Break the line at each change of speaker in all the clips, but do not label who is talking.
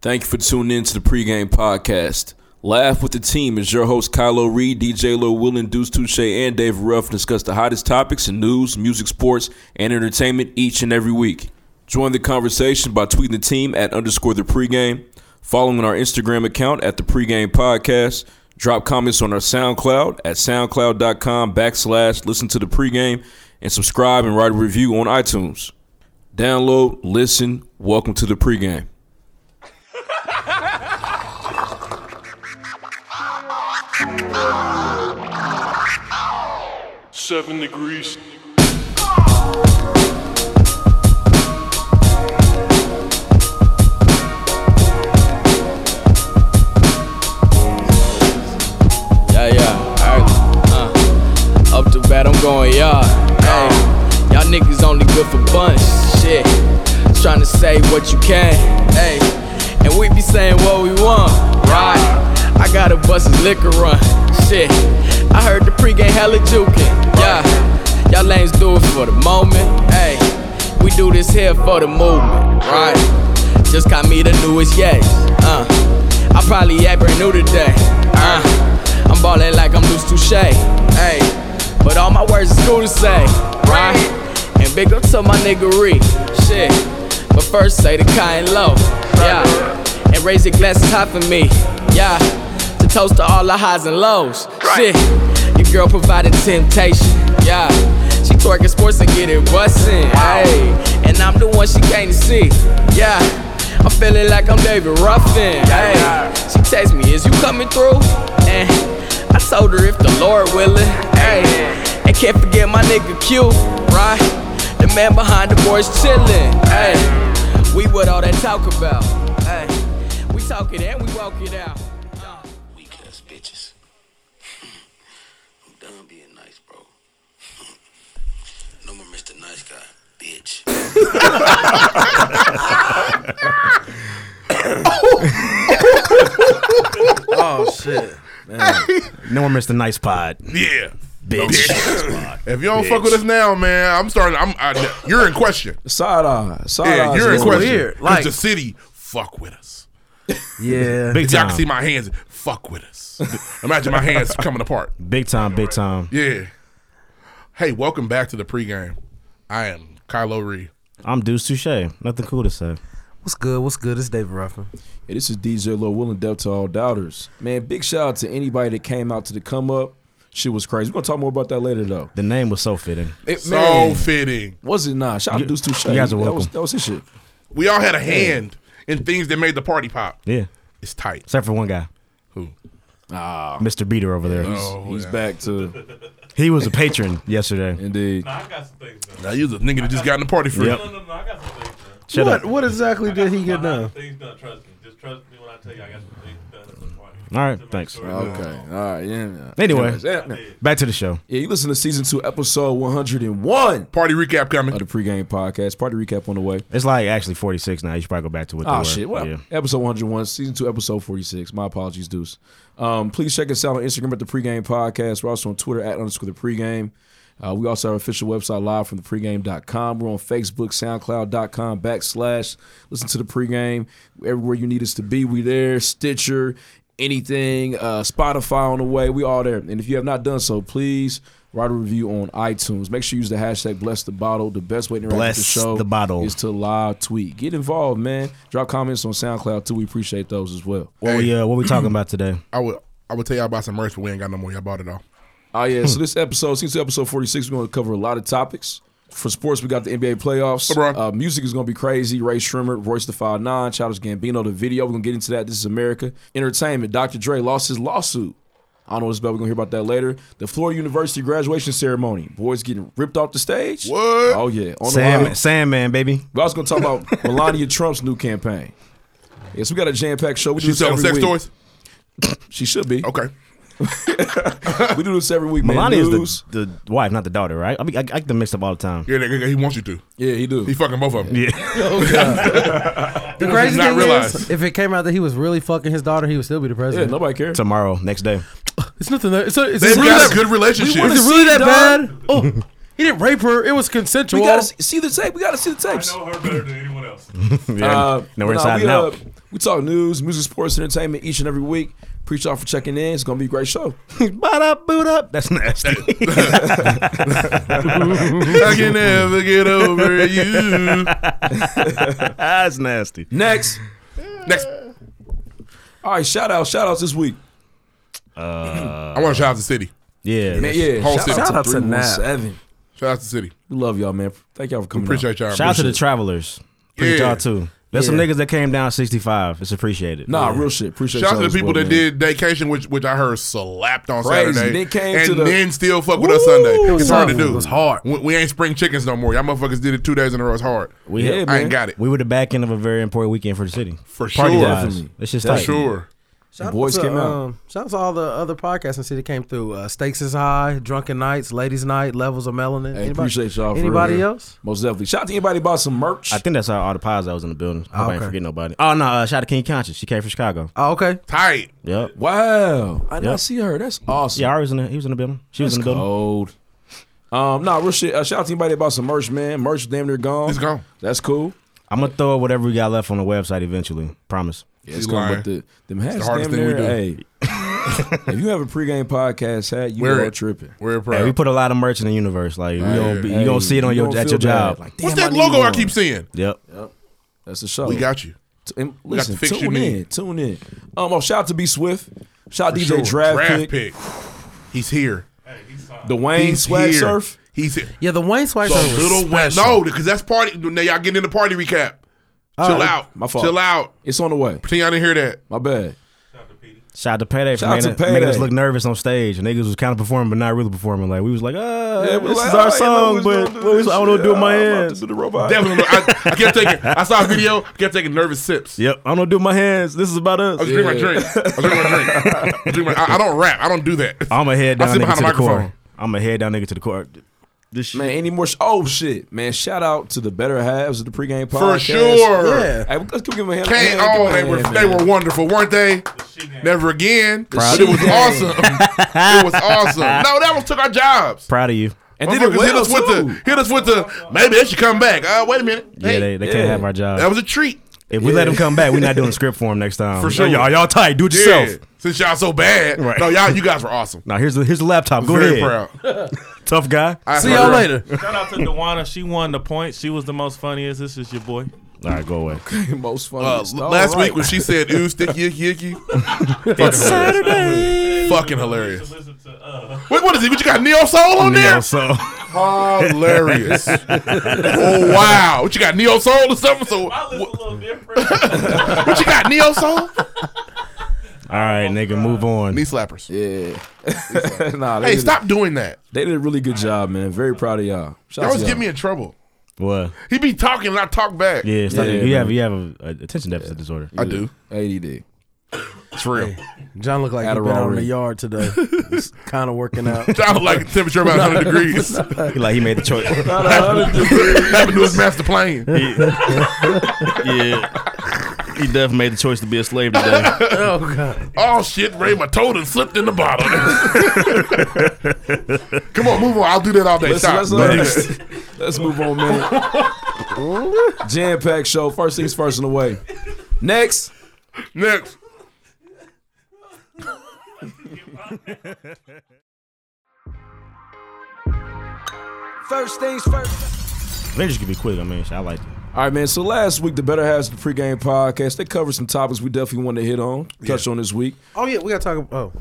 Thank you for tuning in to the pregame podcast. Laugh with the team is your host Kylo Reed, DJ Lil Willin, Deuce Touche, and Dave Ruff discuss the hottest topics in news, music, sports, and entertainment each and every week. Join the conversation by tweeting the team at underscore the pregame, following our Instagram account at the pregame podcast, drop comments on our SoundCloud at soundcloud.com backslash listen to the pregame, and subscribe and write a review on iTunes. Download, listen, welcome to the pregame.
Seven degrees.
Yeah, yeah, alright. Uh, up to bat, I'm going yard. Hey, y'all niggas only good for bunch. Shit, trying to say what you can. Hey, and we be saying what we want. Right, I got a bus's liquor run. Shit, I heard the pregame hella jukin'. Yeah, y'all lanes do it for the moment. Hey, we do this here for the movement. Right, just got me the newest yes. Uh, I probably act brand new today. Uh, I'm ballin' like I'm loose touche. Hey, but all my words is cool to say, right? And big up to my niggery, shit. But first say the kind low, yeah. And raise your glasses high for me, yeah. To toast to all the highs and lows, shit. Your girl provided temptation, yeah. She twerking sports and get it bustin', hey. And I'm the one she came to see, yeah. I'm feeling like I'm David Ruffin. Hey, she text me, is you coming through? And I told her if the Lord willing. Hey, and can't forget my nigga Q, right? The man behind the boys chillin'. Hey, we what all that talk about? Hey, we talk it and we walk it out.
Weak ass bitches. I'm done being nice, bro. no more Mr. Nice Guy, bitch.
No more Mr. Nice Pod.
Yeah.
Bitch.
If you don't fuck with us now, man, I'm starting. I'm. I, you're in question.
Side eye, side
Yeah,
eye.
you're in
it's
question.
weird.
'Cause
Like-
the city, fuck with us.
Yeah. Big
Y'all can see
time.
my hands. Fuck with us. Imagine my hands coming apart.
Big time, big time.
Yeah. Hey, welcome back to the pregame. I am Kylo Ree.
I'm Deuce Touche. Nothing cool to say.
What's good? What's good? It's David Ruffin.
Hey, this is DJ Low Will and Death to All Doubters. Man, big shout out to anybody that came out to the come up. Shit was crazy. We're gonna talk more about that later though.
The name was so fitting.
It,
So
man,
fitting.
was it not? Shout out to Deuce Touche.
you guys
That
are
was,
welcome.
that was his shit.
We all had a hand in things that made the party pop.
Yeah.
It's tight.
Except for one guy,
Who?
Mr. Beater over there.
He's back to
He was a patron yesterday.
indeed.
I got some things done.
Now you the nigga that just got in the party for
Yep.
No, no, no. I got some things done.
Shut up. All
What exactly did he get
I got
done?
some things done. Trust me. Just trust me when I tell you I got some things done at the
right.
party.
Thanks.
Okay. All right. Yeah. yeah.
Anyway.
Anyways, yeah,
Back to the show.
yeah, you listen to season two, episode one hundred and one
Party recap coming.
of the pregame podcast. Party recap on the way.
It's like actually 46 now. You should probably go back to what they
Oh
were.
shit! Well,
Yeah.
episode 101, season two, episode 46. My apologies, Deuce. Um, please check us out on Instagram at the Pregame Podcast. We're also on Twitter at underscore the Pregame. Uh, we also have our official website live from the pregame.com. We're on Facebook, SoundCloud.com backslash listen to the pregame. Everywhere you need us to be, we there. Stitcher, anything, uh, Spotify on the way. We all there. And if you have not done so, please write a review on iTunes. Make sure you use the hashtag bless the bottle. The best way to interact with the
Bless
show
the bottle.
is to live tweet. Get involved, man. Drop comments on SoundCloud too. We appreciate those as well.
What we, uh, what we talking about today?
I would. I would tell y'all about some merch, but we ain't got no more. Y'all bought it all.
Oh yeah,
Hmm.
so this episode, since episode forty six, we're going to cover a lot of topics. For sports, we got the NBA playoffs.
LeBron.
Uh, music is going to be crazy. Ray Shrimmer, Royce the Five Nine, Childish Gambino, the video. We're going to get into that. This is America. Entertainment. Dr. Dre lost his lawsuit. I don't know what's about. We're going to hear about that later. The Florida University graduation ceremony. Boys getting ripped off the stage.
What?
Oh yeah. On the
Sam,
line.
Sandman, baby.
We're also going to talk about Melania Trump's new campaign. Yes, we got a jam packed show. We do
She's
this
selling
every
sex
week.
toys.
She should be.
Okay.
We do this every week. man.
Melania is
News.
the, the wife, not the daughter, right? I mean, I, I get them mixed up all the time.
Yeah, nigga, he wants you to.
yeah, he do.
He fucking both of them. Yeah.
The
crazy not thing is, realize.
if it came out that he was really fucking his daughter, he would still be the
Yeah,
president.
nobody cares.
Tomorrow, next day.
It's nothing. That, it's, it's,
They've
it's really
got a
that,
good relationship.
is it really that bad? Oh, He didn't rape her. It was consensual.
We gotta s- see the tape. We gotta see the tapes. Uh,
I know her better than anyone else.
Yeah. no, we're
but
inside
we, uh,
and out.
we talk news, music, sports, entertainment each and every week. Appreciate y'all for checking in. It's gonna be a great show.
Butt up, boot up. That's nasty.
I can never get over you.
That's nasty.
Next,
Next,
all right, shout out, shout outs this week.
I want to shout out the city.
Yeah.
Man, yeah,
Whole
shout,
city.
out
Shout
to three one seven.
Shout out to the city.
We love y'all, man. Thank y'all for coming.
Appreciate y'all.
Shout out to the
Appreciate
travelers. Appreciate
Yeah.
y'all too. There's some
Yeah.
niggas that came down 65. It's appreciated.
Nah, real shit. Appreciate
Shout out
y'all
to
as
the people
well, man.
that did vacation, which which I heard slapped on
Crazy.
Saturday.
They came
and
to the-
then still fuck with us Sunday. It's hard to do.
It was hard.
We, we ain't spring chickens no more. Y'all motherfuckers did it two days in a row. It's hard.
We,
Yeah,
I
man.
ain't got it
we were the back end of a very important weekend for the city.
for
Party
sure.
wise. It's just
For
tight.
sure.
Shout out
boys
to,
came out.
um, shout out to all the other podcasts and see that came through. Uh, Stakes is high, Drunken Nights, Ladies Night, Levels of Melanin.
Hey, appreciate y'all. for
Anybody
real.
else?
Most definitely. Shout out to anybody bought some merch.
I think that's all, all the pies that was in the building.
Ah,
I hope I ain't
okay.
forget nobody. Oh no, uh, shout out to King Conscious. She came from Chicago.
Oh, okay.
Tight.
Yep.
wow, I did
Yep.
not see her. That's awesome.
Yeah, I was in the, he was in the building. She was
That's
in the building.
cold. Um, nah, real shit. Uh, shout out to anybody that bought some merch, man. Merch damn near gone.
It's gone.
That's cool.
I'm gonna throw whatever we got left on the website eventually. Promise.
Yeah, it's
She's
going
lying.
with the them hats.
the hardest
damn
thing we
near- Hey, if you have a pregame podcast hat, you
Wear
are
it.
tripping.
We're proud.
Hey, we put a lot of merch in the universe. Like we
Hey,
gonna be,
hey,
you gonna see it on
you
your
gonna
at
feel
your job.
bad.
Like,
What's
Damn,
that
I
logo
need
I
one.
keep seeing?
yep.
That's the show.
We got you.
T- and
got
listen,
the fix you
tune
need.
in, tune in. Um, oh, shout out to B Swift. Shout out DJ
Sure.
Draft, Pick,
He's here.
Hey, he's signed.
Dwayne
He's
Swag
here.
Surf.
He's here.
Yeah, the Wayne Swipe
So little West. No, because that's party. Now y'all getting in the party recap. Chill
right.
out.
My fault.
Chill out.
It's on the way.
Pretend y'all didn't hear that.
My bad.
Shout out to Petey.
Shout out to Payday for
Shout out
making,
to
making us
Payday.
look nervous on stage. Niggas was kind of performing, but not really performing. Like we was like, ah,
Yeah, we
this
like,
is
oh,
our
you know,
song,
we
but
gonna do
what
this
was- I don't know what to do
shit.
with my
I'm about to
hands.
do the robot.
Definitely. I, I kept taking. I saw a video. I kept taking nervous sips.
Yep, I don't know what to do with my hands. This is about us.
I was drinking my drink. I was drinking my drink. I, was drinking my, I, I don't rap. I don't do that.
I'm a head
I
down
sit
nigga
behind
to
a
the core.
microphone.
I'm a head down nigga to the core. This shit.
Man, any more? Sh- oh shit, man! Shout out to the better halves of the pregame podcast.
For sure.
Hey, let's give them a hand. hand-
Can't.
give
Oh,
them a
they
hand,
were
man.
they were wonderful, weren't they?
She named
Never again.
Proud
But it was
of you.
awesome. it was awesome. No, that one took our jobs.
Proud of you.
And did it
Motherfuckers hit
well
us with
too.
the hit us with the maybe they should come back. Uh, wait a minute.
yeah,
Hey,
they, they
yeah.
can't have our job.
that was a treat.
if we let them come back, we're not doing script for him next time.
For sure.
y'all, y'all tight. Do it
Yeah.
yourself.
Since y'all so bad,
Right.
no, y'all you guys were awesome.
Now here's the here's the laptop. Go
Very
ahead.
proud.
Tough guy.
I
See y'all later.
Shout out to Dewana. She won the point. She was the most funniest. This is your boy.
All right, go away.
most fun.
Uh,
All
last
right.
week when she said ooh sticky yicky yicky, fucking Saturday, fucking hilarious.
To listen to uh,
Wait, what is it? What you got neo soul on
Neo
there?
Soul.
Hilarious. oh wow, what you got neo soul or something? So
I
what,
listen a little different.
what you got neo soul?
All right, nigga, move on.
Knee slappers.
Yeah. nah, they
Hey,
did,
stop doing that.
They did a really good job, man. Very proud of y'all. Shout
That
out to
always
y'all.
get me in trouble.
What?
He be talking and I talk back.
Yeah, it's not,
Yeah,
you
man.
have you have a, a attention deficit disorder.
I do.
ADD.
It's real.
John looked like he been
Adderall
out in the
read.
yard today. kind of working out.
Sounded like a temperature about 100 degrees.
He like he made the choice.
Happened to his master plane.
yeah. He definitely made the choice to be a slave today.
oh god.
Oh shit, Ray, my toe done slipped in the bottle. Come on, move on. I'll do that all day.
Listen,
Stop.
let's, let's, let's move on, man. Jam packed show. First things first in the way. Next.
Next.
First things first.
They just could be quick. I mean, shit, I like it.
All right, man. So last week, the Better Halves of the Pregame Podcast, they covered some topics we definitely wanted to hit on, touch on this week.
Oh yeah, we gotta talk about oh.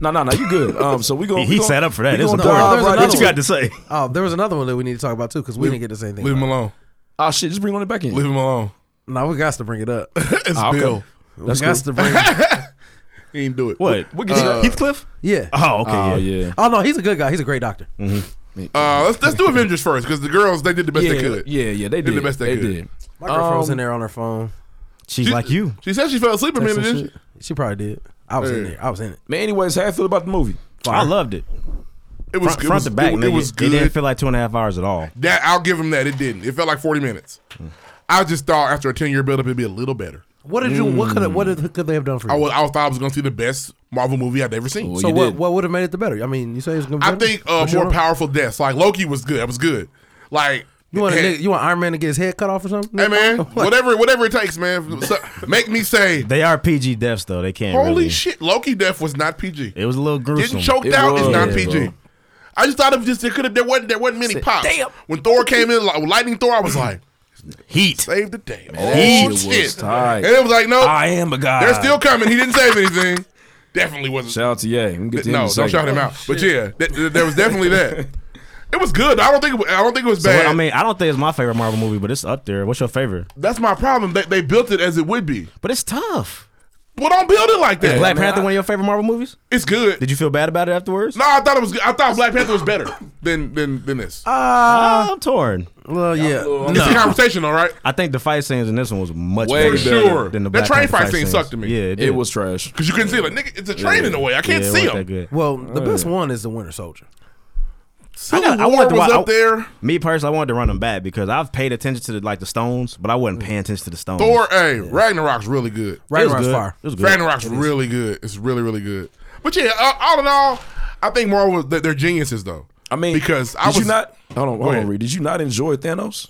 No, no, no, you good. Um, so we going
He, he sat up for that. It's
gonna
important.
dive right
what
into
you got to say?
Oh, there was another one that we need to talk about too, because we didn't get to say anything.
Leave him alone.
Oh shit, just bring on it back in.
Leave him alone.
No, we got to bring it up.
It's
Ah, okay.
Bill.
we got to bring
He didn't do it.
What?
What can you-
Heathcliff?
Yeah.
Oh, okay.
Oh
yeah.
yeah.
Oh no, he's a good guy. He's a great doctor.
Uh, let's, let's do Avengers first because the girls, they did the best
yeah,
they could.
yeah, yeah, they
Did
did.
the best they could.
did.
My girlfriend was
Um,
in there on her phone.
She's like you.
She said she fell asleep a minute,
some
didn't she?
shit.
She probably did. I was in
Yeah.
there. I was in it.
Man, anyways, how I feel about the movie?
I loved it.
It
Front,
was good. It
front
was-
to back,
it-
nigga.
It was good.
didn't feel like two and a half hours at all. Mm.
That I'll give him that. It didn't. It felt like forty minutes. I just thought after a ten year buildup it'd be a little better.
What did you? What could? What did, could they have done for you?
I, was, I thought I was going to see the best Marvel movie I've ever seen.
so
you
what?
did.
What would have made it the better? I mean, you say it was gonna. Be
I
better?
think uh,
But you
more
don't-
powerful deaths. Like Loki was good. That was good. Like
You want a
had-
nigga, you want Iron Man to get his head cut off or something?
Hey man,
What?
whatever whatever it takes, man. So- make me say,
They are PG deaths though. They can't.
holy
really-
shit, Loki death was not PG.
It was a little gruesome.
Getting choked
It
out
was,
is not
yeah,
PG.
bro.
I just thought of just there could have there wasn't there wasn't many pops. When Thor came in, like lightning Thor, I was like,
Heat.
save the day.
that
oh
shit
shit!
was tight.
and it was like, no,
I am a guy.
they're still coming. He didn't save anything. Definitely wasn't.
Shout out to Ye. I'm gonna get to him in
no,
a
don't
second.
shout him out.
Oh,
But yeah, th- th- there was definitely that. It was good. I don't think it, wa- I don't think it was
So
bad.
what- I mean, I don't think it's my favorite Marvel movie, but it's up there. What's your favorite?
That's my problem. They, they built it as it would be.
But it's tough.
Well, don't build it like that.
Black Panther, one of your favorite Marvel movies?
It's good.
Did you feel bad about it afterwards?
No, I thought it was. good. I thought Black Panther was better than than than this.
Ah, I'm torn.
Well, yeah.
it's a conversation, all right.
I think the fight scenes in this one was much
Way
better
For
sure.
than the Black
That train
Panther
fight
fight
scene
scenes.
sucked to me.
Yeah, it,
It
did.
was trash.
Because you couldn't see it. Like, nigga, it's a train in the way. I can't
Yeah, it
see
wasn't
him.
that good.
Well, the best one is the Winter Soldier.
Civil
I got- I
War
wanted to
was
wa-
up
I-
there.
Me personally, I wanted to run them back because I've paid attention to the, like the stones, but I wasn't paying attention to the stones.
Thor, hey, Ragnarok's really
Mm.
good.
It was
Ragnarok's
good.
fire.
It was good.
Ragnarok's really good. It's really really good. But yeah, uh, all in all, I think Marvel they're, they're geniuses though.
I mean,
because I
did
was
you not? Hold on, hold on,
ahead.
Reed. Did you not enjoy Thanos?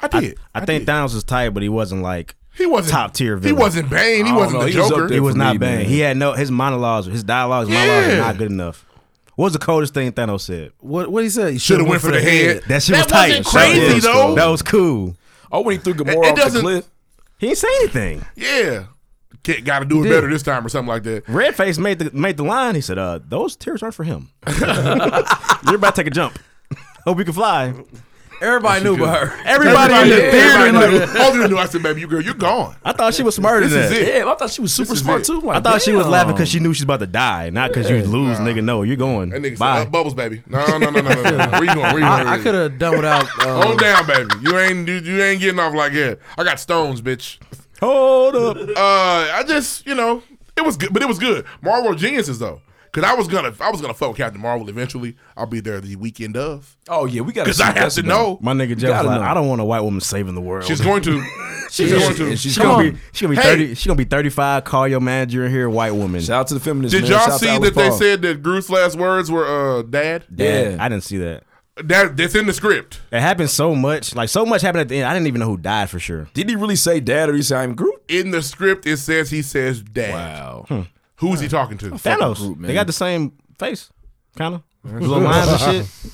I did.
I, think
did.
Thanos was tight, but he wasn't like
he wasn't
top tier villain.
He wasn't Bane. He
I don't
wasn't
know.
the
He was up
Joker.
there.
It was
for me,
not bad.
man.
He had no his monologues, his dialogues, his monologues
Yeah.
were not good enough. What was the coldest thing Thanos said?
What what he say?
Should have went for the head.
That shit
That
was tight.
wasn't crazy,
That was-
though.
That was cool.
Oh, when he threw
It- it
Gamora off the
doesn't-
cliff.
He didn't say anything.
Yeah, Kid got to do it
did.
better this time or something like that.
Redface made the made the line. He said, "Uh, those tears aren't for him. You're about to take a jump. Hope you can fly."
Everybody knew about her.
Everybody, in the
yeah,
theater.
everybody
knew-
knew. All of them knew. I said, "Baby, you girl, you're gone."
I thought she was smarter
This
than
is
that.
it.
Yeah, I thought she was super
is
smart
it.
too. I'm Like,
I thought she was
damn.
laughing because she knew she's about to die, not because you lose, nigga. No, you're going.
That nigga said,
Bye.
uh, "Bubbles, baby." No, no, no, no, no. no. Where you going? Where you going?
I, I could have done without.
Hold
Um,
down, baby. You ain't you, you ain't getting off like that. I got stones, bitch.
Hold up.
Uh, I just you know it was good, but it was good. Marvel geniuses though, because I was gonna I was gonna fuck with Captain Marvel eventually. I'll be there the weekend of
Oh yeah, we got
because I have to know
My nigga Jeff was
gotta
like,
know.
I don't want a white woman saving the world.
she's going to. She's going to.
She's
She's
Come
gonna
on.
be she's gonna be
Hey.
thirty. She's gonna be thirty five. Call your manager in here, white woman.
Shout out to the feminists.
Did
man. Shout
y'all
out
see
to Alice
that they
Paul.
said that Groot's last words were uh dad?
Dad,
Yeah.
I didn't see that.
That that's in the script.
It happened so much. Like so much happened at the end. I didn't even know who died for sure.
Did he really say dad or he say I'm Groot?
In the script, it says he says dad.
Wow.
Who's he talking to?
Thanos.
Groot, man.
they got the same face, kind of. Little lines and shit.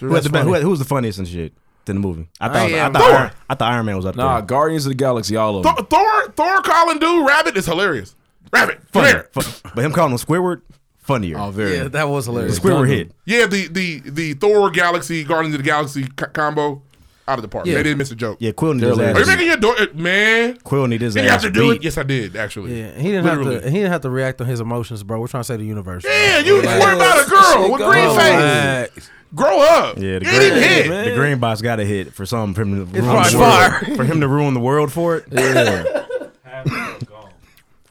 who, had the, be- who, had- who was the funniest and shit in the movie? I thought. I,
am
thought,
Thor.
Iron, I thought Iron Man was up
Nah,
there.
Guardians of the Galaxy, all of them.
Thor, Thor, Thor calling dude rabbit is hilarious. Rabbit, come
Funnier.
here.
Fun- but him calling him Squidward, funnier.
Oh, very.
yeah, that was hilarious.
Squidward hit.
Yeah, the the the Thor Galaxy Guardians of the Galaxy co- combo out of the park. They didn't miss a joke.
Yeah, Quill needed his
They're
Are you
ass.
making your door, uh, man?
Quill needed his
Did you have
ass.
to do it?
beat.
Yes, I did actually.
Yeah, he didn't
Literally.
have to. He didn't have to react on his emotions, bro. We're trying to say the universe.
Yeah, you worry about a girl with green
Oh,
face. Grow up.
Yeah, the
you didn't hit.
green, the green box got a hit for some for him to ruin
probably
the
fire.
world. for him to ruin the world for it.
Yeah.
Half of them gone.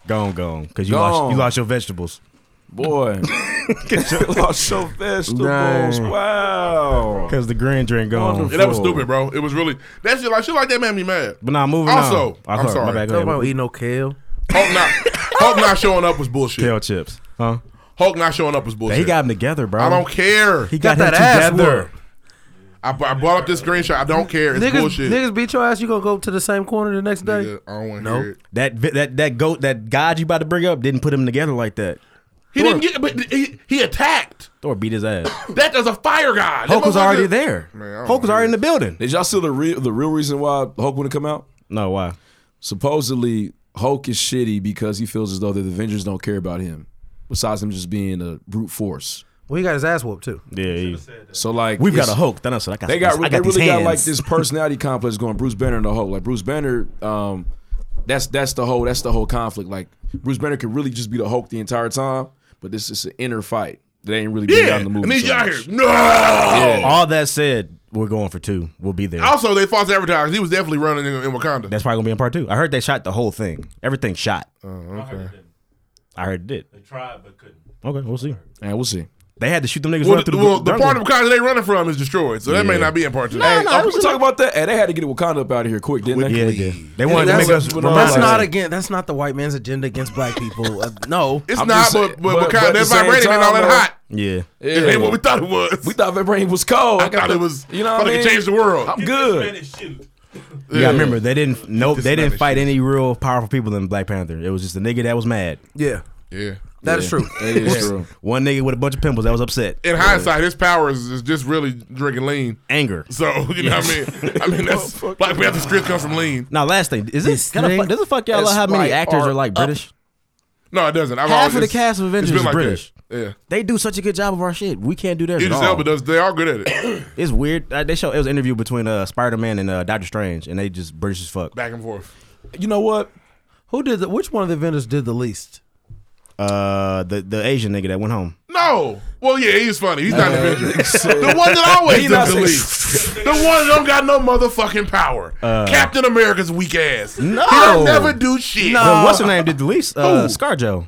Gone, gone, because you
Gone.
lost you lost your vegetables.
Boy. Lost your vegetables.
Dang.
Wow.
Because the green drink gone.
Yeah, that was stupid, bro. It was really that shit. Like shit like that made me mad.
But nah, moving
Also,
on.
I'm
Oh,
sorry.
My bad, go ahead.
Nobody eat no kale.
Hulk not Hulk not showing up was bullshit.
Kale chips, huh?
Hulk not showing up was bullshit.
He got them together, bro.
I don't care.
He got, him
Got that ass
together.
I, bu- I brought up this screenshot. I don't care. It's
Niggas,
bullshit.
niggas beat your ass. You gonna go to the same corner the next day?
Nigga, I don't want to
Nope.
hear it.
That vi- that that goat that god you about to bring up didn't put him together like that.
He didn't get, but he, he attacked.
Thor beat his ass.
That is a fire god.
Hulk
That
was
motherfucker-
already there.
Man, I don't
Hulk was
know.
already in the building.
Did y'all see the real the real reason why Hulk wouldn't come out?
No, why?
Supposedly Hulk is shitty because he feels as though the Avengers don't care about him. Besides him just being a brute force.
Well, he got his ass whooped too.
Yeah, he,
So like
we've got
it's-
a Hulk. Then I said, I got.
They got, they
I got these
really got
hands.
like this personality complex going. Bruce Banner and the Hulk, like Bruce Banner, um, that's that's the whole that's the whole conflict. Like Bruce Banner could really just be the Hulk the entire time, but this is an inner fight that ain't really been
Yeah,
out in the movie.
and these
so
y'all
much.
here. No.
All that said, we're going for two. We'll be there.
Also, they false advertised. He was definitely running in, in Wakanda.
That's probably gonna be in part two. I heard they shot the whole thing. Everything shot.
Oh.
I heard they didn't.
I heard it did.
They tried but couldn't.
Okay, we'll see.
Yeah, we'll see.
They had to shoot them niggas
Well,
right
the,
through
well, the
jungle.
part of Wakanda they running from is destroyed, so that may
Yeah.
not be in part two.
Hey,
Hey,
oh, we talk about that. Hey, they had to get Wakanda up out of here quick, didn't they?
Yeah, they did. They wanted to
that's
make us.
that's
remind
That's
us-
not again. That's not the white man's agenda against black people. Uh, no,
it's
I'm
not,
just saying-
but,
but-
but,
but at
Wakanda
the
that's
same
vibrating and
time,
all that
though,
hot.
Yeah.
It ain't what we thought it was.
We thought vibranium was cold.
I thought it was.
You know what I
fucking
mean?
changed the world.
I'm good.
Spanish shoot.
yeah, I remember they didn't. Nope,
This
they didn't
Spanish
fight
shit.
any real powerful people in Black Panther. It was just a nigga that was mad.
yeah,
Yeah.
that is true.
It is true.
One nigga with a bunch of pimples that was upset.
In hindsight, his power is, is just really drinking lean.
Anger.
So you know what I mean. I mean that's Black Panther's script comes from lean.
Now, last thing is
This
this. Kind
thing
of, does it fuck y'all
is
out how
right
many actors
or
are like
up.
British?
No, it doesn't. I've
Half of
always-
the cast of
it's
Avengers
been
is
like that.
British.
Yeah.
They do such a good job of our shit. We can't do that.
Idris
at all.
Elba does. They are good at it.
It's weird. Uh, they show it was an interview between uh, Spider Man and uh, Doctor Strange, and they just British as fuck.
Back and forth.
You know what?
Who did? The, which one of the vendors did the least?
Uh, the the Asian nigga that went home.
No. Well, yeah, he's funny. He's not an Avenger. the one that always
He
does
not
the
say-
least. the one that don't got no motherfucking power. Captain America's weak ass.
Uh. No.
He don't never do shit.
But what's her name? Did the least? Uh,
Who?
ScarJo.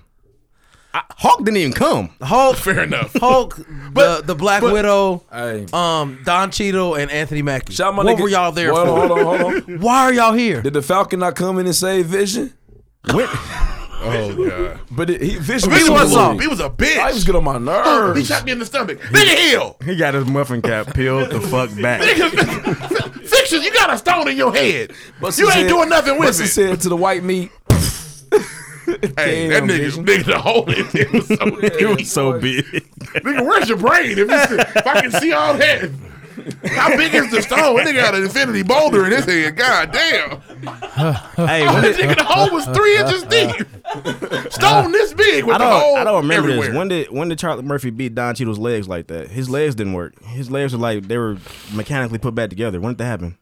I, Hulk didn't even come.
Hulk,
Fair enough.
Hulk,
But-
the, the Black
but-
Widow,
Hey.
um, Don Cheadle, and Anthony Mackie.
Shout out my
what
nigga-
were y'all there
Hold
for?
on, hold on, hold on.
Why are y'all here?
Did the Falcon not come in and save Vision?
Oh god.
But it, he, Vision
He
was
was,
cool.
he was a bitch.
I was get on my
He
nerves.
shot me in the stomach. Nigga heal.
He got his muffin cap peeled the fuck back.
Nigga, fiction, you got a stone in your head.
Bust
you
his
ain't
head-
doing nothing with
What's he
it.
said to the white meat?
hey,
Damn,
that nigga,
Vision.
nigga, the hole in it was so
It was so big.
Nigga, where's your brain? If, you see, if I can see all that. How big is the stone? That nigga got an infinity boulder in his head. God damn.
hey, when
That
did,
nigga, the hole was three inches deep. Stone this big with
I
the
don't.
hole
I don't remember
everywhere.
this. When did when did Charlie Murphy beat Don Cheadle's legs like that? His legs didn't work. His legs were like they were mechanically put back together. When did that happen?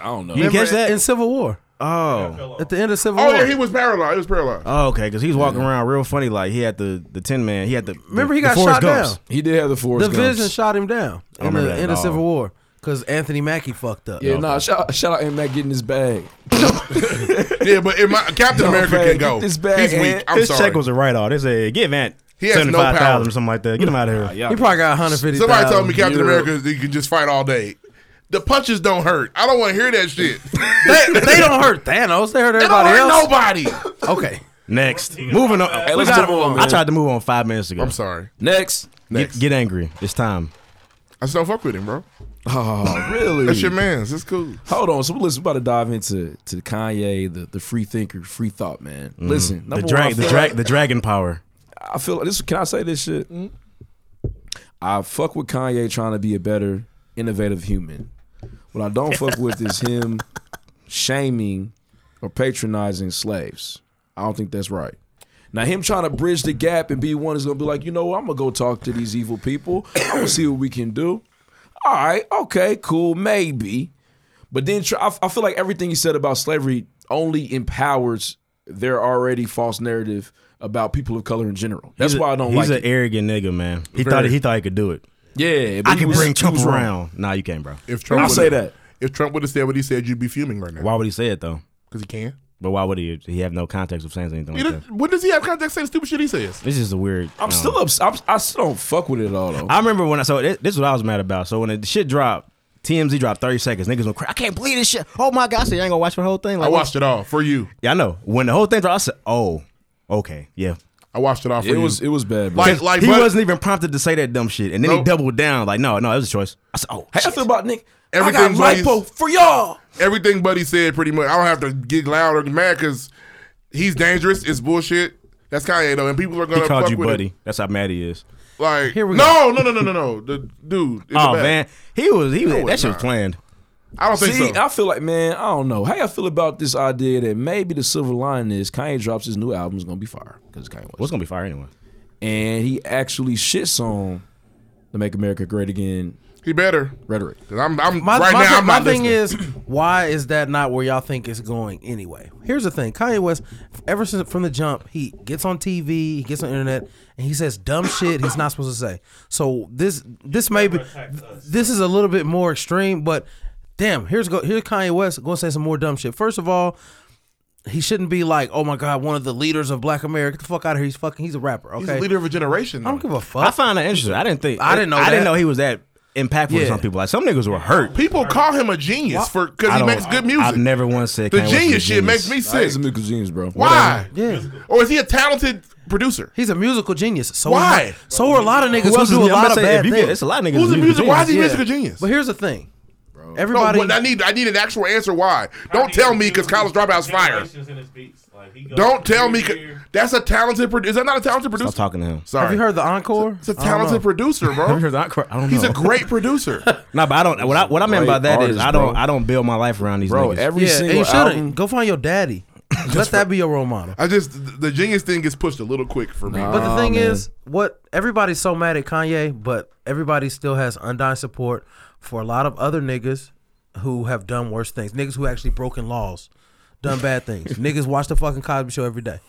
I don't know.
You didn't catch that?
in Civil War?
oh.
At the end of Civil
Oh,
War,
yeah, he was paralyzed. He was paralyzed.
Oh, okay. Because he was walking around real funny, like he had the the Tin Man. He had the
Remember
the-
he
the
got
Forrest
shot
Gumps.
down?
He did have the force.
the Vision shot him down in
remember
the
that at
end of
all.
Civil War because Anthony Mackie fucked up.
Yeah, nah. Shout, shout out M Mac getting his bag.
Yeah, but in my, Captain America
man,
can go.
get this bag,
He's weak.
man.
I'm
His
sorry.
check was a write off. They said, give Ant
He has no
75000
power.
or something like that. Get him out of here.
He probably got 150.
Somebody told me Captain
You're-
America you can just fight all day. The punches don't hurt. I don't want to hear that shit.
they, they don't hurt Thanos. They hurt
It don't
everybody
hurt
else.
nobody.
Okay,
Next. Moving on.
Hey, let's
We gotta-
move on,
I
man.
tried to move on five minutes ago.
I'm sorry.
Next.
Get, get angry. It's time.
I just don't fuck with him, bro.
Oh, really?
That's your man's. It's cool.
Hold on. So listen, we're about to dive into to Kanye, the, the free thinker, free thought man. Listen,
Mm-hmm. The,
number one, I
drag, the,
feel
drag, the dragon power.
I feel this. Can I say this shit? I fuck with Kanye trying to be a better, innovative human. What I don't fuck with is him shaming or patronizing slaves. I don't think that's right. Now him trying to bridge the gap and be one is gonna be like, you know, what? I'm gonna go talk to these evil people. I'm gonna see what we can do. All right, okay, cool, maybe. But then tr- I, I feel like everything he said about slavery only empowers their already false narrative about people of color in general. That's
He's a-
why I don't
He's
like
an
it.
arrogant nigga, man. He thought he thought he could do it.
Yeah, but
I
he
can
was-
bring
he
Trump
was wrong.
around. Nah, you can't, bro.
If Trump
I'll
would've-
say that.
If Trump would have said what he said, you'd be fuming right now.
Why would he say it though?
Because he can.
But why would he? He have no context of saying anything
He
like that.
didn't- When does he have context to say the stupid shit he says?
This is a weird. um,
I'm still ups- I'm, I still don't fuck with it at all though.
I remember when I saw this, this is what I was mad about. So when the shit dropped, TMZ dropped 30 seconds. Niggas went crazy. I can't believe this shit. Oh my God. I said, you ain't gonna watch the whole thing.
I
Like,
watched it all for you.
Yeah, I know. When the whole thing dropped, I said, oh, okay. Yeah.
I watched it all for
it
you.
was it was bad. Bro.
like, like,
he
but
wasn't even prompted to say that dumb shit. And then he
Nope.
doubled down. Like, no, no, it was a choice. I said, oh,
hey, I
shit.
feel about Nick. I got
Everything buddies-
lipo for y'all.
everything Buddy said pretty much. I don't have to get loud or mad because he's dangerous. It's bullshit. That's Kanye though, and people are gonna
he called
fuck
you
with
buddy.
It.
That's how mad he is.
Like,
Here we
no, no, no, no, no, no. The dude. in the
Oh,
back.
man. He was, he was,
No,
that
it's
shit was
not.
planned.
I don't think
See,
so.
I feel like man, I don't know how I feel about this idea that maybe the silver lining is Kanye drops his new album is gonna be fire because Kanye West,
What's gonna be fire anyway?
and he actually shits on the "Make America Great Again"
he better.
rhetoric.
Cause I'm, I'm
my,
right
my,
now.
thi-
I'm
my
not
thing
listening.
is, why is that not where y'all think it's going anyway? Here's the thing: Kanye West, ever since from the jump, he gets on TV, he gets on internet, and he says dumb shit he's not supposed to say. So this this may be this is a little bit more extreme, but damn, here's go here's Kanye West going to say some more dumb shit. First of all, he shouldn't be like, oh my god, one of the leaders of Black America. Get the fuck out of here. He's fucking. He's a rapper. Okay.
He's the leader of a generation.
I don't give a
I
fuck.
find that interesting. I didn't think.
I didn't know
I
that.
didn't know he was that impactful to
Yeah.
some people. Like some niggas were hurt.
People call him a genius for because
I
he
don't-
makes good music.
I've never once said
the
Kanye West was a
genius shit
genius.
makes me
Say
sick.
some Michael James, bro.
Why?
yeah.
Or is he a talented producer?
He's a musical genius. So
Why?
Are, so are a lot of niggas
Who
who
else is
do a
I'm
lot
about
of
to say,
bad
if you
things.
get- It's a lot of niggas.
Who's a
who's
music? Why is he
Yeah.
musical genius?
But here's the thing.
No,
Everybody.
what- I need I need an actual answer. Why? Don't tell me because college dropout's fire. Don't tell me 'cause- that's a talented producer. Is that not a talented producer?
Stop talking to him.
Sorry,
have you heard the encore?
It's a
I don't know.
talented producer, bro.
I don't
He's
know.
a great producer.
No, but I don't. What I, what I meant by
Great
that is
artist,
I don't.
bro.
I don't build my life around these
Bro,
niggas.
every
Yeah, and
single
you shouldn't.
album.
Go find your daddy. Let that be your role model.
I just th- the genius thing gets pushed a little quick for me.
But the
Oh,
thing
man.
is, what everybody's so mad at Kanye, but everybody still has undying support for a lot of other niggas who have done worse things. Niggas who actually broken laws, done bad things. niggas watch the fucking Cosby Show every day.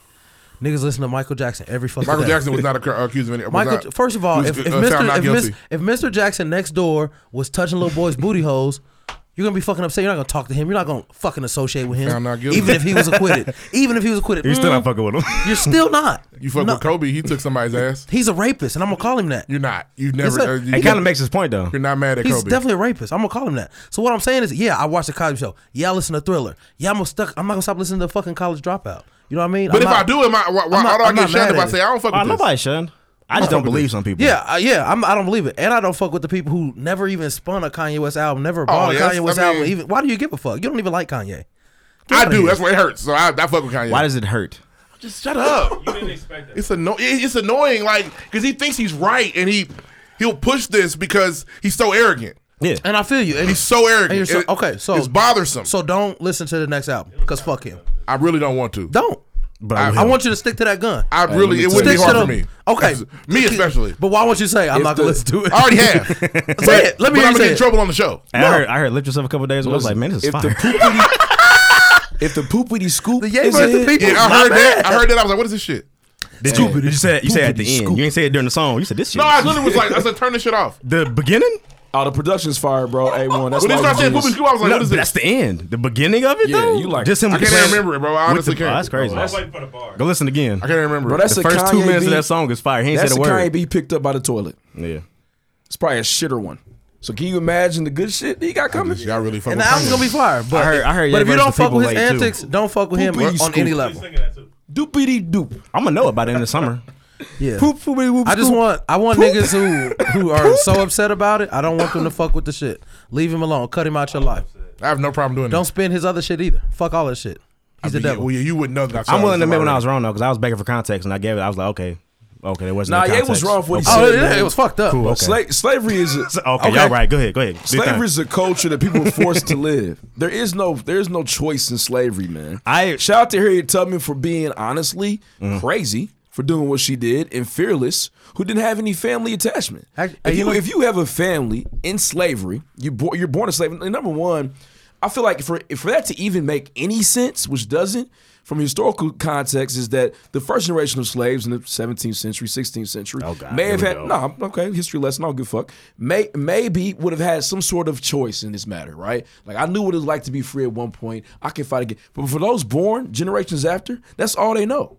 Niggas listen to Michael Jackson every fucking
Michael
day.
Jackson was not accu- accused of any. was
Michael,
not-
first of all,
he
if,
was,
if,
uh, found
Mr.
not
If, Miss,
guilty.
if Mr. Jackson next door was touching little boys' booty holes, you're gonna be fucking upset. You're not gonna talk to him. You're not gonna fucking associate with him.
Found not guilty.
Even if he was acquitted. even if he was acquitted,
You're still not
Mm,
fucking with him.
You're still not.
you fuck
No,
with Kobe, he took somebody's ass.
He's a rapist, and I'm gonna call him that.
You're not. You never.
a-
uh, you,
It kind of makes his point though.
You're not mad at
He's
Kobe.
definitely a rapist. I'm gonna call him that. So what I'm saying is, yeah, I watched the Cosby Show. Yeah, I listen to Thriller. Yeah, I'm gonna stuck. I'm not gonna stop listening to fucking College Dropout. You know what I mean?
but
I'm
if
not-
I do, am I? Why, why,
I'm
how
not-
do I
I'm
get
not
shot
mad
if
at
I
it.
say I don't fuck
Why
with
Oh, Ah, nobody
this?
shun. I just don't believe some people.
Yeah, uh, yeah, I'm, I don't believe it, and I don't fuck with the people who never even spun a Kanye West album, never bought
Oh, yes,
a Kanye West
I mean-
album. Even why do you give a fuck? You don't even like Kanye.
I
outta
do.
here.
That's why it hurts. So I, I fuck with Kanye.
Why does it hurt?
just shut up?
You didn't expect that.
It's anno- it- It's annoying, like because he thinks he's right and he he'll push this because he's so arrogant.
Yeah.
And I feel you. And
He's so arrogant.
And you're so-
It-
okay, so-
it's bothersome.
so don't listen to the next album because fuck him.
I really don't want to.
Don't.
But
I-
will.
I want you to stick to that gun.
I
Hey,
really,
let me tell you.
it wouldn't be hard
Stick to
for
the-
me.
Okay,
me especially.
But why won't you say I'm not
the-
gonna listen to it?
I already have. say
Say it. Let
But I'm
me hear you
gonna
say
get in
it.
trouble on the show.
I heard. I heard. Lift yourself a couple days ago. I was like, man, this is
if
fine.
the poopity, if the poopity scoop,
The Yay
is
versus
a hit,
people.
Yeah, I heard that. I heard that. I was like, what is this shit?
Did you, you said you said at the end. You ain't say it during the song. You said this shit.
No, I literally was like, I said, turn this shit off.
the beginning.
Oh, the production's fire, bro. A one. That's
When they
why
started
you
saying
genius.
Poopy Scoop, I was like,
No,
what is
that's
this?
the end. The beginning of it.
Yeah,
though?
you like-
just him.
I can't
playing-
remember it, bro. I
with
honestly
the-
can't.
oh, that's crazy.
I was waiting for the bar.
Go listen again.
I can't remember.
Bro,
it.
that's
the
a
first two
Kanye
minutes
beat.
of that song is fire. He ain't
That's
said
a
a
Kanye
word.
beat picked up by the toilet.
Yeah.
It's probably a shitter one. So can you imagine the good shit he got coming?
Y'all really fucking.
And the album's gonna be fire. But,
I heard- I heard
but
Ye
if you
versus
don't fuck
People
with his
late, too.
antics, don't fuck with him
Poopy
on
scoop.
any
He's
level.
singing that too.
Doopity doop.
I'm gonna know it by the end of the summer.
Yeah.
Poop poopity whoop.
I just
scoop.
want I want niggas who who are so upset about it. I don't want them to fuck with the shit. Leave him alone. Cut him out your life.
I have no problem doing
Don't
that.
spend his other shit either. Fuck all that shit. He's the
But yeah,
devil.
Well, yeah, you wouldn't know that.
I'm willing to admit when I was wrong though, because I was begging for context and I gave it. I was like, okay, okay, there wasn't.
Nah,
no
Ye was
context.
wrong for what he
Okay.
said.
Oh,
Yeah,
yeah,
man.
it was fucked up.
Cool. Okay.
Sla- slavery is a,
Okay, y'all right. Go ahead. Go ahead. Do your
Slavery
thing.
is a culture that people are forced to live. There is no there is no choice in slavery, man.
I- Mm.
shout out to Harriet Tubman for being honestly crazy for doing what she did and fearless, who didn't have any family attachment.
Act-
if,
you
you,
know-
if you have a family in slavery, you bo- you're born a slave. And number one, I feel like for for that to even make any sense, which doesn't. From historical context, is that the first generation of slaves in the 17th century, 16th century
Oh, God,
may
here
have
we
had
go.
no no, I'm- okay, history lesson. I don't give a fuck. May, maybe would have had some sort of choice in this matter, right? Like I knew what it was like to be free at one point. I can fight again. But for those born generations after, that's all they know.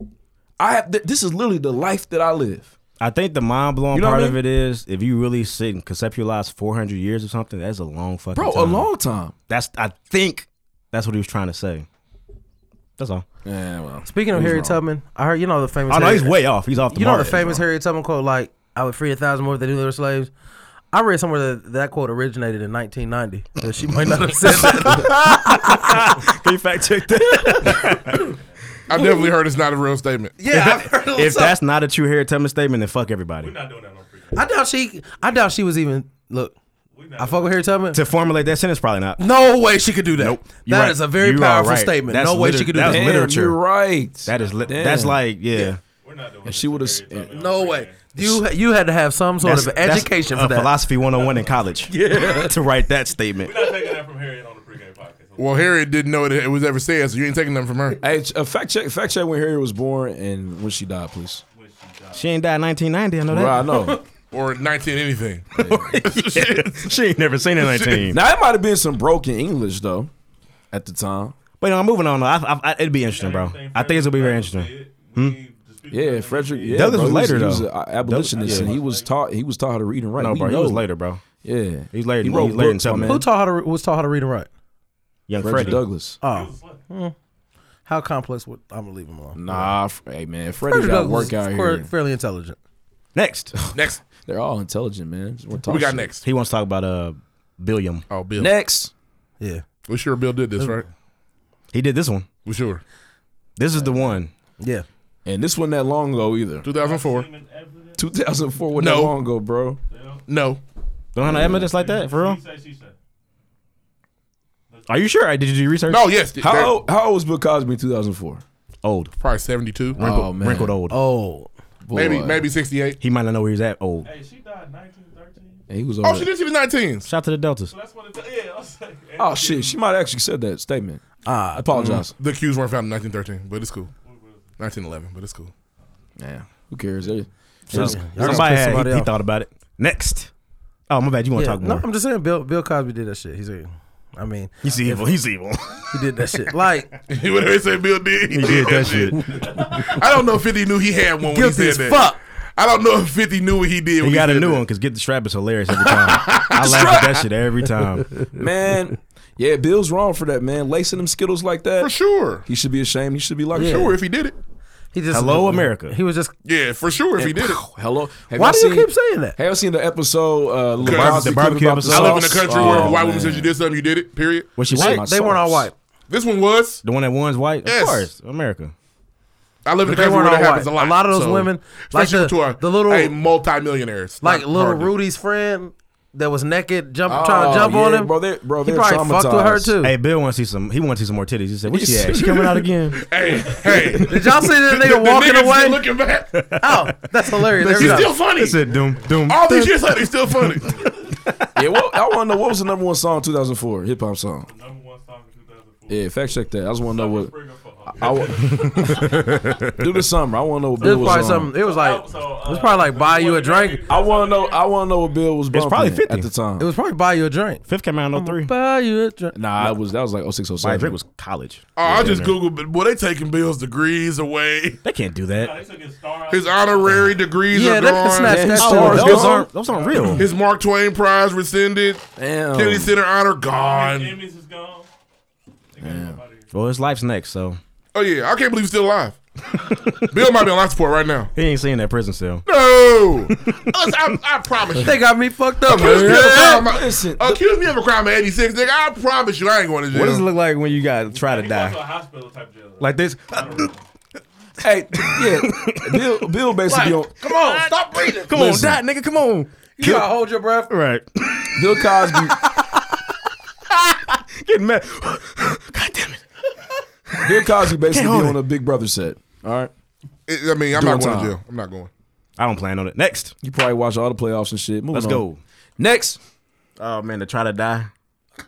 I have. Th- this is literally the life that I live.
I think the mind blowing
You know what
part
I
of
mean?
it is if you really sit and conceptualize 400 years or something, that's a long fucking
Bro,
time.
a long time.
That's I think that's what he was trying to say. That's all.
Yeah, well.
Speaking of
He's
Harriet
wrong.
Tubman, I heard you know the famous.
Oh no,
Harriet-
he's way off. He's off. The
You know the
mark.
famous Harriet Tubman quote, like, I would free a thousand more if they knew they were slaves. I read somewhere that that quote originated in 1990. That she might not have said that.
Can you fact check that?
I definitely heard it's not a real statement.
yeah, I heard it
if
was
that's not a true Harriet Tubman statement, then fuck everybody.
We're not doing that on free.
I doubt she. I doubt she was even. Look,
We're not
I fuck with Harriet Tubman.
To formulate that sentence, probably not.
No way she could do that.
Nope.
That is
You're right.
a very
You are
powerful
right.
statement.
That's
no way
liter-
she could do
that
that.
was
Damn,
literaerature.
You're right.
That is li-
Damn.
that's like yeah.
We're not doing.
she would've s-
no way. You ha- you had to have some sort
That's,
of
that's
education
a
for that.
philosophy 101 in college. yeah, to write that statement.
We're not taking that from Harriet on the pregame podcast.
Well, Harriet didn't know that it was ever said, so you ain't taking nothing from her.
Hey, ch- uh, fact check. Fact check when Harriet was born and when she died, please.
She ain't died in 1990. I know that.
Bro, I know.
Or 19 anything.
she ain't never seen it 19.
now it might have been some broken English though, at the time.
But no, I'm moving on. though. I, I, I, it'd be interesting, bro. I think it'll be very interesting.
Yeah, Frederick. Yeah,
Douglas
bro,
was
he
later,
he was
though.
an abolitionist,
Yeah.
and he was taught he was taught how to read and write.
No,
We
bro, he was
know.
later, bro.
Yeah,
He's later.
He
He
wrote
he's later than
books,
something,
my
man.
Who taught how to re- was taught how to read and write?
Young
Frederick
Freddie.
Douglass.
Oh, Mm. how complex would I'm gonna leave him alone.
Nah, f- hey man, Frederick
Frederick
got
Douglass
work
is
out
fair-
here.
fairly intelligent.
Next,
Next,
They're all intelligent, man. Just wanna
what
talk
we got
shit.
next?
he wants to talk about uh, Billiam.
Oh, Bill.
Next,
Yeah,
We sure Bill did this, right?
He did this one.
We sure.
This is the one.
yeah.
and this wasn't that long ago either.
2004.
Evidence,
2004 wasn't that
No.
long ago, bro.
No.
Don't have no evidence like that for real.
He say, she say.
Are you sure? Did you do research?
No, yes. th-
How
that-
old, how old was Bill Cosby in 2004?
Old,
Probably 72.
wrinkled,
Oh, man.
wrinkled old.
Oh,
maybe
Boy.
maybe 68.
He might not know where he's at. Old.
Hey, she died in 1913.
He was
Oh,
on.
she
that-
did. She was 19.
Shout to the Deltas.
That's what it's. Yeah, I was like,
Oh shit, she might have actually said that statement.
ah,
I apologize.
The cues weren't found in 1913, but it's cool. 1911, but it's cool.
mm.
Yeah, who cares? They-
So,
Just-
somebody had,
piss somebody
he, he
off.
thought about it. Next. Oh my bad. You want
yeah.
to talk
no,
more?
I'm just saying Bill Bill Cosby did that shit. He's a, I mean,
he's evil. He's evil.
he did that shit. Like
Whatever they say, Bill did.
he did that shit.
I don't know if 50 knew he had one when
guilty
he
as
said that.
fuck.
I don't know if 50 knew what he did. when
He got a
said
new
that.
one because Get the Strap is hilarious every time. I laugh at that shit every time.
man, yeah, Bill's wrong for that, man. Lacing them Skittles like
For
that,
sure.
he should be ashamed. He should be locked up.
Sure, if he did it.
He just
Hello, America.
He was just.
Yeah, for sure, if he did it.
Hello. Have
Why
y'all
do you
seen-
keep saying that?
Have y'all seen the episode? Uh, Lil
The
Bobby clip
barbecue
about
episode?
I live in a
sauce?
country where
Oh,
white woman
man.
says you did something, you did it, period.
What she
Shit,
say?
my
They weren't all
sauce.
white.
This one was.
The one that one's white.
Yes.
Of course, America.
I live in a
But
country
they
where
weren't
that
all
happens a
white.
lot.
A lot of those
so-
women, like
especially
the-
to our,
the little-
hey, multimillionaires, It's
Like
not
little
hard to-
Rudy's friend that was naked, jump,
Oh,
trying to jump on
yeah,
him.
bro, they- bro,
he
they're
probably fucked with her
traumatized.
too.
Hey, Bill wants to see some. He wants to see some more titties. He said, "What she at? She coming out again?"
Hey, hey,
Did y'all see that nigga walking
niggas still
away?
looking back.
Oh, that's hilarious. Every
He's
time.
still funny.
He said, "Doom, doom."
All these years later, he's still funny.
yeah, well, I want to know what was the number one song in 2004 hip hop song.
Number one song in 2004.
Yeah, fact check that. I just want to know what.
Bring her for her.
I w- do the summer. I want to know what
It
Bill
was
was on.
probably something. It was like
So, uh,
it was probably like buy you a drink.
I want to know. I want to know what Bill was. Bumping
probably
at
50.
the time.
It was probably buy you a drink.
Fifth came out in 03.
Buy you a drink.
nah, it was that was like
My
0607.
Drake was college.
Oh, I just Googled, but boy, they taking Bill's degrees away.
They can't do
They
that.
took his star out.
His honorary degrees
Yeah,
are
they can
gone.
snatch that
his
shit.
stars
up.
gone.
Those aren't. Those aren't real.
His Mark Twain prize rescinded. Kennedy
Damn.
Center honor
His
gone.
Emmys is gone. They got him up out of here.
Well, his life's next, so
Oh yeah, I can't believe he's still alive. Bill might be on life support right now.
he ain't seen that prison cell.
No, Listen, I, I promise you.
They got me fucked up.
Accuse me, of a
man.
crime,
Listen,
I, accuse me of a crime at 86, nigga. I promise you, I ain't going to jail.
What does it look like when you got try to
He went to
die
a hospital type jail.
like this?
Hey, yeah. Bill, Bill basically on.
Come on, stop breathing.
Come on, die, nigga. Come on.
You gotta hold your breath.
Right.
Bill Cosby.
Getting mad. God damn it.
Bill Cosby basically
hold
be
it.
on a Big Brother set. All right.
I mean, I'm
Doing
not going
time.
to jail. I'm not going.
I don't plan on it. Next.
You probably watch all the playoffs and shit. Moving
Let's
on.
go.
Next.
Oh man, to try to die.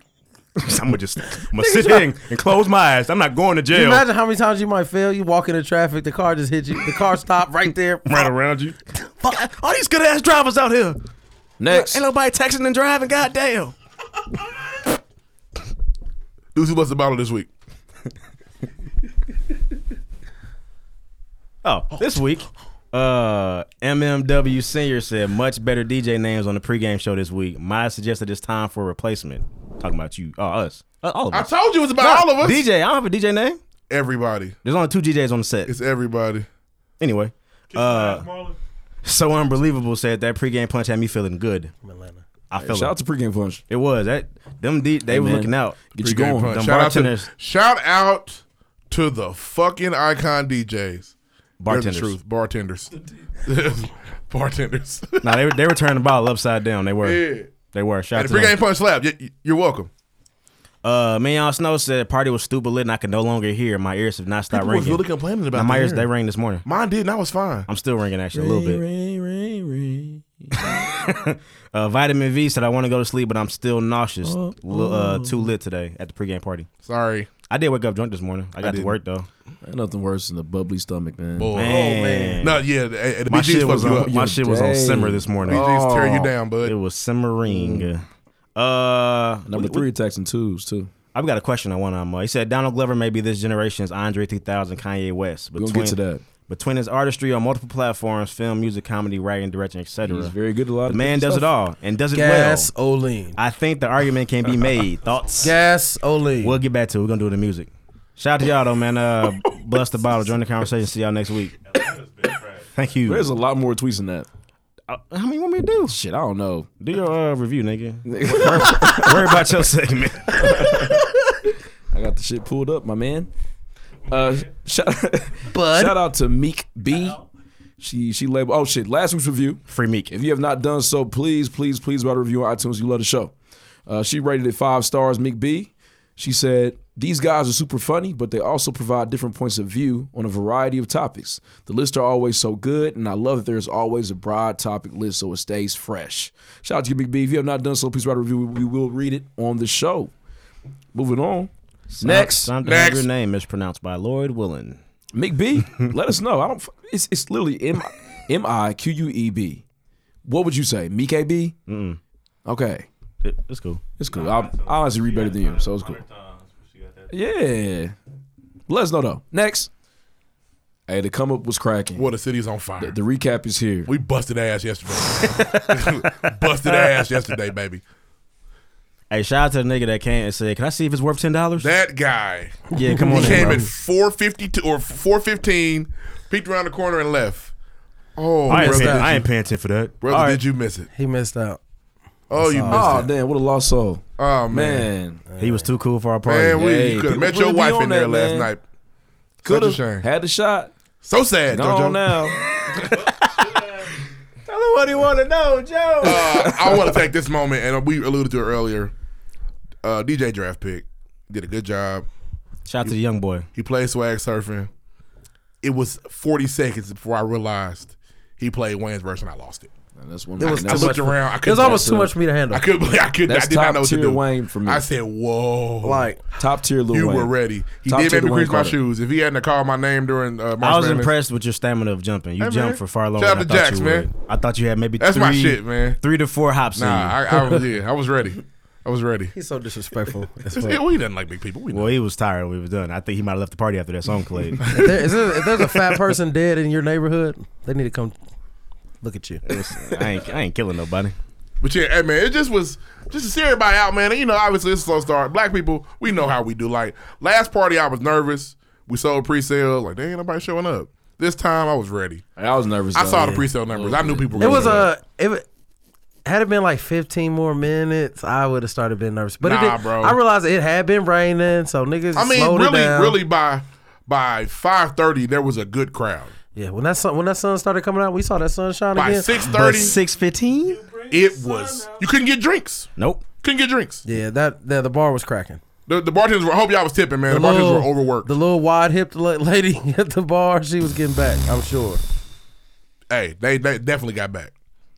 I'm gonna just I'm gonna sit here and, and close my eyes. I'm not going to
Can you
jail.
imagine how many times you might fail? You walk into traffic, the car just hit you. The car stopped right there.
right around you. Fuck, all these good ass drivers out here.
Next.
nobody texting and driving. Goddamn.
Dudes who bust the bottle this week.
Oh, this week, uh, MMW Senior said much better DJ names on the pregame show this week. Might have suggested it's time for a replacement. Talking about you, oh, us, Uh, all of
I
us.
told you it was about all of us.
DJ, I don't have a DJ name.
Everybody.
There's only two DJs on the set.
It's everybody.
Anyway,
uh, Marlon,
so unbelievable said that pregame punch had me feeling good. I felt
Shout out to pregame punch.
It was that them D, they were
man.
looking out.
Get you going.
Them
Shout out, to,
bartenders,
shout out to the fucking icon DJs. They're the
bartenders.
truth. Bartenders. Bartenders.
Nah, they were- they were turning the bottle upside down. They were.
yeah.
They were. Shout
And
out
the
to
pregame
them.
punch slap. You, you're welcome.
Uh, man, y'all snow said party was stupid lit and I could no longer hear. My ears have not stopped
People was
ringing.
really complaining
Now,
about
my
the
ears they
hearing.
rang this morning.
Mine did, and I was fine.
I'm still ringing actually a little bit.
Ring, ring, ring.
Uh, Vitamin V said I want to go to sleep, but I'm still nauseous.
Oh,
Li- uh, too lit today at the pregame party.
Sorry.
I did wake up drunk this morning. I got to
didn't.
work though.
Ain't nothing worse than a bubbly stomach, man.
Boy.
Man.
No, yeah. The, eh, the
My
BGs
shit was
fuck you
on,
up.
my shit was on
Dang.
simmer this morning.
BGs tear you down, bud.
It was simmering. Uh,
Number three attacks and twos too.
I've got a question I want on. Uh, he said Donald Glover may be this generation's Andre 3000, Kanye West.
gonna get to that.
Between his artistry on multiple platforms, film, music, comedy, writing, direction, etc.
He's very good at a lot of
The
different
man does it
stuff.
all and does it
Gas
well.
Olin.
I think the argument can be made. Thoughts?
Gas Olin.
We'll get back to it. We're gonna do the music. Shout out to y'all though, man. Uh, bless the bottle. Join the conversation. See y'all next week. Thank you.
There's a lot more tweets than that.
Uh, how many you want me to do?
Shit, I don't know.
Do your uh, review, nigga. Worry- Worry about your segment.
I got the shit pulled up, my man. Uh, shout,
Bud.
shout out to Meek B. She she labeled. Oh shit! Last week's review.
Free Meek.
If you have not done so, please, please, please write a review on iTunes. You love the show. Uh, she rated it five stars. Meek B. She said these guys are super funny, but they also provide different points of view on a variety of topics. The lists are always so good, and I love that there's always a broad topic list, so it stays fresh. Shout out to you, Meek B. If you have not done so, please write a review. We will read it on the show. Moving on. Next.
Time to have
Next.
your name mispronounced by Lloyd Willen.
Mick B, let us know. I don't. f- It's it's literally M M I Q U E B. What would you say, Meek A B? Okay,
It- It's cool.
it's cool. I, I honestly read better than you, so it's cool. Yeah. Let us know though. Next. Hey, the come up was cracking.
Boy, the city's on fire.
The recap is here.
We busted ass yesterday. busted ass yesterday, baby.
Hey, shout out to the nigga that came and said, "Can I see if it's worth ten dollars?"
That guy.
Yeah, come on.
He
in,
came
bro.
at four fifty two or four fifteen, peeked around the corner and left. Oh,
I ain't,
brother,
paying,
did
I
you,
ain't paying ten for that.
brother,
All
did
right.
you miss it?
he missed out.
Oh, you missed
Oh
it.
damn, what a lost soul.
Oh man,
Man.
He was too cool for our party.
man, we
Hey,
you
people
could have met
really
your
be
wife
on
in there
that,
last
man.
night.
Could
Such a shame.
have had the shot.
So sad,
Gone
Jojo.
now.
Tell him what he want to know, Joe.
uh, I want to take this moment, and we alluded to it earlier. Uh, DJ draft pick did a good job.
Shout out to the young boy.
He played swag surfing. It was 40 seconds before I realized he played Wayne's version. I lost it.
That's one.
It was
I
that's,
too
looked
much.
around. I
It was
couldn't.
almost
that's
too
a-
much for me to handle.
I couldn't. believe- I couldn't.
that's
I did not
top
know what to
tier
do.
Wayne for me.
I said, "Whoa!"
like
Top tier Lil
you
Wayne.
were ready. He
Top
did
tier
make me
Lil Wayne
crease my
Carter.
shoes. If he hadn't called my name during uh, March
I was
Madness-
impressed with your stamina of jumping. You
Hey, man.
jumped for far lower.
Shout
than
out to
I thought
Jax,
you would.
man.
I thought you had maybe
That's
three,
my shit, man.
three to four hops.
Nah,
in you.
I, I was yeah, I was ready. I was ready.
he's so disrespectful. as fuck.
Yeah, we didn't like big people. We know.
Well, he was tired. when We were done. I think he might have left the party after that song played.
If there- is there- if there's a fat person dead in your neighborhood, they need to come look at you.
I ain't, I ain't killing nobody.
But yeah, hey, man, it just was just to see everybody out, man. And, you know, obviously it's a slow start. Black people, we know how we do. Like last party, I was nervous. We sold pre-sale. Like, dang, nobody showing up. This time, I was ready.
I was nervous.
I
though.
saw the pre-sale numbers. I knew people. Were
It was
showing up.
a. It, wa- had it been like 15 more minutes, I would have started being nervous. But
Nah,
it did,
bro.
I realized it had been raining, so niggas
I mean,
slowed it
really,
down.
really by by five thirty, there was a good crowd.
Yeah, when that sun when that sun started coming out, we saw that sunshine
By
again.
six
But
thirty,
six fifteen?
it was. You couldn't get drinks.
Nope.
Couldn't get drinks.
Yeah, that, that the bar was cracking.
The, the bartenders were. I hope y'all was tipping, man. The, bartenders
little-
were overworked.
The little wide hipped lady at the bar, she was getting back. I'm sure.
hey, they, they definitely got back.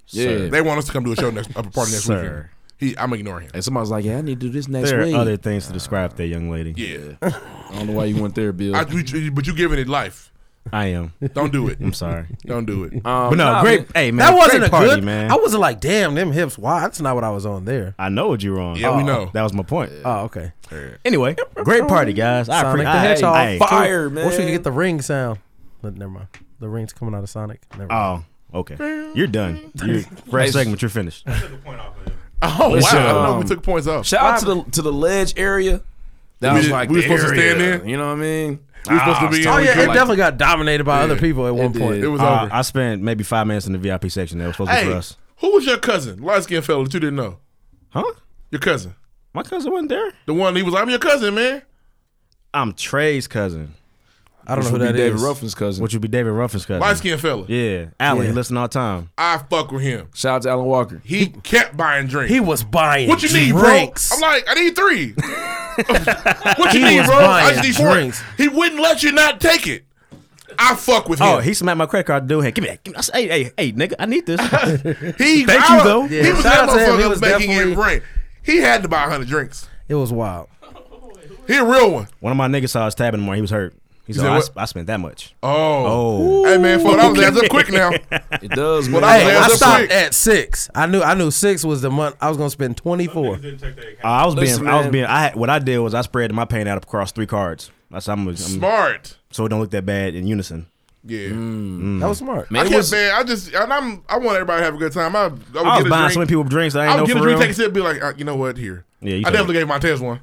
Yeah.
They want us to come do a show next a party next
Sir.
weekend. He, I'm ignoring him.
And somebody's like, yeah, I need to do this next
There uh,
week.
are other things to describe that young lady.
Yeah,
I don't know why you went there, Bill.
I, you- but you giving it life.
I am.
Don't do it.
I'm sorry.
Don't do it.
but no,
nah,
great. Hey man,
Um, that wasn't
great
a
party,
good.
man.
I wasn't like, damn, them hips wide. That's not what I was on there.
I know what you're on.
yeah, we know.
That was my point.
Oh, okay.
Anyway, great party, guys. I
Sonic
appreciate
the
I,
Hedgehog.
hey,
Fuck. Fire,
I wish we
man.
could get the ring sound, but never mind. The ring's coming out of Sonic. Never mind.
Oh, okay. You're done. You're, fresh segment. You're finished.
Oh wow!
Listen,
I don't know
um,
we took points off.
Shout out to the to the ledge area. That
We
was
did-
like
we
the
were supposed to
area,
stand in?
You know what I mean?
we were supposed to be.
Oh,
in, we
yeah, it Ah,
couldn't-
definitely got dominated by other people at one
did.
point.
It was
Uh,
over.
I spent maybe five minutes in the VIP section that was supposed to be for
hey,
us.
who was your cousin? Light skinned fella that you didn't know.
Huh?
Your cousin,
My cousin wasn't there.
the one he was. like, I'm your cousin, man.
I'm Trey's cousin,
I don't know who
Would be
that
David
is.
Ruffin's cousin.
which would be David Ruffin's cousin.
Light skinned fella.
Yeah, Allen. He
Yeah.
listen all the time.
I fuck with him.
Shout out to Alan Walker.
He kept buying drinks.
He was buying.
what you need,
drinks.
bro? I'm like, I need three. what you
He
need,
was
bro? I just
buying
need four.
drinks.
He wouldn't let you not take it. I fuck with him.
Oh, he smacked my credit card. Dude, hey, give me that. Give me that. I said, Hey, hey, hey, nigga, I need this.
He
Thank
I-
you, though.
He
Yeah,
was that
shout out to him. He
motherfucker
was
making it
definitely-
rain. He had to buy hundred drinks.
It was wild.
He a real one.
One of my niggas saw us tabbing more. He was hurt. He
You
said,
said
oh, I,
what?
sp- I spent that much. Oh,
Oh. Hey man, four dollars adds up quick now.
It does,
Well,
man.
I-
Hey,
That's
I
up
stopped
quick.
at six. I knew I knew six was the month I was gonna spend twenty four.
Niggas didn't take their account.
I was being,
Listen,
I was
man.
being, I had, what I did was I spread my pain out across three cards. That's I'm, I'm
Smart.
so it don't look that bad in unison.
Yeah.
That Mm, was smart.
It
I can't
was-
man, I just and I'm I want everybody to have a good time. I, I would
I was
get a
buying
drink.
so many people drinks I
I
ain't
would
know
get a
for
drink, take a
real.
sip, be like, uh, you know what? Here.
Yeah, you
I
take
definitely gave Montez one.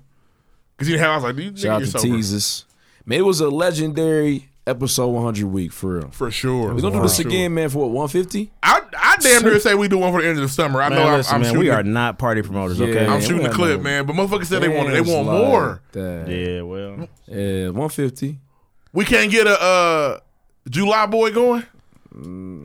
Cause he didn't have I was like, dude,
Shout
nigga,
out
you're
to
sober.
Teases. Man, it was a legendary episode 100 week for real.
For sure.
We're gonna do this again, man. For what 150?
I, I damn near say we do one for the end of the summer. I
Man,
know I'm,
listen,
I'm
man,
shooting.
we are not party promoters, okay?
Yeah.
I'm
we
shooting the
are
clip,
not.
man. But motherfuckers said they wanted. They
It's
want
like
more.
that.
yeah, well,
Yeah, 150.
We can't get a uh, July boy going.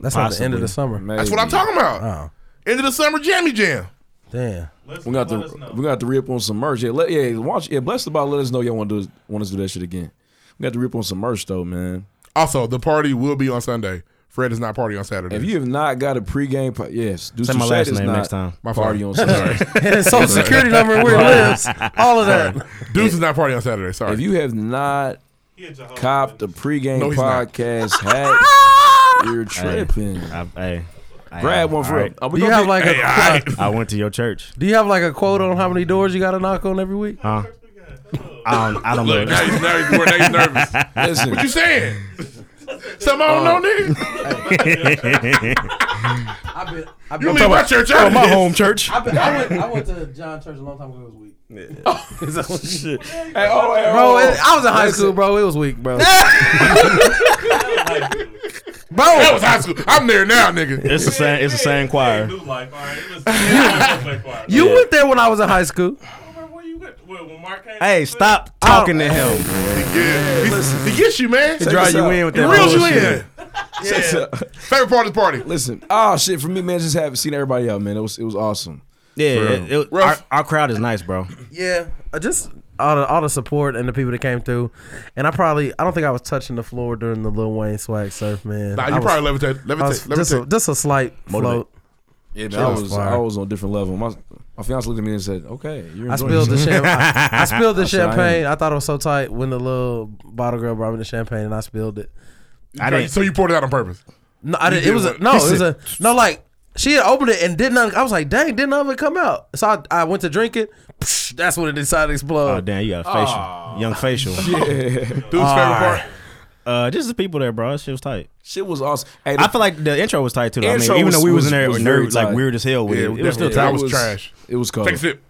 That's not the end of the summer.
That's what I'm talking about.
Oh
End of the summer jammy jam.
damn.
Let's
We got
let us
to
know.
we got to rip on some merch. Yeah, let, yeah, watch. Yeah, bless the bottle. Let us know y'all want to do want us to do that shit again. We got to rip on some merch though, man.
Also, the party will be on Sunday. Fred is not party on Saturday.
If you have not got a pregame, po- yes, do
say
some
my
shit
last
that's
name
not
next time.
My
Party
fault.
on Sunday.
And his social security number and where he lives. All of that.
Deuce is not party on Saturday. Sorry.
if you have not
He a Jehovah's
copped a
Witness.
pregame
No, he's not.
podcast hat, you're tripping.
I, hey, I,
Grab one
all
for
right.
Are we
Do you
gonna
have
be-
like a
I went to your church.
do you have like a quote on how many doors you gotta knock on every week?
Huh?
We got- Hello.
I don't, I don't
Look, now
know.
he's, now he's, now he's nervous. what
listen?
you saying? Something I don't know, nigga.
I've been I've
You leave my church out.
Oh,
of
my
this.
home church.
I, been, I, went, I went to John Church a long time ago. It was weak.
Shit.
Hey, oh, hey,
Bro,
oh,
it, I was in high
Listen.
school, bro. It was weak, bro.
That was high school. I'm there now, nigga.
It's the same. It's the same choir.
New life, all right. Listen, I don't play choir.
You went there when I was in high school.
Remember where you went? Where- when Mark came-
Hey, stop talking to him.
Yeah. He, he gets you, man. He
Draw
this
you
out.
in with that
reels you
bullshit.
in. Favorite part of the party.
Listen, oh shit, for me, man, just having seen everybody out, man. It was it was awesome.
Yeah, it, it- our,
Rough.
our crowd is nice, bro.
Yeah, I just all the all the support and the people that came through, and I probably I don't think I was touching the floor during the Lil Wayne swag surf, man.
Nah,
I
you
was-
probably levitate.
I was
Levitate.
just, a,
Levitate.
just a slight float.
Yeah,
that
I
was
was
fire.
I was on a different level. My my fiance looked at me and said, "Okay, you're enjoying
I spilled the
this."
champagne. I, I spilled the
said, I
champagne. I, thought it was so tight when the little bottle girl brought me the champagne and I spilled it.
I didn't.
So you poured it out on purpose.
No, I didn't.
did
It was a,
what?
no.
He
It was a no. Like she had opened it and did not. I was like, dang, didn't of it come out. So I, I went to drink it. Psh, that's when it decided
Ah,
to
Oh
explode.
damn, you got a facial, young facial.
Dude's favorite part.
Uh, just the people there, bro. That shit was tight.
Shit was awesome. Hey,
I feel like the intro was tight too. though. I mean,
Intro
even
was-
though we was,
was-
in there,
was
nervous,
very
like
tight.
weird as hell with
Yeah,
it. It was still tight.
definitely. That was trash.
It was cold.
Take a sip.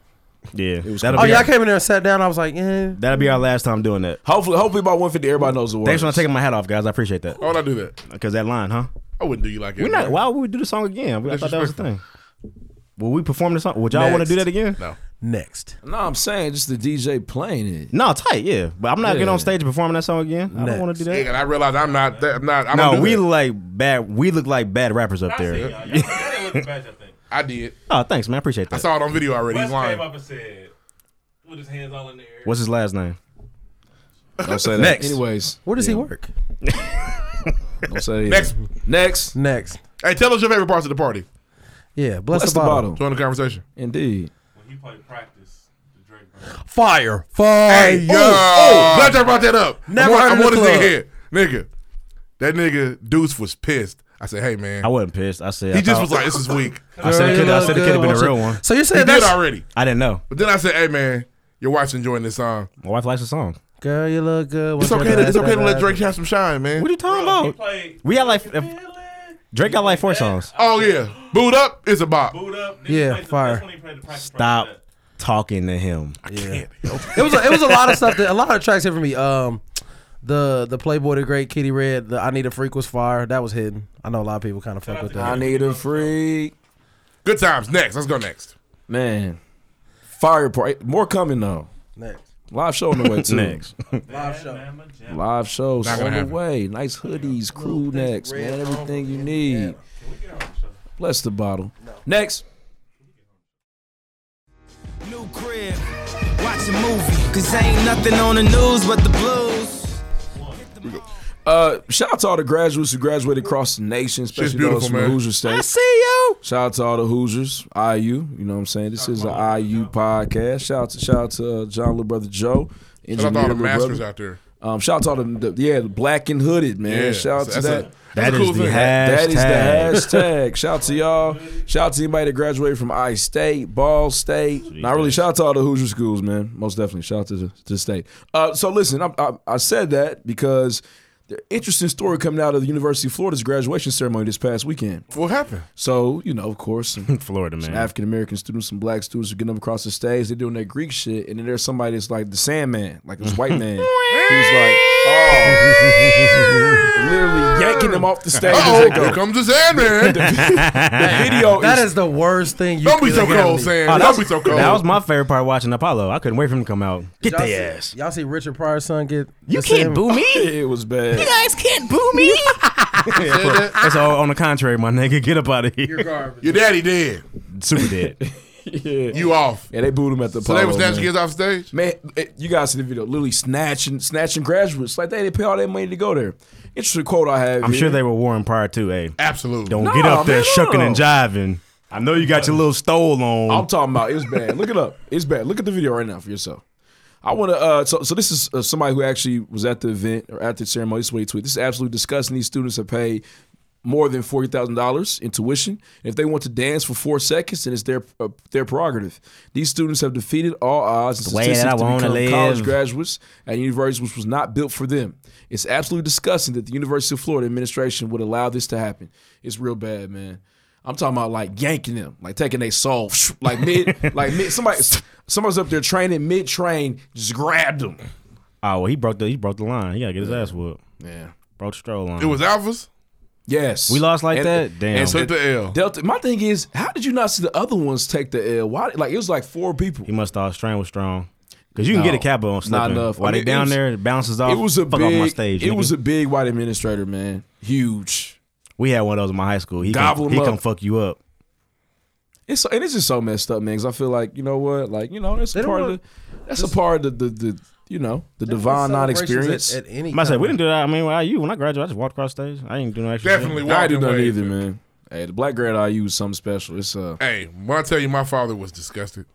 Yeah,
was
that'll
Oh
be
yeah, I
our,
came in there and sat down. I was like, eh.
that'll be our last time doing that.
Hopefully, hopefully by 150, everybody knows the words.
Thanks for not taking my hat off, guys. I appreciate that.
Why would I do that?
Because that line, huh?
I wouldn't do you like it.
We're not. Why would we do the song again? I thought that was the thing. Will we perform the song? Would y'all want to do
Next.
that again?
No.
Next.
No, I'm saying just the DJ playing it.
No, tight, yeah. But I'm not
Yeah.
getting on stage and performing that song again. I don't want to do
Yeah,
that.
and I realized I'm not. That, I'm not. I don't
No,
do
we
that.
look like bad. We look like bad rappers up
I see y'all.
there.
Y'all- y'all didn't look bad, I think.
I did.
Oh, thanks, man. I appreciate
I
that.
saw it on video already.
Wes
He's
came
lying.
up and said, with his hands all in the air.
What's his last name?
Don't say that.
Next.
Anyways,
Where does he work?
don't say
Next.
Next.
Next.
Hey, tell us your favorite parts of the party.
Yeah, bless,
That's the bottle.
Join the conversation.
Indeed.
When he played practice, the Drake verse.
Fire. Fire.
Hey, yo. Oh, glad y'all brought that up.
Never
I
heard
want,
of
I want
the
this nigga
club.
here. Nigga, that nigga Deuce was pissed. I said, hey, man.
I wasn't pissed. I said
he
I
just
thought-
was like, this is weak.
I said it could, I
Girl,
said it
you
could have
look
been the
good,
real
won't
one.
So you're
He
saying
did
that's
already.
I didn't know.
But then I said, hey, man, your wife's enjoying this song.
My wife likes the song.
girl, you look good.
It's okay, to, it's okay to let Drake have some shine, man.
What are you talking
Bro, he
about?
played
We got like if- Drake got like four songs.
Oh, yeah. Boot up is a bop.
boot up. Then
Yeah,
he played the-
fire.
that's when he played the practice
Stop
round.
talking to him.
It was a, it was a lot of stuff that a lot of tracks here for me. Um, the the Playboy the Great, Kitty Red, the I Need a Freak was fire. That was hidden. I know a lot of people kind of fuck with
I
that.
need a freak.
Good times. Next. Let's go next.
Man. Fire party. More coming though.
Next
Live show on the way too.
Next.
live show.
Bama Jam.
Live shows
Not
on
gonna
the
happen.
way. Nice hoodies, crew necks, man. Everything you need. Bless the bottle. Next.
New crib, watch a movie, cause ain't nothing on the news but the blues.
Uh, shout out to all the graduates who graduated across the nation, especially
beautiful,
those from
man.
Hoosier State.
See you!
Shout out to all the Hoosiers, IU. You know what I'm saying? This is an IU podcast. Shout out to shout out to uh, John Little Brother Joe,
Shout out to all
engineer
the
Little
masters
Brother.
out there.
Um, shout out to the, the- yeah, the black and hooded man. shout out to
that's a-
that.
that's
That
a
is
cool
the
thing.
hashtag.
That is the hashtag. Shout out to y'all. Shout out to anybody that graduated from I State, Ball State. Not really. Shout out to all the Hoosier schools, man. Most definitely. Shout out to the, to the state. Uh, so listen, I, I, I said that because the interesting story coming out of the University of Florida's graduation ceremony this past weekend.
What happened?
So you know, of course, some
Florida man.
African American students, some black students are getting up across the stage. They're doing their Greek shit, and then there's somebody that's like the Sandman, like this white man. He's like, oh, literally yanking them off the stage.
Oh,
as they go.
here comes the Sandman.
That video
That
is-
is the worst thing you
Don't be
could
so
have
cold,
handled.
Sam.
Oh, that,
Don't be
was,
so cold.
that was my favorite part watching Apollo. I couldn't wait for him to come out. Get
Y'all
the
see,
ass.
Y'all see Richard Pryor's son get.
You can't boo me.
It was bad.
guys can't boo me. That's all on the contrary, my nigga. Get up out of here.
You're garbage.
Your daddy dead.
Super dead.
You off.
Yeah, they booed him at the
So they was
Apollo,
snatching kids off stage.
Man, it- you guys see the video, literally snatching, snatching graduates like they didn't pay all that money to go there. Interesting quote I have.
I'm
here.
sure they were Warren Pryor too. Hey,
Absolutely.
don't get up there
man,
shucking
no.
and jiving. I know you got your little stole on.
I'm talking about. It was bad. Look it up. It's bad. Look at the video right now for yourself. I want to. Uh, so, so this is uh, somebody who actually was at the event or at the ceremony. This is what he tweeted. This is absolutely disgusting. These students have paid more than forty thousand dollars in tuition. And if they want to dance for four seconds, then it's their uh, their prerogative. These students have defeated all odds and
The way that
statistics
I
to
wanna
become
live.
college graduates at universities which was not built for them. It's absolutely disgusting that the University of Florida administration would allow this to happen. It's real bad, man. I'm talking about like yanking them, like taking their soul, like mid, like mid. Somebody, somebody's up there training mid train, just grabbed them.
oh well, he broke the he broke the line. He gotta get his ass whooped.
Yeah.
Broke the stroll line.
It was Alphas.
Yes.
We lost like
And-
that. Damn.
And so
Took the L.
Delta. My thing is, how did you not see the other ones take the L? Why? Like it was like four people.
he must have thought his strain was strong. Cause you can get a
No,
cap on slipping.
enough.
While
I
they
mean, it
down
was-
there, it bounces off.
It was a
fuck
big.
off my stage.
it
nigga.
was a big white administrator, man. Huge.
we had one of those in my high school. He
Gobble
come,
him
he
up.
come fuck you up.
It's so, and it's just so messed up, man. Because I feel like you know what, like you know, that's a
don't
part of
want-
the, that's a part of the the, the you know the divine non experience.
At, at any
I said we didn't
time.
do that. I mean, well, you when I graduated, I just walked across stage. I didn't do no extra. shit.
Definitely
I do
walking
nothing
away.
either, man. Hey, the black grad I use something special. It's uh,
Hey, when I tell you, my father was disgusted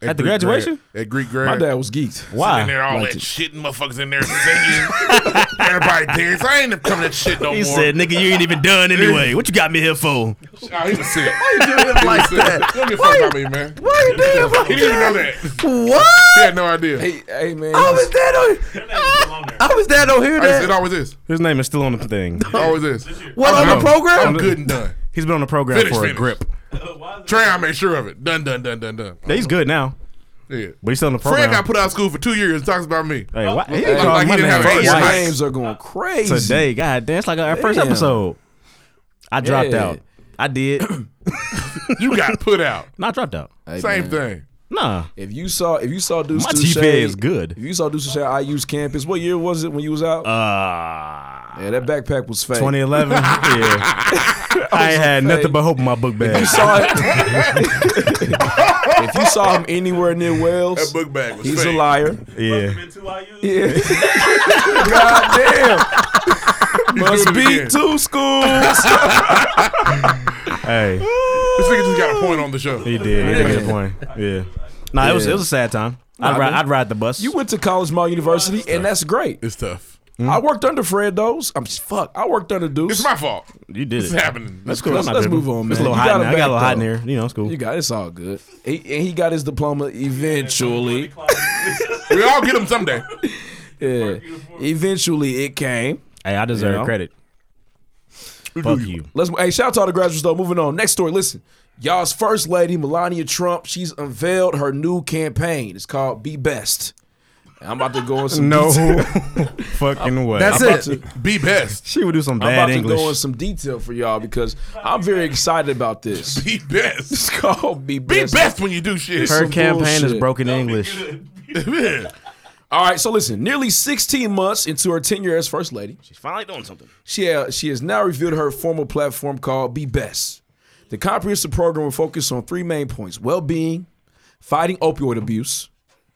At the
Greek
graduation?
grad- at Greek grad.
my dad was geeked.
Why?
in there, all
Like
that
it.
shit and motherfuckers in there singing. Everybody dance. I ain't coming that shit no
He
more.
said, "Nigga, you ain't even done anyway. What you got me here for?"
oh, he was sick. Why you doing him like that? Don't give a fuck about me, man. Why you doing him He didn't know that. He
What?
had no idea.
Hey, hey, man.
I was dead on.
Their names is on there.
I was dead on here.
I said, it
That
always is.
His name is still on the thing.
It always is.
what on the
I'm- I'm
program?
good and done.
He's been on the program
Finish,
for
finish.
a grip.
Why is it-
Trey, I made sure of it. Done, done, done, done, done.
He's good now,
Yeah.
but he's still on the program.
Fred got put out of school for two years and talks about me.
hey, why, he
Like,
called
like he
my
didn't
name
have an
first
ace.
like
names are going crazy
today. God damn, it's like our first
Damn.
episode. I dropped
Yeah.
out. I did.
You got put out.
Not dropped out.
Hey,
Same
man.
thing.
Nah.
If you saw, if you saw Deuce
My
Touche-
TPA is good.
If you saw Deuce Touche at IU's campus, what year was it when you was out?
Uh,
yeah, that backpack was fake.
2011. yeah. I ain't had nothing but hope in my book bag.
Saw it- if you saw him anywhere near
That
Wales,
book bag was
he's
fake.
a liar.
Yeah.
Been to IU?
Yeah. God damn. Must
doing it
be
again.
two schools.
Hey,
This nigga just got a point on the show.
he did. He did get a point. Yeah. Nah, it was it was a sad time. I'd ride,
man.
I'd ride the bus.
you went to College Mall University, and that's great.
It's tough.
I worked under Fred Doze. I'm s- fuck. I worked under Deuce.
Mm-hmm. It's my fault.
you did
It's
it.
happening.
That's cool.
Let's-
I'm not
let's
tripping.
move on,
It's
man.
a little
You
hot
got
in
it
there. I got a little
back,
hot in
though.
here. You know, it's cool.
you got it's all good. He, and he got his diploma eventually.
We all get them someday.
Yeah. Eventually it came.
Hey, I deserve
know?
credit. Fuck you.
Let's hey, shout out to all the graduates though. Moving on. Next story. Listen, y'all's first lady, Melania Trump, she's unveiled her new campaign. It's called Be Best. And I'm about to go on some
No
detail.
fucking way.
That's
I'm about
it.
to-
Be best.
She would do some
I'm about
bad
to go in
English.
some detail for y'all because I'm very excited about this.
Be best.
It's called Be
Be
Best.
best when you do shit.
Her
some
campaign is
bullshit.
broken English.
Yeah.
All right, so listen, nearly 16 months into her tenure as first lady,
She's finally doing something.
She, she has now revealed her formal platform called Be Best. The comprehensive program will focus on three main points well being, fighting opioid abuse.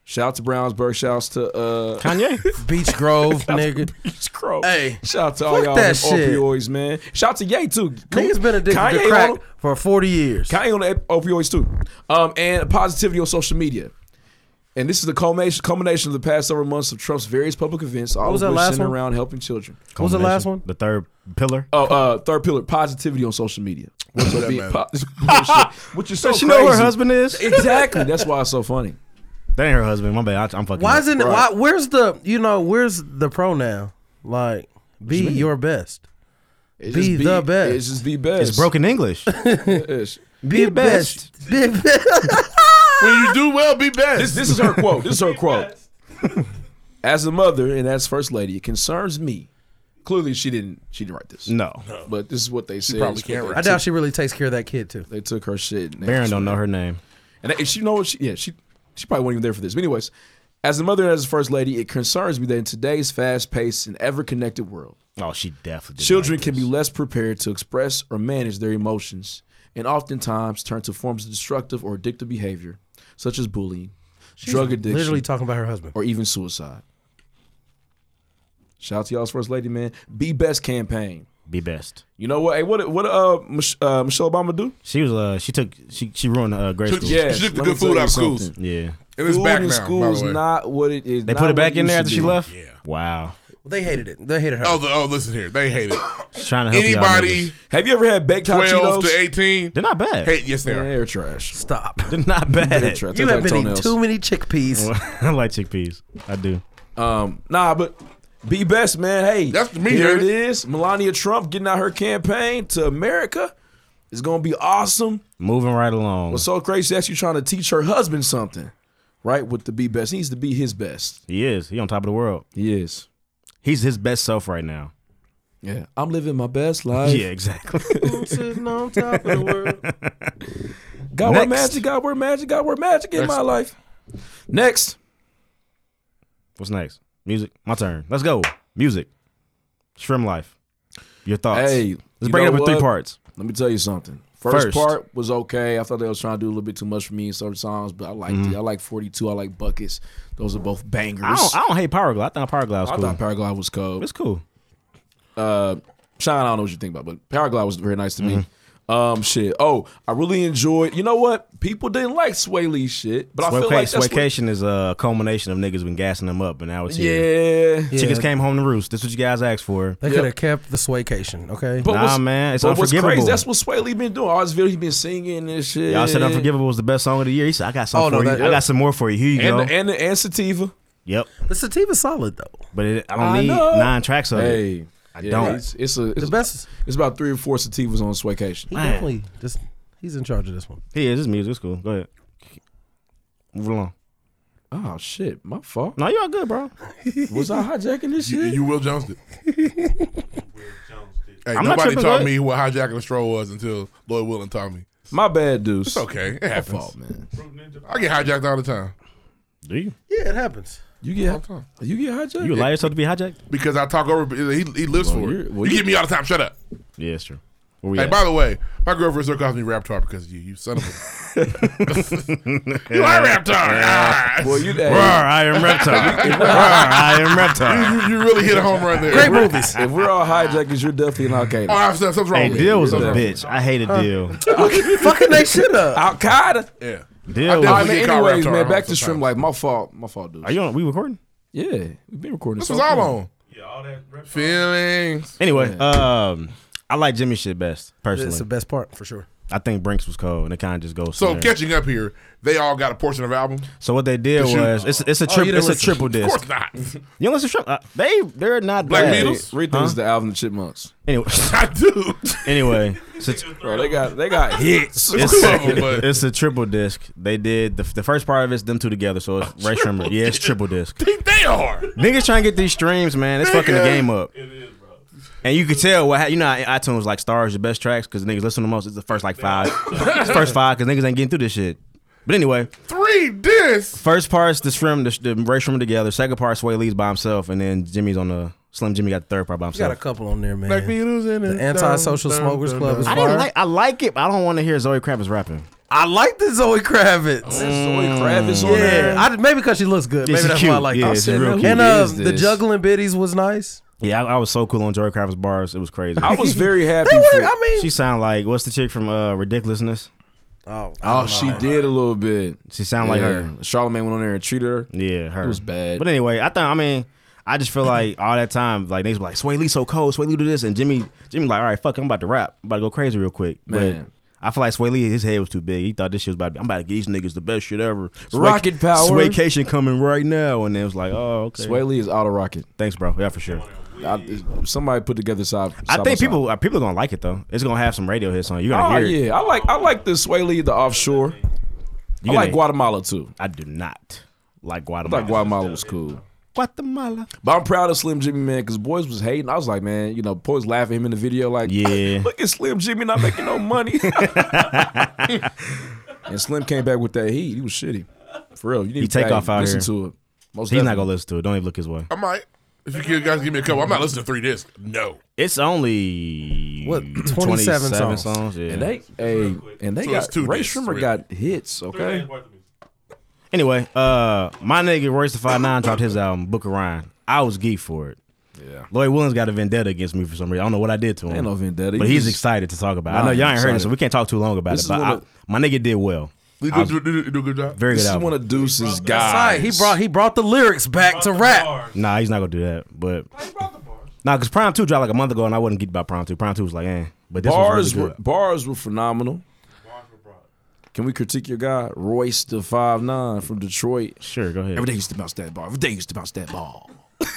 Shout out to Brownsburg. Shout outs to uh,
Kanye.
Beach Grove, nigga.
Crow.
Hey,
shout out to all
fuck
y'all
that
with
shit.
opioids, man. Shout out to Ye too.
Niggas been addicted
Kanye
to
on
crack
them-
for 40 years.
Kanye on the op- opioids too. Um, and positivity on social media. And this is the culmination, culmination of the past several months of Trump's various public events, all
was
of
that
which
last
centered
one?
around helping children.
What was the last one?
The third pillar.
Oh, uh, third pillar, positivity on social media. What's
that
up, being
matter?
po- Which is so
Does she know who her
crazy.
husband is?
Exactly. That's why it's so funny.
That ain't her husband. My bad. I, am fucking.
Why
up.
isn't it? Why, where's the you know? Where's the pronoun? Like, be
you mean?
your best.
It's
Be the best.
It's just the best.
It's broken English.
Yes.
Be, best. Be best.
When you do well, be best.
This, this is her quote. This is her quote. As a mother and as first lady, it concerns me. Clearly, she didn't. She didn't write this.
no,
But this is what they said.
Uh, probably
It's what
can't
they-
write
I doubt she really takes care of that kid too.
They took her shit. and they-
Baron don't know her name.
And if she knows, she, yeah, she she probably wasn't even there for this. But anyways, as a mother and as a first lady, it concerns me that in today's fast-paced and ever-connected world,
Oh, she definitely. Did
children
like
can be
this.
less prepared to express or manage their emotions, and oftentimes turn to forms of destructive or addictive behavior, such as bullying, drug addiction,
Literally talking about her husband.
or even suicide. Shout out to y'all's first lady, man. Be best campaign.
be best.
You know what? Hey, what what uh, Mich- uh Michelle Obama do?
She was. Uh, she took. She she ruined uh, grade school.
Yeah,
She took the
let me
good
tell
food
you
out of schools.
something.
yeah.
and it's
Food
back
in
now.
school
by the
is
way.
not what it is.
They put it back in there after she left.
Yeah.
Wow.
They hated it. They hated her.
Oh, the, oh, listen here. They hate it.
She's trying to help y'all niggas.
Anybody
Have you ever had baked hot
12 to
Cheetos?
18
They're not bad.
hate. Yes, they
Yeah,
are.
They're trash.
Stop.
They're not
They're
bad.
trash.
You
They're
have
like
been eating
toenails.
too many chickpeas.
I like chickpeas. I do.
Um, nah, but be best, man. Hey,
That's me,
Here it
baby.
is. Melania Trump getting out her campaign to America. It's gonna be awesome.
Moving right along.
What's so crazy? That's you trying to teach her husband something, right? With the be best, he needs to be his best.
He is. He on top of the world.
He is.
He's his best self right now.
Yeah, I'm living my best life.
yeah, exactly.
Sitting on top of the world.
God work
Next.
magic. God work magic. God work magic in my life. Next,
What's next? Music. My turn. Let's go. Music. Shrimp life. Your thoughts.
Hey, you
let's break it up
know
in three
what?
parts.
let me tell you something. First,
First.
part was okay. I thought they was trying to do a little bit too much for me in certain songs, but I liked it. I like 42. I like Buckets. Those are both bangers.
Mm-hmm. I don't, I don't hate Power Glide. I thought Power Glide was
I
cool.
thought Paraglide was cool.
it's cool.
Sean, I don't know what you think about, but Paraglide was very nice to me.
Mm-hmm.
Um, shit. Oh, I really enjoyed. You know what? People didn't like Sway Lee shit, but I feel like
Swayca-
that's what,
Swaycation is a culmination of niggas been gassing them up, and now it's here.
yeah.
Chickens
Yeah.
came home to roost. This is what you guys asked for.
They could have kept the swaycation, okay?
But
Nah,
what's-
man, it's
but what's
unforgivable.
crazy? That's what Sway Lee been doing. All his videos, he been singing and shit.
Y'all said Unforgivable was the best song of the year. He said, "I got some
Oh, no,
for you.
that-
I got some more for you. Here you
and
go."
the, and the and Sativa.
yep.
the sativa's solid though.
But it, I don't
I
need
know.
nine tracks of it.
Hey, I
don't.
It's, it's a it's,
The best.
it's about three or four Sativas on Swaycation.
He
Man.
definitely just. He's in charge of this one.
He is. His music It's cool. Go ahead. Move along.
Oh shit, my fault.
No, you all good, bro.
Was I hijacking this
You,
shit?
you Will Jones did.
Jones did.
Hey,
I'm not
nobody
tripping,
taught
bud.
me what hijacking a stroll was until Lloyd Willen taught me.
My bad, dudes.
It's okay. It
My
happens.
fault, man.
Fruit Ninja.
I get hijacked all the time
Do you?
Yeah, it happens.
You get you get hijacked.
You allow yourself to be hijacked?
because I talk over. He, he lives
Well,
for
you're-
it.
well,
you
you-
get me all the time. Shut up.
Yeah, it's true. Where we
Hey,
at?
by the way, my girlfriend still calls me Raptar because of you. You son of a. you are Raptar. Ah.
Well, you
Roar,
hey,
I am Reptar. Roar, I am Reptar.
you, you really hit a home run there. Great movies.
if we're all hijackers, you're definitely an Al
Oh,
Qaeda.
I've said something's wrong
Hey,
with
Deal was a
Something's wrong with
bitch. I hated Deal.
Fucking they should have.
Al Qaeda.
me. Yeah.
Deal
I
All right,
was.
definitely-
man,
get caught
anyways,
wrapped
man,
around
back to
sometimes.
stream life. My fault. My fault, dudes.
Are you on? We recording?
Yeah, we've been recording.
This
so
was all
far.
on.
Yeah, all that rep
Feelings.
Anyway, um, I like Jimmy shit best
That's the
personally.
best part for sure.
I think Brinks was cold, and it kind of just goes.
So
from there.
catching up here, they all got a portion of the album.
so what they did
Did you-
was it's it's a
you
triple
didn't
it's a
listen.
triple
Of
disc.
course not.
You don't listen to Shrimp- uh, They they're not
Black
bad.
Beatles?
Three things: the album, the Chipmunks.
Anyway,
I do.
anyway, so it's,
Bro, they got they got hits.
it's,
Come on, bud.
it's a triple disc. They did the, the first part of it's them two together, so it's Ray Shrimmer. Yeah, it's triple disc.
think they are.
Niggas trying to get these streams, man. It's fucking the
Nigga.
game up.
It is, bro.
And you could tell what ha- you know. how iTunes like stars the best tracks because niggas listen the most. It's the first like five, it's the first five because niggas ain't getting through this shit. But anyway,
Three discs.
first part's the shrimp, the, the Ray Shrimmer together. Second part, Sway Lee's by himself, and then Jimmy's on the Slim Jimmy got the third part by
You got a
himself.
couple on there, man.
Black Beatles and
The Antisocial Smokers Club is
I didn't
fire.
like. I like it, but I don't want to hear Zoe Kravitz rapping.
I like the Zoe Kravitz.
Oh, Zoe Kravitz on
yeah,
there.
I, maybe because she looks good.
Yeah,
Maybe
she's
that's
cute.
why I like
yeah,
her.
she's
said,
real
man,
cute.
And
Who
uh,
is
the
this?
juggling biddies was nice.
Yeah, I, I was so cool on Zoe Kravitz's bars. It was crazy.
I was very happy.
They were.
for-
I mean,
she sound like what's the chick from uh, Ridiculousness?
Oh,
Oh, she did a little bit.
She sound like her.
Charlemagne went on there and treated her.
Yeah, her.
It was bad.
But anyway, I thought I mean, I just feel like all that time, like niggas be like, Sway Lee so cold, Sway Lee do this, and Jimmy Jimmy like, all right, fuck, it, I'm about to rap. I'm about to go crazy real quick.
Man.
But I feel like Sway Lee, his head was too big. He thought this shit was about to be, I'm about to give these niggas the best shit ever.
Rocket power.
Swaycation coming right now. And it was like, oh, okay.
Sway Lee is out of rocket.
Thanks, bro. Yeah, for sure.
I, somebody put together side. side
I
by
think
side.
people uh, people are gonna like it though. It's gonna have some radio hits on. it. You're gonna
Oh
hear it.
yeah, I like I like the Sway Lee, the offshore.
You're
I like
gonna-
Guatemala too.
I do not like
I
Guatemala.
thought Guatemala was cool.
Guatemala.
But I'm proud of Slim Jimmy, man, because boys was hating. I was like, man, you know, boys laughing at him in the video, like,
Yeah.
look at Slim Jimmy not making no money. and Slim came back with that heat. He was shitty. For real. You need
He
to
take
back-
off out
listen
here.
to it. Most
He's not
definitely.
gonna listen to it. Don't even look his way.
I might. If you could guys give me a couple, I'm not listening to three discs. No.
It's only
What, 27 songs.
yeah.
And they, hey, and they
So it's
got
two
Ray
discs,
Shrimmer
really.
got hits. Okay,
Anyway, uh, my nigga Royce the Five Nine dropped his album Book of Ryan. I was geeked for it. Yeah, Lloyd Williams got a vendetta against me for some reason. I don't know what I did to him.
Ain't no vendetta.
but
You
he's
just-
excited to talk about. it. I
Nah,
know y'all ain't
he's
heard it,
excited.
so we can't talk too long about
This
it.
is
But
one
I,
of-
my nigga did well.
You do, do, do, do a good job.
Very
this
good
is
album.
one of Deuce's
That's
guys.
right. He brought he brought the lyrics back to rap.
nah, he's not gonna do that. But nah, because Prime Two dropped like a month ago, and I wasn't geeked about Prime Two. Prime Two was like, eh. But this
bars
was really
were
good.
bars were phenomenal. Can we critique your guy Royce the Five Nine from Detroit?
Sure, go ahead.
Every day used to bounce that ball. Every day used to bounce that ball. Every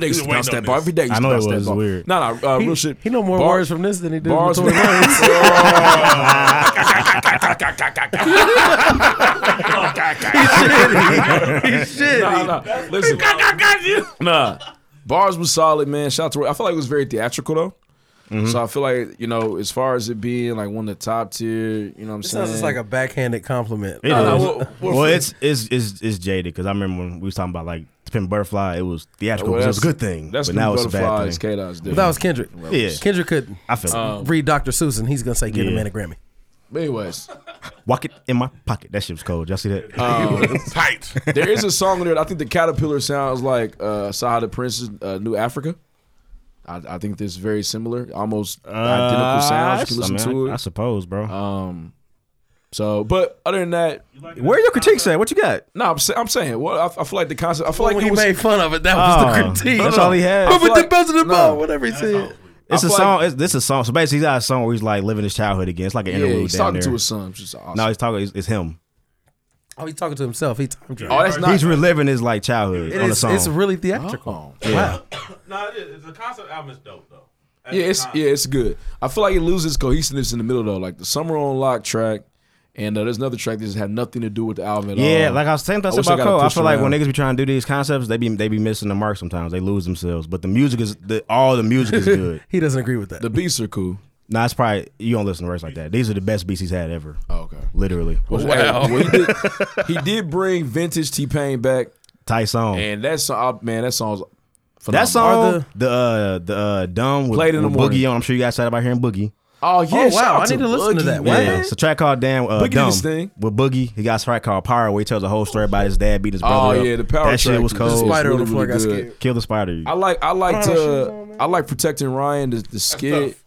day used to bounce that ball. Every day used
I
to
know it
bounce that
was
ball.
weird.
No, no, uh, real shit.
He know more
Bar-
words from this than he did
Bars
from
were.
Tory Lanez.
Nah, nah. Listen, Nah, bars was solid, man. Shout out to Roy. I feel like it was very theatrical though. So I feel like you know, as far as it being like one of the top tier, you know what I'm
It
saying?
sounds just like a backhanded compliment. Uh,
It
no,
is.
well, well,
well,
for-
it's it's it's it's jaded because I remember when we was talking about like Pimp Butterfly, it was theatrical.
Well,
so it was a
that's-
good thing,
That's
but now it's a bad
Butterflies, Um,
thing.
K-Dot's
But
different.
that was Kendrick.
Yeah.
Kendrick could
I feel it.
read Dr. Susan. He's gonna say, "Get a
Yeah.
man a Grammy."
But anyways,
Walk it in my pocket. That shit was cold. Y'all see that?
Tight.
there is a song in there. that I think the caterpillar sounds like uh, Saha the Prince's uh, New Africa. I, I think this is very similar, almost
Uh,
identical sounds. You can
I
listen
mean,
to
I,
it.
I suppose, bro.
um, so, but other than that,
Where your critiques at? What you got?
no, I'm, sa- I'm saying. Well, I, I feel like the concept. I feel
But
like
when
it
he
was.
made fun of it, that was the
Oh,
critique.
that's all he had.
But with
I feel
the buzz of the
like-
ball,
no.
whatever he said.
It's
I
a
feel
song. It's, this is a song. So basically, he's got a song where he's like living his childhood again. It's like an
yeah,
interlude.
he's
down
talking
there.
to his son, which is awesome.
No, he's talking. It's, it's him.
Oh, he's talking to himself. He time
oh,
traveled.
that's not.
he's reliving his like childhood
It
on the
is.
song.
It's really theatrical.
Oh.
Wow.
Nah, it is. The concept album is dope though. At
Yeah,
the
it's
time.
yeah, it's good. I feel like it loses cohesiveness in the middle though, like the summer on lock track, and uh, there's another track that just had nothing to do with the album at all.
yeah, like I was saying that's
I wish I
about
got
Cole. I
pushed
feel like when
around.
niggas be trying to do these concepts, they be they be missing the mark sometimes. They lose themselves. But the music is the, all the music is good.
He doesn't agree with that.
the beats are cool.
nah, it's probably you don't listen to words like that. These are the best beats he's had ever.
Oh, okay.
Literally,
Wow. he, did, he did bring vintage T Pain back,
tight song.
and that song, I- man, that song's phenomenal.
That song,
Are
the the, uh, the uh, dumb with,
Played in the
with
morning.
Boogie on. I'm sure you guys excited about hearing Boogie.
Oh yeah!
Oh, wow,
shout out
I need to listen to
Boogie,
that.
man.
Yeah, it's a track called Damn uh,
Boogie
Dumb
this thing.
with Boogie. He got a track called Power where he tells a whole story about his dad beat his brother.
Oh
up.
yeah, the power
That shit
track
was
is-
cold.
is
Spider on the
really,
floor
really
got
good.
scared.
Kill the spider.
I like I like to I like protecting Ryan the, the skit.
Tough. That's-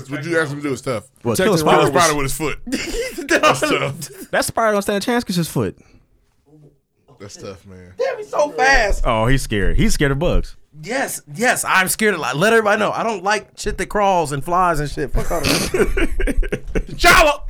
That's what you asked him to do. It's tough.
Well, kill the
Protecting Ryan
spider.
Spider
was-
Was,
with his foot. That's tough.
that spider don't stand a chance because his foot.
That's tough, man.
so fast.
Oh, he's scared. He's scared of bugs.
Yes, yes. I'm scared a lot. Let everybody know. I don't like shit that crawls and flies and shit. Fuck all that.
Jala.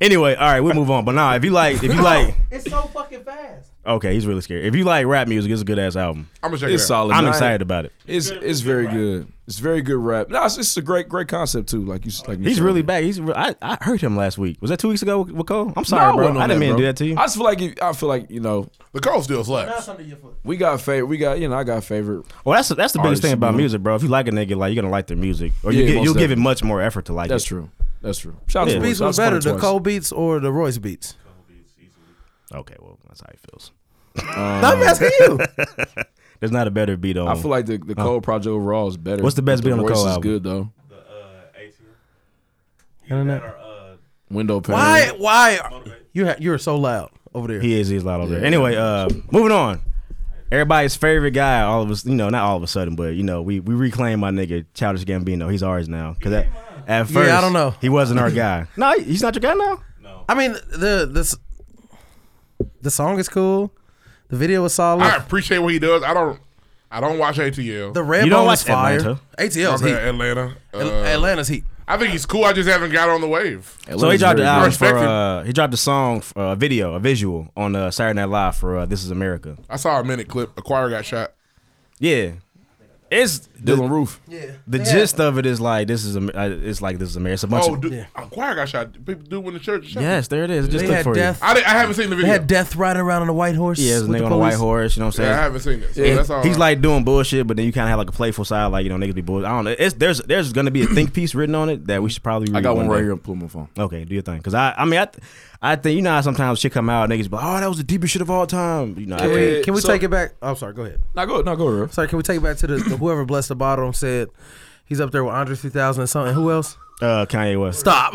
Anyway, all right, we'll move on. But nah, if you like, if you like,
it's so fucking fast.
okay, he's really scared. If you like rap music, it's a good ass album.
I'm gonna check
It's
it out.
solid.
I'm
man.
excited about it.
It's it's very good. It's very good rap. No, it's, it's a great great concept too. Like you s- like you
He's
said.
really back. He's. Re- I I heard him last week. Was that two weeks ago with Cole?
No,
I'm
I
sorry, bro.
wasn't on
I didn't mean
bro.
to do that to you.
I just feel like it- I feel like you know
The cold still slaps.
under your foot.
we got favorite. We got you know I got favorite.
Well, that's that's the
Artists,
biggest thing about
you know.
music, bro. If you like a nigga, like you're gonna like their music, or you
Yeah,
get,
most
you'll give it
definitely.
much more effort to like
That's
it.
true. That's true. Shout out
Yeah.
to Royce.
Beats
I
was better,
supported
the
twice.
Cole beats or the Royce beats?
Okay, well that's how it feels.
I'm asking you.
There's not a better beat on.
I feel like the the Cole project overall is better.
Oh. What's the best
But
beat on the
Royce
Cole
is
album?
good though.
The uh, ATM.
Internet.
That are uh,
Window pane.
Why? Why? You ha- you are so loud over there.
he is he's loud over there. Anyway, uh, moving on. Everybody's favorite guy. All of us, you know, not all of a sudden, but you know, we we reclaim my nigga Childish Gambino. He's ours now because that At first,
Yeah, I don't know.
He wasn't our guy. no, he's not your guy now.
I mean, the this the song is cool. The video is solid.
I appreciate what he does. I don't. I don't watch ATL.
The red
You don't
bone
watch
is fire.
Atlanta.
ATL's
Okay,
heat.
Atlanta. Uh,
Atl- Atlanta's heat.
I think he's cool. I just haven't got on the wave.
So he
Atlanta's
dropped
very
an
good.
album for
Respected.
uh, he dropped a song, for, uh, a video, a visual on uh, Saturday Night Live for uh, This Is America.
I saw a minute clip. A choir got shot.
Yeah, it's the,
Dylan Roof.
the gist of it is like this is Am- uh, it's like this is America. It's a bunch
Oh,
of
dude, a choir got shot. People do when the church. Shot.
yes, there it is. It Just
They
clicked
had
for you.
death.
I, di- I haven't seen the
They
video.
had death riding around on a white horse.
Yeah, it's a
with
nigga
the
on a white
police.
horse. You know what I'm
Yeah, I
saying?
haven't seen it. So that's all.
He's like doing bullshit, but then you kind of have like a playful side, like you know niggas be bullshit. I don't know. It's there's there's gonna be a think piece written on it that we should probably. Read
I got one
day.
right here on my phone.
Okay, do your thing, cause I I mean I th- I think you know how sometimes shit come out niggas be like oh that was the deepest shit of all time. You know I
Can
think-
we, can we
So-
take it back? I'm sorry. Go ahead.
Now go, now go, Ruff.
Sorry. Can we take it back to the, the whoever blessed the bottle and said he's up there with Andre 3000 and something? Who else?
uh, Kanye West.
Stop.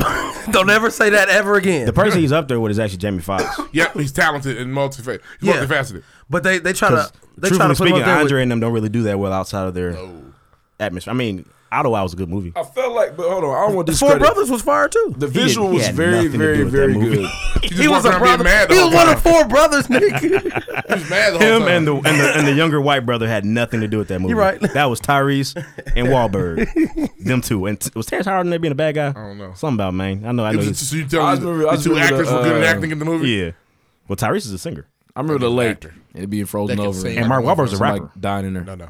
Don't ever say that ever again.
The person he's up there with is actually Jamie Foxx.
yep, he's talented and multifaceted. He's
Yeah.
multifaceted.
but they they try to
Because truthfully
they try to put him
speaking,
up there with-
Andre and them don't really do that well outside of their atmosphere. I mean, Ottawa was a good movie.
I felt like, but hold on, I don't want to
The Four
discredit.
Brothers was fire too.
The visual
didn't- he
was
had
very,
nothing to
very,
do with that
very
movie.
good.
He, just
he was
walked
a
around being
brother.
Mad the
he
whole
was one
time.
of four brothers, nigga.
He was mad the whole
Him
time.
and the, and the and the younger white brother had nothing to do with that movie.
You right.
That was Tyrese and Wahlberg. them two. And t- was Terrence Howard in there being a bad guy? I
don't know.
Something about man. I know. I
It
know.
was
he's-
just- so you telling me
I
the
remember- I
two
remember
actors
the,
were good at
uh,
acting in the movie.
yeah. Well, Tyrese is a singer.
I remember the lake
Actor.
and it being frozen
That can
over,
sing
And
like
Mark Wahlberg's a
somebody
rapper.
dying in there.
No, no.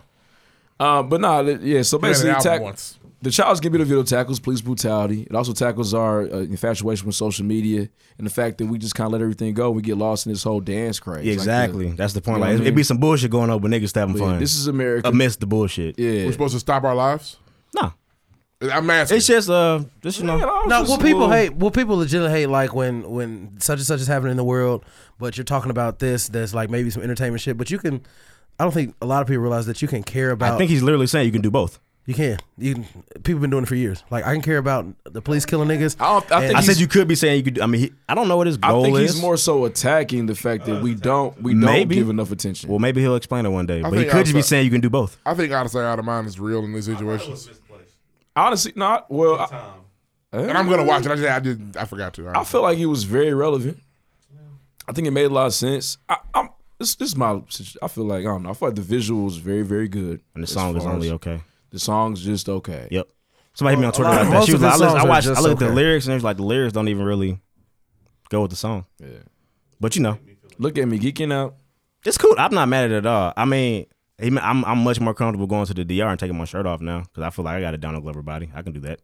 Uh, but nah, th- yeah. So
He had an
basically,
album
tack-
once.
the Child's Gambino video tackles police brutality. It also tackles our uh, infatuation with social media and the fact that we just kind of let everything go. We get lost in this whole dance craze.
Yeah,
Like,
exactly. That's the point.
You know
Like,
what I
it'd
mean?
be some bullshit going on, but niggas having
uh,
fun.
This is America.
amidst the bullshit.
yeah.
We're supposed to stop our lives.
Nah.
I'm asking.
It's just uh, just you know.
No, well, people hate. Well, people legit hate like when when such and such is happening in the world, but you're talking about this. That's like maybe some entertainment shit, but you can. I don't think a lot of people realize that you can care about.
I think he's literally saying you can do both.
you can. You can, people been doing it for years. Like I can care about the police killing niggas.
I don't- I
and-
think
I
he's-
said you could be saying you could. I mean, he, I don't know what his
I
goal
think
is.
he's more so attacking the fact that we don't we don't
Maybe.
give enough attention.
well, maybe he'll explain it one day. But he
think
could just be
outside-
saying you can do both.
I think out of sight, out of mind is real in these situations,
Misplaced.
Honestly, not well. I,
and I'm gonna watch it. I just, I didn't, I forgot to.
I feel like it was very relevant. I think it made a lot of sense. I, I'm this, this is my. situ- I feel like I don't know. I feel like the visual was very very good,
And the
as
song is
far
only
as-
okay.
The song's just okay.
Yep. Somebody hit me on Twitter
lot-
about that.
most
She was
of
like, I,
his
listen,
songs
I
are
watched, I
just
looked at the
okay.
lyrics, and it was like the lyrics don't even really go with the song. Yeah. But you know,
Look at me geeking out.
it's cool. I'm not mad at it at all. I mean, he- I'm I'm much more comfortable going to the DR and taking my shirt off now because I feel like I got a Donald Glover body. I can do that.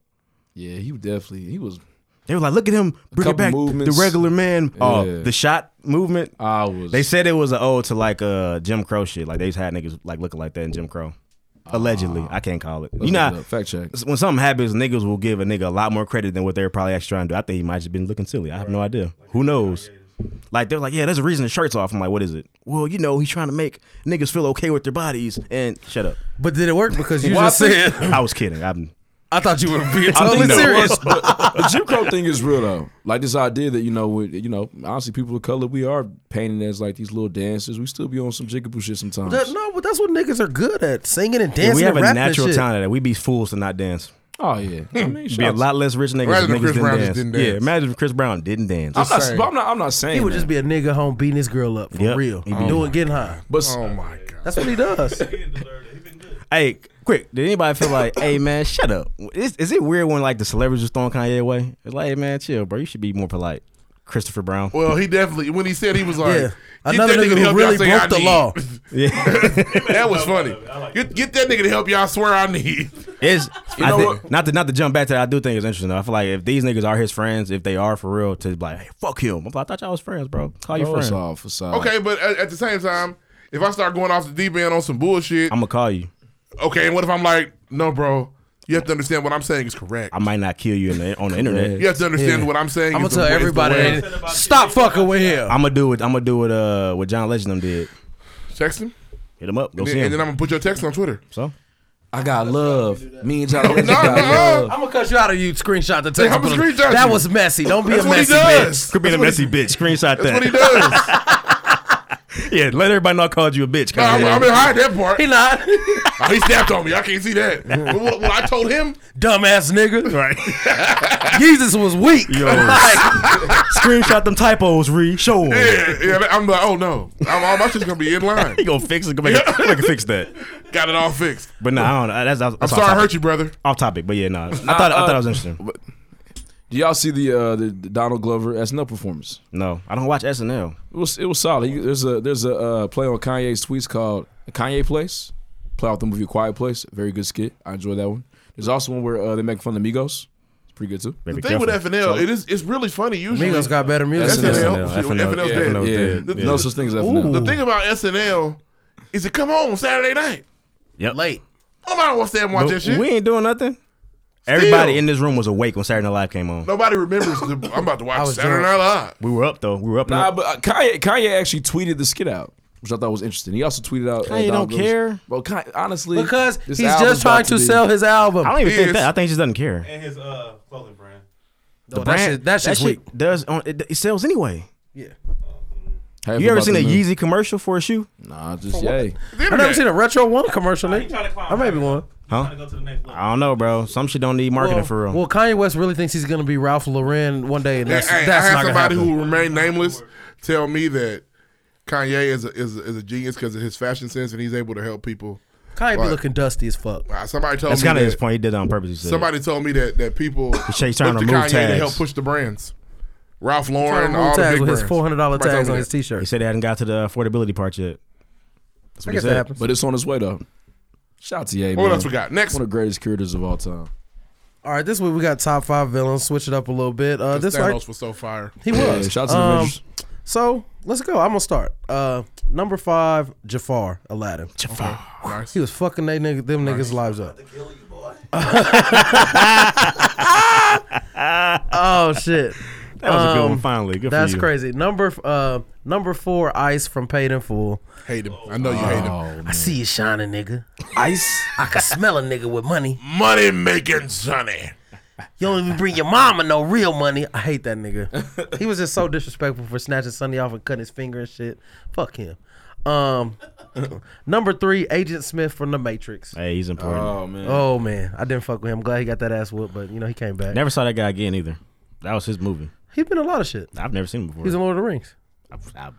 Yeah, he was definitely he was.
They were like, look at him bring it
couple
back
movements.
the regular man. Oh,
Yeah.
the shot movement.
I was.
They said it was an ode to like uh Jim Crow shit. Like they just had niggas like looking like that in Jim Crow. Allegedly,
Ah.
I can't call it. You know,
Look it up. fact check.
when something happens, niggas will give a nigga a lot more credit than what they're probably actually trying to do. I think he might have just been looking silly. I have no idea. Who knows? Like they're like, yeah, there's a reason the shirt's off. I'm like, what is it? Well, you know, he's trying to make niggas feel okay with their bodies. And shut up.
but did it work? Because you
Well, I
just
think-
said.
I was kidding. I'm
I thought you were being
I think
totally
that
serious.
was- but the Jim Crow thing is real though. Like this idea that you know, with, you know, honestly, people of color, we are painted as like these little dancers. We still be on some jigaboo shit sometimes.
That- Uh, no, but that's what niggas are good at: singing and dancing.
we have
and
a
rapping and
natural
shit.
talent at it. We be fools to not dance.
oh yeah, I mean,
Be a
shots.
lot less rich niggas if
Imagine
niggas
if Chris
didn't,
Brown
dance.
just didn't
Yeah,
dance.
imagine if Chris Brown didn't dance.
I'm not,
Same.
but I'm not. I'm not saying
He would
that.
just be a nigga home beating his girl up for
Yep.
real,
He be-
doing getting high.
But
oh my god,
That's what he does.
He didn't deserve it. He been good.
Hey, quick! Did anybody feel like, hey man, shut up? Is, is it weird when like the celebrities just throwing Kanye away? It's like, hey man, chill, bro. You should be more polite. Christopher Brown.
Well, he definitely when he said he was like,
Yeah.
"Get
Another
that
nigga
to
who
help
really
y'all say I
broke the
need."
law.
that was funny. Get, get that nigga to help y'all swear I need.
Is I
know
thi-
what?
not to not to jump back to that. I do think it's interesting. Though. I feel like if these niggas are his friends, if they are for real, to be like, hey, fuck him. I'm like, I thought y'all was friends, bro. Call your
Oh, it's
friend.
all facade.
Okay, but at, at the same time, if I start going off the deep end on some bullshit,
I'm gonna call you.
okay, and what if I'm like, no, bro, you have to understand what I'm saying is correct.
I might not kill you in the, on the internet.
you have to understand
Yeah.
what I'm saying.
I'm gonna
is the
tell
way- is the
everybody,
way-
way-
stop fucking with him.
I'm gonna do what I'm gonna do what uh what John Legend them did.
Text him,
Hit him up. Go
and then,
see him.
and then I'm gonna put your text on Twitter.
so
I got love. Me and John Legend
No,
got
no,
love.
no.
I'm gonna cut you out of you. Screenshot the text.
I'ma
and put it-
screenshot
that
you.
was messy. Don't be
That's
a
what he
messy bitch.
does.
could be a messy bitch. Screenshot
That's what he
that.
does.
yeah, let everybody know I called you a bitch.
No, I'm,
Kanye.
I'm behind that part.
He not
Oh, he snapped on me. I can't see that. But what, what I told him,
dumbass nigga.
Right.
Jesus was weak.
Yo.
Like,
Screenshot them typos, Ree. Show 'em.
yeah, yeah. I'm like, oh no, I'm, all my shit's gonna be in line.
He gonna fix it. Gonna make, gonna make it fix that.
Got it all fixed.
But no, I don't know. That's, that's
I'm sorry I hurt you, brother.
Off topic, but yeah, no. I thought
uh,
I thought it was interesting.
Do y'all see the uh, the, the Donald Glover SNL performance?
No, I don't watch SNL.
It was it was solid. He- There's a there's a uh, play on Kanye's tweets called Kanye Place. Play off the movie Quiet Place. Very good skit. I enjoy that one. There's also one where uh, they make fun of Migos. It's pretty good too.
Baby,
The thing with FNL, it is it's really funny usually.
Migos got better music.
That's
than
it.
us.
FNL, FNL 's dead.
FNL 's
Yeah,
dead.
The-
no such thing as FNL.
The thing about SNL is it come on Saturday night.
Yep.
Late.
Nobody wants to stand and watch that
But
shit.
We ain't doing nothing. Everybody in this room was awake when Saturday Night Live came on.
Nobody remembers. The, I'm about to watch
was
Saturday Night Live.
We were up though. We were up.
Nah,
and up.
but uh, Kanye Kanye actually tweeted the skit out, which I thought was interesting. He also tweeted out. uh,
Kanye
Donald
don't
Glover's-
care.
Bro, Kanye, honestly,
Because
this
he's
album's
just trying
about
to
be-
sell his album.
I don't even think
is-
that. I think she just doesn't care.
And his uh clothing brand.
Oh, that shit, that shit's weak.
does on it, it sells anyway.
Half
You ever
about
seen a
the moon.
Yeezy commercial for a shoe?
Nah, just yay.
The
I never
internet.
seen a retro one commercial.
He trying
Nigga.
to climb.
I may be one.
Trying to go to the next level.
I don't know, bro. Some shit don't need marketing
Well,
for real.
well, Kanye West really thinks he's gonna be Ralph Lauren one day, and that's
Hey,
that's
I had
not gonna
somebody
happen.
who remained nameless tell me that Kanye is a, is a, is a genius because of his fashion sense and he's able to help people.
Kanye be
Right.
looking dusty as fuck.
Uh, somebody told
That's
me
kind of
that,
his point. He did it on purpose. He said.
Somebody told me that that people look to
shit, he's trying to remove
Kanye to
tags.
help push the brands. Ralph
Trying to
Lauren,
remove
all the
tags
big
with
brands.
his four hundred dollar
Somebody told
tags
me
on
that.
his t
he
shirt.
said they hadn't got to the affordability part yet. That's
I
what he
guess that
said.
happens.
But it's on its way though. Shout out to Ye, man.
What else we got? Next.
One of the greatest curators of all time.
All right, this week we got top five villains. Switch it up a little bit. Uh, this
Thanos
right,
was so fire.
he
Yeah,
was.
shout out to the
Um,
Avengers.
So let's go. I'm gonna start. Uh, number five, Jafar, Aladdin. Jafar.
Nice.
He was fucking they nigga, them niggas' lives up. oh shit,
That was a good
Um,
one. Finally, good
that's
for you.
crazy. Number f- uh, number four, Ice from Paid in Full.
Hate him. I know you hate him.
I see you shining, nigga. Ice. I can smell a nigga with money.
Money making Sonny.
You don't even bring your mama no real money. I hate that nigga. he was just so disrespectful for snatching Sonny off and cutting his finger and shit. Fuck him. Um, number three, Agent Smith from The Matrix.
Hey, he's important.
Oh man.
Oh man, I didn't fuck with him. I'm glad he got that ass whooped, but you know he came back.
Never saw that guy again either. That was his movie.
He's been in a lot of shit.
I've never seen him before.
He's in Lord of the Rings.
I- I-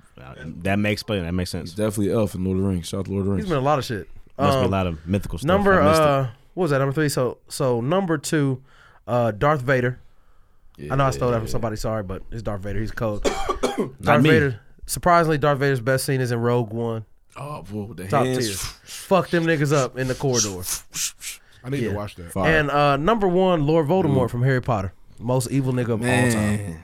that makes play. That makes sense.
Definitely Elf in Lord of the Rings. Shout out to Lord of the
He's
Rings.
been in a lot of shit.
Must be a
Um,
lot of mythical stuff.
number
I missed it.
uh, what was that? Number three. So so number two, uh, Darth Vader. I know I stole that from somebody. Sorry, but it's Darth Vader. He's cold. Darth
me.
Vader. Surprisingly, Darth Vader's best scene is in Rogue One.
Oh, boy, with the
Top
hands.
tier. Fuck them niggas up in the corridor.
I need to watch that.
Fire.
And uh, number one, Lord Voldemort from Harry Potter, most evil nigga of all time.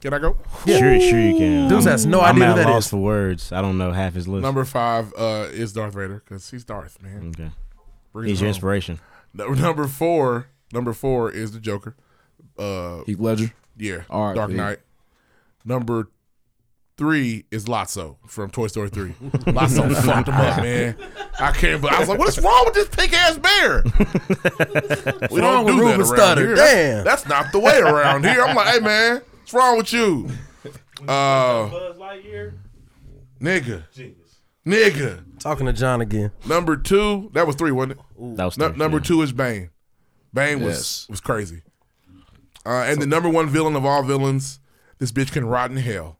Can I go?
Sure, sure you can.
Dudes
I'm-
has no
I'm
idea
at
who that
loss
is.
for words. I don't know half his list.
Number five uh, is Darth Vader because he's Darth, man.
okay.
Bring
He's
it
your
home.
inspiration.
No- Number four, number four is the Joker. Uh,
Heath Ledger.
yeah,
R.I.P.
Dark Knight. Number three is Lotso from Toy Story Three. Lotso fucked him up, man. I can't. But I was like, what is wrong with this pink ass bear? we don't
wrong with
do that
Ruben
around
Studdard?
here. That's-
Damn.
that's not the way around here. I'm like, hey man, what's wrong with you, uh,
Buzz Lightyear,
nigga,
genius.
nigga?
Talking to John again.
Number two, that was three, wasn't it?
That was
Nu-
three,
number
yeah.
two is Bane. Bane was
Yes.
was crazy. Uh, and the number one villain of all villains, this bitch can rot in hell.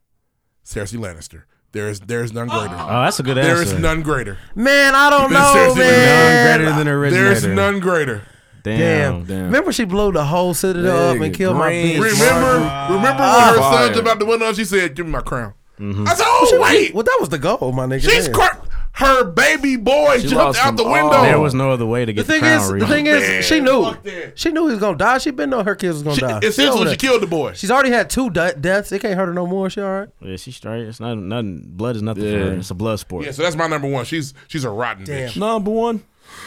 Cersei Lannister. There is there is none greater.
Oh, that's a good
there
answer.
is none greater.
Man, I don't
Been
know,
seriously
man.
None greater than the originator.
There is none greater.
Damn.
Damn. Remember she blew the whole citadel up and
Nigga,
killed my
green.
bitch. Ah.
Remember, remember when her
Fire.
son's about to win on? She said, "Give me my crown." I said, "Oh wait,
Well, that was the goal, my nigga.
she's
Damn.
cr- her baby boy jumped
lost
out
them
the
all.
window."
There was no other way to
The
get the,
thing
crown
is,
Reba.
the thing is, she knew.
fuck that.
She knew he was gonna die. She been knowing her kids was gonna
she,
die.
it's
She
his
over
when she
that.
killed the boy.
She's already had two di- deaths. It can't hurt her no more. She all right.
Yeah, she's straight. It's not nothing. Blood is nothing
Yeah.
for her. It's a blood sport.
Yeah, so that's my number one. She's she's a rotten
Damn.
bitch.
Number one.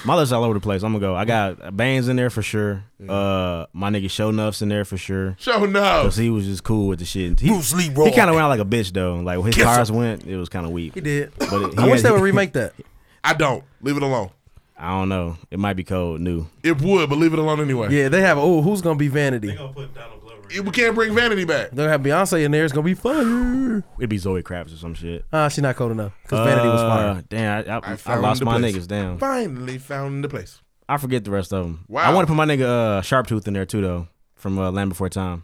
My list all over the place. I'm gonna go. I got Bane's in there for sure. Uh, my nigga Shownuff's in there for sure.
Show no.
Cause he was just cool with the shit. He,
Bruce Leroy.
He kind of went out like a bitch though. Like when his cars went, it was kind of weak.
He did.
But it, he
I wish
had-
they would remake that.
I don't. Leave it alone.
I don't know. It might be cold new.
It would, but leave it alone anyway.
Yeah, they have. Oh, who's gonna be Vanity?
They gonna put Donald Glover.
we can't bring vanity back.
They're gonna have Beyonce in there. It's gonna be fire.
It'd be Zoe Kravitz or some shit.
Ah, she's not cold enough because Vanity was
Uh,
fire.
Damn, I, I, I,
found
lost
the
my
place.
niggas. Damn,
Finally found the place.
I forget the rest of them.
Wow.
I want to put my nigga uh, Sharptooth in there too, though, from uh, Land Before Time.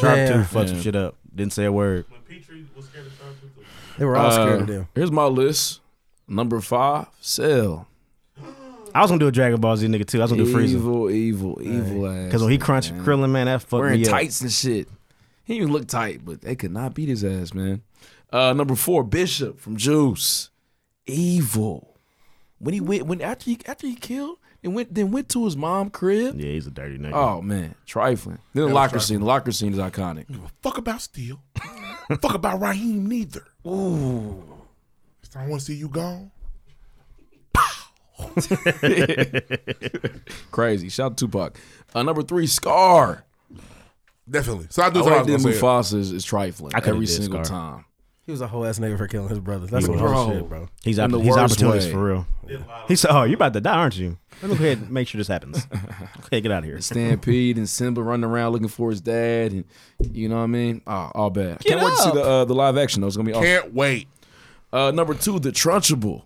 Sharptooth
Damn.
fucked some shit up. Didn't say a word.
When Petrie was scared of Sharptooth,
They were all scared of
Uh,
them.
Here's my list. Number five, Cell.
I was gonna do a Dragon Ball Z nigga too. I was gonna do Frieza
Evil, evil, evil ass.
because when he crunched Krillin, man, that fucked
wearing
me up.
tights and shit. He didn't even look tight, but they could not beat his ass, man. Uh, number four, Bishop from Juice, evil. When he went, when after he after he killed and went then went to his mom crib.
Yeah, he's a dirty nigga.
Oh man, trifling. Then the locker scene. The locker scene is iconic.
Fuck about Steel. Fuck about Raheem neither. Ooh. I want to see you gone.
Crazy. Shout out to Tupac. Uh, number three, Scar.
Definitely. So I do
I
what I was
like that
gonna say.
Mufasa is, is trifling
I could've
every
did
single
Scar.
time.
He was a whole ass nigga for killing his brother. That's
He
some
was.
whole shit, bro.
he's
in
op-
the
he's
worst
opportunist
way.
for real. He said, "Oh, you're about to die, aren't you? Let me go ahead and make sure this happens. Okay, get out of here.
Stampede and Simba running around looking for his dad, and you know what I mean. Ah, all bad. Can't wait to see the uh, the live action though. It's gonna be awesome.
Can't wait.
Uh, number two, the Trunchable.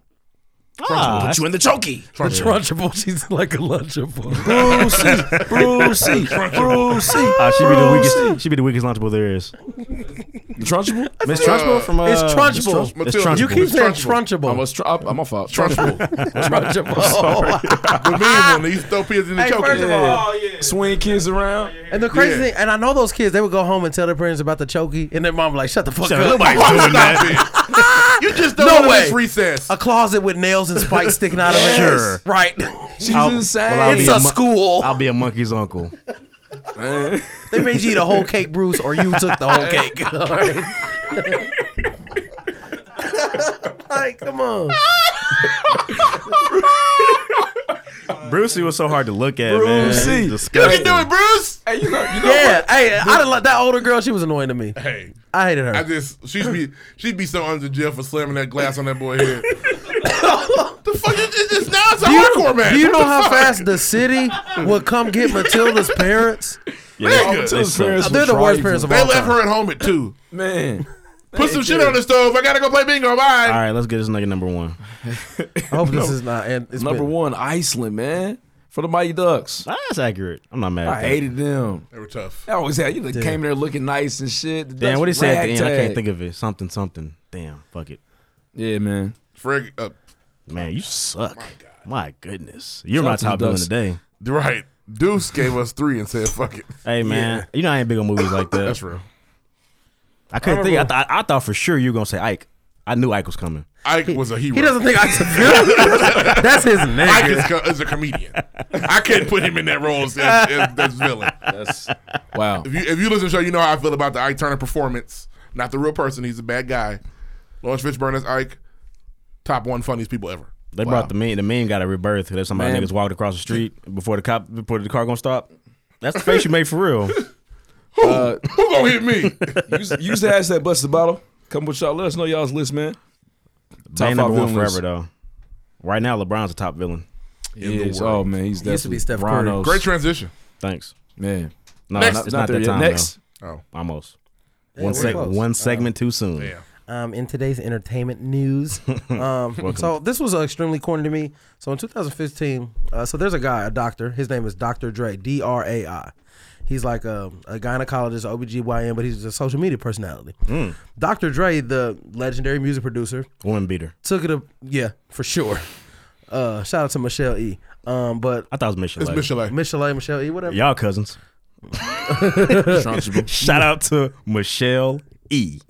Ah,
Put you in the chokey.
Lunchable. She's like a lunchable.
Brucey, Brucey, Brucey.
ah, she be the weakest. She be the weakest launchable there is.
The Trunchable?
Miss Trunchbull from uh,
It's
Miss
Trunchable.
Trunch- It's
Matilda.
Trunchbull.
You keep
It's
saying
Trunchable.
I'm
Trunchable.
a str- I'm, I'm a fault.
Trunchable.
Trunchable.
the mean one. They used to throw pins in the
Hey,
choker.
first of all,
Oh yeah.
Swing kids around.
And the crazy
Yeah.
thing, and I know those kids, they would go home and tell their parents about the chokey, and their mom would like, shut the fuck
Shut
up.
up. Nobody's
Why
doing that.
stop it? You just don't
No
know
way.
this recess.
A closet with nails and spikes sticking out of it.
Sure.
Right.
She's
I'll-
insane.
well, I'll
it's
be a
a
mo-
school.
I'll be a monkey's uncle.
they made you eat a whole cake, Bruce, or you took the whole cake. All right. like, come on.
Brucey was so hard to look at,
Brucey.
man.
Look
Disgusting.
at doing Bruce.
Hey, you know, you know
Yeah. Hey, I didn't like that older girl. She was annoying to me.
Hey,
I hated her.
I just she'd be she'd be so under jail for slamming that glass on that boy head. the fuck is this? It's now it's a
do you,
hardcore match.
do you
What
know
the
how
fuck?
fast the city would come get Matilda's parents?
Yeah,
Nigga.
they suck.
They're the worst parents of
They
all
left
time.
her at home at two.
Man.
Put some shit on the stove. I gotta go play bingo.
All
Bye.
right, let's get this nigga number one.
I hope this is not. And it's
Number
been-
one, Iceland, man. For the Mighty Ducks.
Ah, That's accurate. I'm not mad. At
I
that.
hated them.
They were tough.
I always had you like, came there looking nice and shit. The
Damn,
Ducks
what he say at the end? I
ragtag.
can't think of it. Something, something. Damn, fuck it.
Yeah, man.
Frig, uh,
Man, you suck. My, goodness,
Shout
you're my
out to the
top villain
Ducks.
today.
right. Deuce gave us three and said, "Fuck it."
Hey man, you know I ain't big on movies like that.
That's real.
I couldn't think. I, thought I thought for sure you were gonna say Ike. I knew Ike was coming.
Ike was a hero.
He doesn't think I can villain. That's his
Ike
nigga.
is, co- is a comedian. I can't put him in that role as, as, as, as villain.
That's wow.
If you if you listen to the show, you know how I feel about the Ike Turner performance. Not the real person. He's a bad guy. Lawrence Fishburne as Ike, top one funniest people ever.
They brought the meme. The meme got a rebirth. There's somebody
Man.
niggas walked across the street before the cop before the car gonna stop. That's the face you made for real.
Uh,
Who gonna hit me?
use, use the hashtag bust the bottle. Come with y'all. Let us know y'all's list, man.
Top
five
number one
villains.
forever though. Right now, LeBron's a top villain.
Yes. Oh man, he's
He used to be
definitely-
Steph Curry.
Bronnos.
Great transition.
Thanks.
man.
No,
Next.
Not, it's
Not
not,
there
that
yet.
time.
Next.
Oh,
though. almost. One
we're
sec.
close. Uh,
One segment too soon.
yeah.
um, in today's entertainment news. Um, so this was uh, extremely corny to me. So in 2015, uh, so there's a guy, a doctor. His name is Dr. Dre, D R A I. He's like a, a gynecologist, OBGYN, but he's a social media personality. Dr. Dre, the legendary music producer,
Woman beater.
took it a yeah for sure. Uh, shout out to Michelle E. Um, but
I thought it was Michelle.
It's
Like,
Michelle.
Michelle A, Michelle E, whatever.
Y'all cousins. Shout out to Michelle E.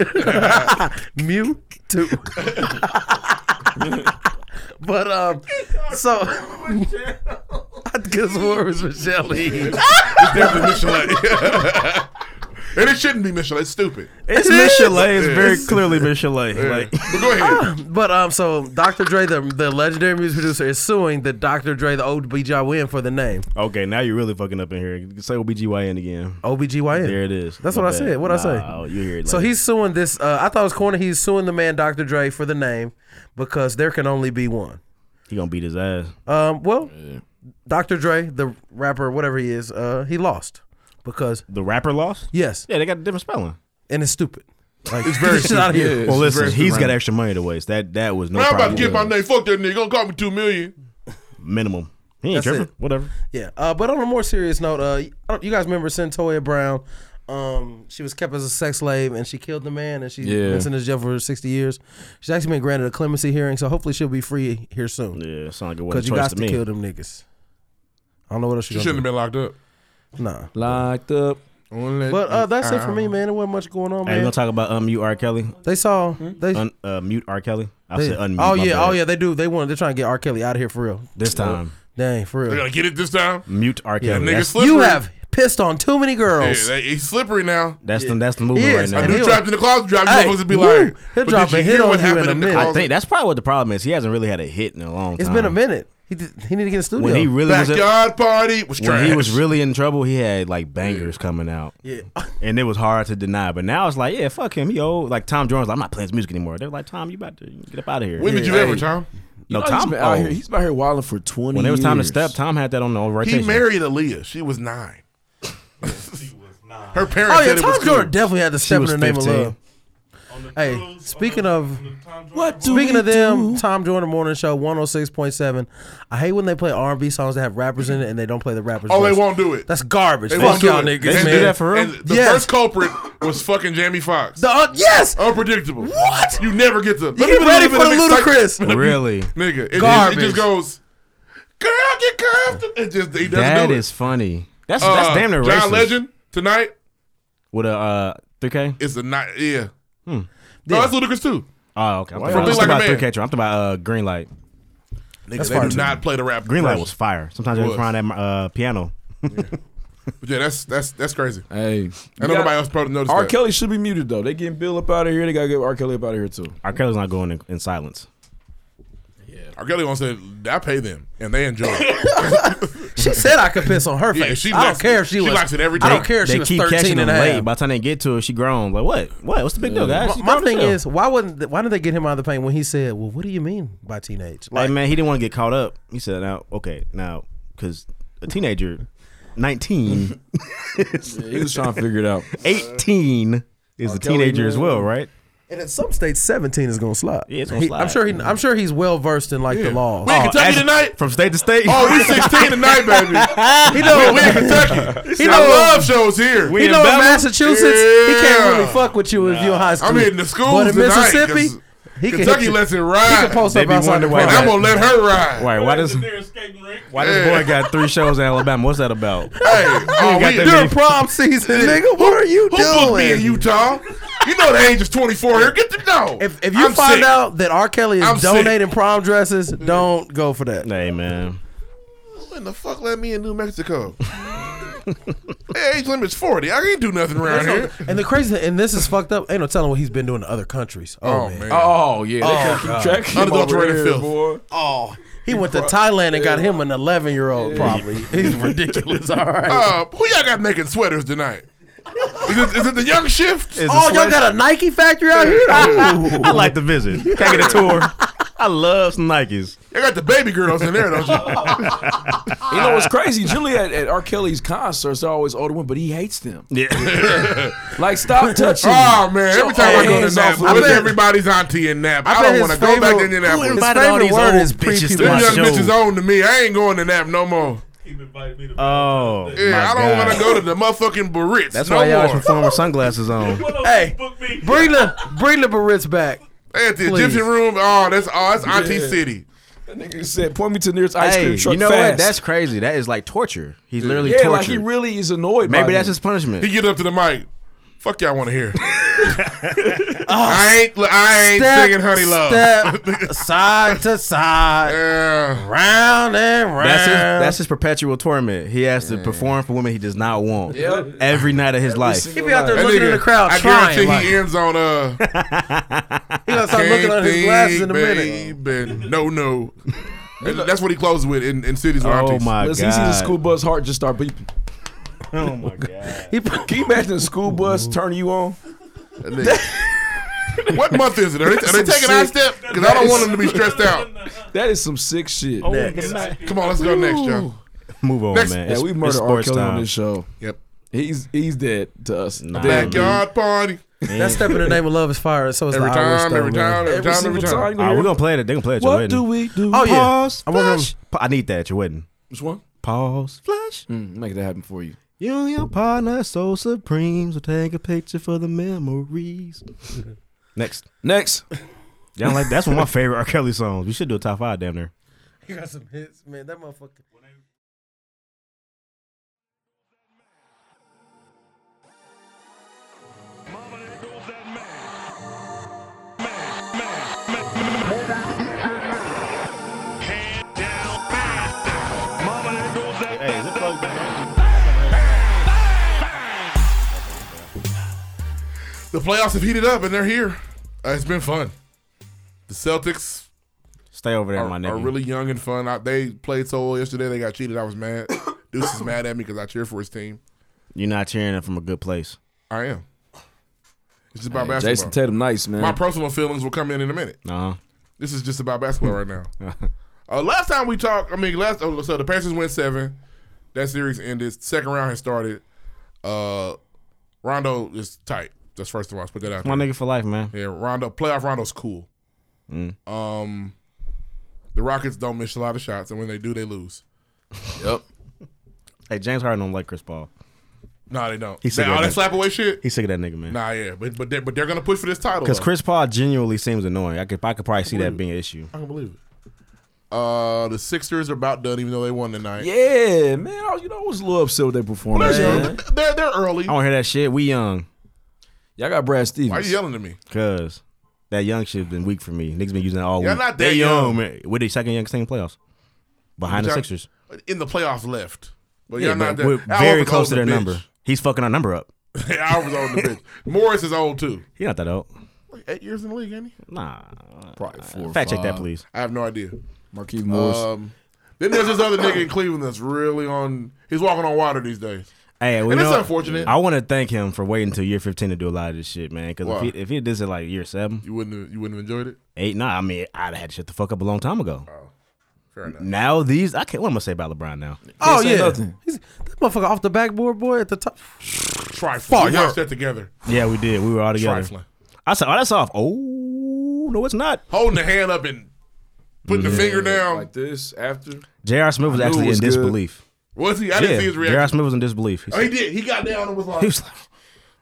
Mew too. but um, so I guess war was Michelle E.
It's definitely Michelle. and it shouldn't be Michelle. It's stupid.
It's Michelle. It's very clearly Michelle. Like
But go ahead.
But um, so Dr. Dre, the, the legendary music producer, is suing the Dr. Dre, the OBGYN, for the name
Okay, now you're really fucking up in here. Say OBGYN again.
OBGYN.
There it is.
That's
My
what
bad.
I said. What I say?
Nah, you hear it.
So
later.
he's suing this. Uh, I thought it was corny. He's suing the man Dr. Dre for the name because there can only be one.
he gonna beat his ass.
Um, well, Dr. Dre, the rapper, whatever he is, uh, he lost. because
The rapper lost?
yes,
Yeah, they got a different spelling.
and it's stupid. Like it's very shit out of here.
Well, listen,
very
he's
stupid.
got extra money to waste. That that was no
Man, I'm about
problem.
to get my name. Fuck that nigga. Gonna call me two million.
minimum. He ain't
That's
tripping.
it.
Whatever.
Yeah, uh, but on a more serious note, uh, I don't- you guys remember Centoya Brown? Um, she was kept as a sex slave, and she killed the man, and she's
Yeah.
been sentenced to jail for sixty years. She's actually been granted a clemency hearing, so hopefully she'll be free here soon.
Yeah, sound like it wasn't
Because you
a choice
guys
to
to,
me.
kill them niggas. I don't know what else
She
you
shouldn't have been locked up.
been. Nah,
Locked up.
but uh, that's it for me, man. There wasn't much going on,
Hey, we
man.
gonna talk about unmute R. Kelly.
they saw
Hmm?
they.
Un, uh, mute R. Kelly. I
they-
said unmute.
oh
my
yeah,
bad.
oh yeah, they do. They want. They're trying to get R. Kelly out of here for real.
This time,
Dang, for
They're
real.
gonna get it this time.
mute R. Kelly.
nigga
that's
slippery.
You have pissed on too many
Yeah,
girls.
they, he's slippery now.
that's the that's the movement
He
right
is.
now.
I
And
do
he'll-
trapped in the closet. Drop. You're
Hey,
supposed to be
woo,
like,
he'll
but
drop
did you
a
hear
hit
what
on you
happened
in a
the
minute.
I
closet?
think that's probably what the problem is. He hasn't really had a hit in a long
It's
time.
been a minute. He did, he need to get in the studio.
Um, When he really was a,
backyard party was trash.
when he was really in trouble, he had like bangers coming out,
Oh, yeah.
and it was hard to deny. But now it's like, yeah, fuck him, yo. Like Tom Jordan's, like, I'm not playing his music anymore. They're like, Tom, you about to get up out of here.
When did you
Hey,
ever, Tom?
You know,
No,
he's
Tom.
been out
oh,
here. He's been out here wilding for twenty.
when it was time to
years.
step, Tom had that on the
He
rotation.
married Aaliyah. She was nine.
She was not.
Her parents
Oh yeah,
said it was
Tom
cool.
Jordan definitely had to step in
was
the name of
15.
love.
On the
Hey,
cruise, on
speaking
the-
of-
on the Tom Jordan
What do
Speaking
we
of them,
do?
Tom Jordan Morning Show 106.7. I hate when they play R&B songs that have rappers in it and they don't play the rappers.
Oh, they
voice.
won't do it.
That's garbage.
They
Fuck
won't do
y'all
it.
niggas,
They
man.
should do that for real.
And the
Yes.
first culprit was fucking Jamie Foxx.
The- uh, yes,
Unpredictable.
What?
You never get to. Let
you
me
get ready
believe
for
in
the
the mixtape.
ludicrous.
Really,
Nigga, it, it- it,
Garbage.
just goes, girl, get girl. It just, he doesn't
that
do
is
it.
funny. That's
Uh,
that's damn near
John
racist.
Legend tonight
with a uh, 3K.
is a night. Yeah.
Hmm.
No, that's ludicrous too.
Oh, okay. I'm
From
talking about,
Big Like a
I'm
Man.
talking about 3K. I'm talking about uh, Greenlight.
Nigga,
That's
they do
fire, too.
not play the rap.
Greenlight
version.
was fire. Sometimes I
Was.
was around that uh, piano.
But yeah, that's that's that's crazy.
Uh,
Hey, you
I know
got-
nobody else probably noticed
R.
that.
Kelly should be muted though. They getting Bill up out of here. They gotta get R. Kelly up out of here too.
R. Kelly's not going in, in silence.
R. Kelly won't say, I pay them, and they enjoy it.
she said I could piss on her
Yeah,
face.
she
I don't
likes it.
care if she,
She
was.
likes it every
I
day.
don't care if
they
she was
keep catching
13
them
and a
late.
half.
By the time they get to it, she grown. Like what? What? What's the big deal, guys? She
My, my
grown as
thing
hell.
is, why wouldn't why did they get him out of the pain when he said, "Well, what do you mean by teenage?"
hey
Like,
man, he didn't want to get caught up. He said, now okay, now because a teenager, 19,
He was trying to figure it out.
18 is
R.
a
Kelly,
teenager as
man.
well, right?
and in some states, 17 is gonna slide.
Yeah, it's gonna
He-
slide. Mm-hmm.
I'm sure he. I'm sure he's well versed in like the laws.
We in Kentucky
Oh, as-
tonight?
from state to state.
Oh, we 16 tonight, baby. He know we in Kentucky. He know love shows here.
You
in
know, in
Bama?
Massachusetts, he
Yeah.
can't really fuck with you if you're in high school.
I'm hitting the schools
But in
tonight,
Mississippi,
'cause
he can hit
Kentucky
you.
lets it
He can
ride.
post
They
up
be
outside the
wondering why
car.
and I'm gonna let her ride.
Wait, why does
There, skating rink.
why this boy got three shows in Alabama? What's that about?
Hey, oh,
got
we,
that
dude,
many-
prom season, nigga. What are you
who booked me in
doing?
Utah? You know the age is 24 here. Get the no.
If, if you
I'm
find
sick.
out that R. Kelly is
I'm sick. Mm-hmm.
donating prom dresses, don't go for that.
hey man,
when the fuck let me in New Mexico? Hey, age limit's 40. I can't do nothing around here.
And the crazy thing, and this is fucked up. Ain't no telling what he's been doing to other countries. Oh,
Oh
man.
man.
Oh yeah, they can't keep track. of him
Unadulterated
over here,
filth.
boy.
Oh, he went to Thailand and got him an 11 year old. Probably. He's ridiculous. All right.
Oh,
Uh, who y'all got making sweaters tonight? Is it, is it the young shift?
It's a
oh, y'all
sweat-
got a Nike factory out here?
I like to visit. Can I get a tour? I love some Nikes.
They got the baby girls in there, don't you?
You know what's crazy? Julie at, at R. Kelly's concerts, they're always older one, but he hates them.
Yeah,
Like, stop touching. me.
Oh man! Every time I go
hands
to
off
Nap,
of
with
me.
everybody's auntie in Nap, I,
bet
don't
his
want to go back
favorite-
to
who
Indianapolis.
invited-
Them
all these old bitches to
my
young
show?
bitches on to me. I ain't going to Nap no more.
Keep inviting me to.
Oh,
Yeah,
my
I don't want
God.
to go to the motherfucking Barrett's.
That's
no
why y'all
more.
perform with sunglasses on.
Well,
Hey,
book me.
Bring the bring the Barrett's back.
They at the
Please.
Egyptian room. Oh, that's oh, that's Auntie City.
That nigga said, point me to the nearest ice
Hey,
cream truck
you know
fast.
what? That's crazy. That is like torture. He's literally
yeah,
tortured.
like he really is annoyed. by
Maybe that's
them.
his punishment.
He get up to the mic. Fuck y'all want to hear. I ain't I ain't singing Honey Love.
Step side to side,
Yeah.
round and round.
That's his, that's his perpetual torment. He has to perform for women he does not want
Yep.
every night of his life.
he be out there
That
looking in
nigga,
the crowd
I
trying.
guarantee
like,
he ends on uh.
he gonna start looking at his glasses in a minute.
minute. No, no. And that's what he closes with in, in cities with
Oh
aunties.
my
Listen, he
god!
sees a school bus heart just start beeping.
Oh my god!
He,
Can you imagine a school bus turning you on?
That nigga. what month is it? Are they, are they
That's
taking
some
our
shit.
step? Because I don't want them to be stressed out.
That is some sick shit.
Next.
Come on, let's go next, Joe.
Move on,
Next.
man.
Yeah,
It's-
we
it's
murder R.
sports
Kelly on
time.
this show.
Yep.
He's he's dead to us.
Nah, man.
Backyard party.
That step in the name of love is fire. So it's
Every
the Irish,
time,
though,
every
man.
time, every time, every
single
time.
you
All
gonna
right,
hear
we're gonna play it. They're gonna play it at your
What
wedding.
do we do?
Oh yeah.
Pause.
I want
flash. Pa- I need that at your wedding.
Which one?
Pause. Flash.
Mm, make that happen for you.
You and your partner so supreme. So take a picture for the memories. Next.
Next,
Yeah, I'm like that's one of my favorite R. Kelly songs. We should do a top five damn near.
You got some hits, man. That motherfucker.
The playoffs have heated up and they're here. Uh, it's been fun. The Celtics
Stay over there,
are,
my
are
nigga.
really young and fun. I, they played so well yesterday. They got cheated. I was mad. Deuce is mad at me because I cheer for his team.
You're not cheering it from a good place.
I am. It's just about basketball.
Jason Tatum, nice man.
My personal feelings will come in in a minute.
Uh huh.
This is just about basketball right now. uh, last time we talked, I mean, last oh, so the Pacers went seven. That series ended. Second round has started. Uh, Rondo is tight. That's first of all. Let's put that out.
My
there.
nigga for life, man.
Yeah, Rondo playoff Rondo's cool. Um, the Rockets don't miss a lot of shots, and when they do, they lose.
Hey, James Harden don't like Chris Paul.
No, they don't.
He's
They-
sick of
all that
that.
slap away shit.
He's sick of that nigga, man.
Nah, yeah, but but they're, but they're gonna push for this title
Because
though.
Chris Paul genuinely seems annoying. I could I could probably see that being an issue.
I can believe it. Uh, the Sixers are about done, even though they won tonight.
yeah, man. I, you know, I was a little upset with their performance.
They're,
man.
they're they're early.
I don't hear that shit. We young.
Y'all got Brad
Why you
Stevens.
yelling at me?
Cause that young shit's been weak for me. Niggas been using it all
Y'all
week.
not that
They
young.
man. We're the second youngest team in playoffs. Behind the
Y'all-
Sixers.
In the playoffs left. But
Yeah,
y'all not
but
that.
we're
Al
very
Horford's
close to
old
their
as a
number. He's fucking our number up.
bitch. Alvarez old the bitch. Morris is old too.
He not that old.
Like eight years in the league, ain't he?
Nah.
Probably four or
Fact check that,
five.
please.
I have no idea.
Marquise Morris.
Um, then there's this other nigga in Cleveland that's really on. He's walking on water these days.
Hey, we
And it's
know-
unfortunate.
I want to thank him for waiting until year 15 to do a lot of this shit, man. Because if
Why?
he, if he did this at like year seven,
You wouldn't. Have, you wouldn't have enjoyed it.
eight, nine, I mean, I'd have had to shut the fuck up a long time ago.
Oh, Fair enough.
Now these, I can't, what am I going to say about LeBron now?
Oh
say
yeah.
nothing.
He's, that motherfucker off the backboard, boy, at the top.
Trifling. We watched that together.
Yeah, we did. We were all together.
Trifling.
I said, oh, that's off. Oh, no, it's not.
Holding the hand up and putting the finger down.
like this after.
J.R. Smith was
knew it
actually
was
in
good.
disbelief.
was he? I didn't see his
yeah, J.R.
reaction.
Smith was in disbelief. He,
Oh, he
said,
did. He got down and was like,
he was like,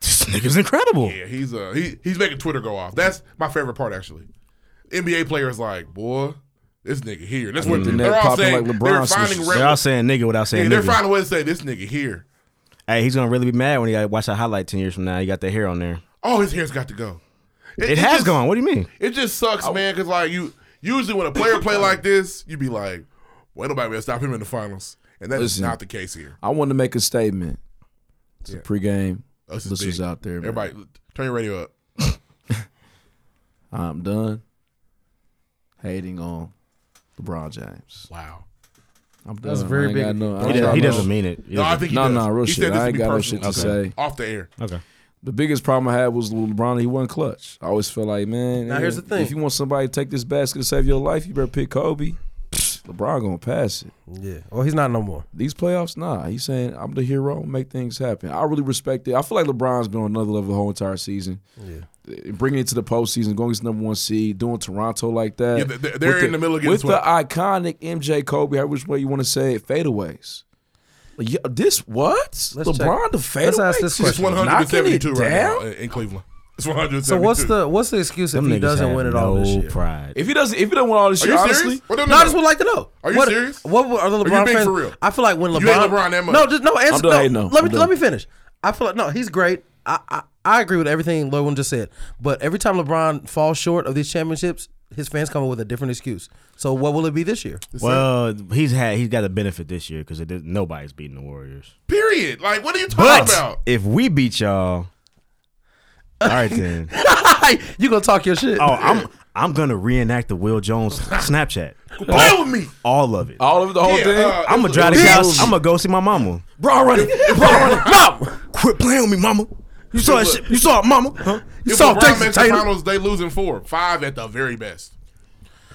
this nigga's incredible.
"Yeah, he's uh, he he's making Twitter go off." That's my favorite part, actually. NBA players like, boy, this nigga here. That's what
Internet
they're all
popping
saying.
like LeBron
they're finding.
switches.
re-
They're all saying nigga without saying
Yeah, they're
nigga.
finding a way to say this nigga here.
Hey, he's gonna really be mad when he got watch that highlight ten years from now. He got that hair on there.
Oh, his hair's got to go.
It, has
just,
gone. What do you mean?
It just sucks, man. Because like you, usually when a player play like this, you be like, "Well, ain't nobody will stop him in the finals," and that's
Listen.
not the case here.
I wanted to make a statement. It's a pregame.
Us is
Listeners
big.
out there, man.
everybody, turn your radio up.
I'm done hating on LeBron James.
Wow.
I'm done.
That's very
I ain't
big.
got No, I
He,
ain't
does,
got
he
no-
doesn't mean it. He
No, I
doesn't.
think he
No,
does.
no, real
He
shit.
said this
I
to
ain't
be
got no
personal.
shit to say.
Off the air.
okay.
The biggest problem I had was LeBron. He wasn't clutch. I always felt like, man.
Now,
eh,
here's the thing.
If you want somebody to take this basket to save your life, you better pick Kobe. Psh, LeBron gonna pass it.
Yeah. Well, he's not no more.
These playoffs, nah. He's saying I'm the hero, make things happen. I really respect it. I feel like LeBron's been on another level the whole entire season. Yeah, bringing it to the postseason, going against number one seed, doing Toronto like that.
Yeah, they- they're
With
in the middle of getting
with the
swept.
iconic MJ Kobe, however which way you want to say it, fadeaways. Like, yeah, this what? LeBron
check.
the fadeaways.
Let's ask this
He's
It's
question.
one hundred
knocking it
seventy-two right now
down?
in- in Cleveland. It's one hundred seventy-two.
So what's the what's the excuse if
Them
he
niggas
doesn't
have
win it all
no
this year?
Pride.
If he doesn't, if he don't want all this
Are
shit,
you
honestly,
serious? Well, no,
No,
no,
I
no.
just would like to know.
Are you
what,
serious?
What were- are the
you
LeBron
being
fans?
for real?
I feel like when LeBron.
ain't LeBron that much.
No, just no answer.
done hating
no,
on him.
let me
I'm done.
let me finish. I feel like no, he's great. I, I I agree with everything Logan just said. But every time LeBron falls short of these championships, his fans come up with a different excuse. So what will it be this year?
well, he's had he's got a benefit this year because nobody's beating the Warriors.
period? Like, what are you talking
But
about?
if we beat y'all, all right then. oh,
you gonna talk your shit?
Oh.
I'm I'm gonna reenact the Will Jones Snapchat.
Play with me.
All of it.
all of it, the whole
Yeah,
thing.
uh,
I'm gonna drive the couch. I'm gonna go see my mama.
Bron running,
No, quit playing with me, mama. You saw that shit. You saw it, mama. Huh? You
If
saw
LeBron
Texas
makes the
Tatum.
finals, they losing four, five at the very best.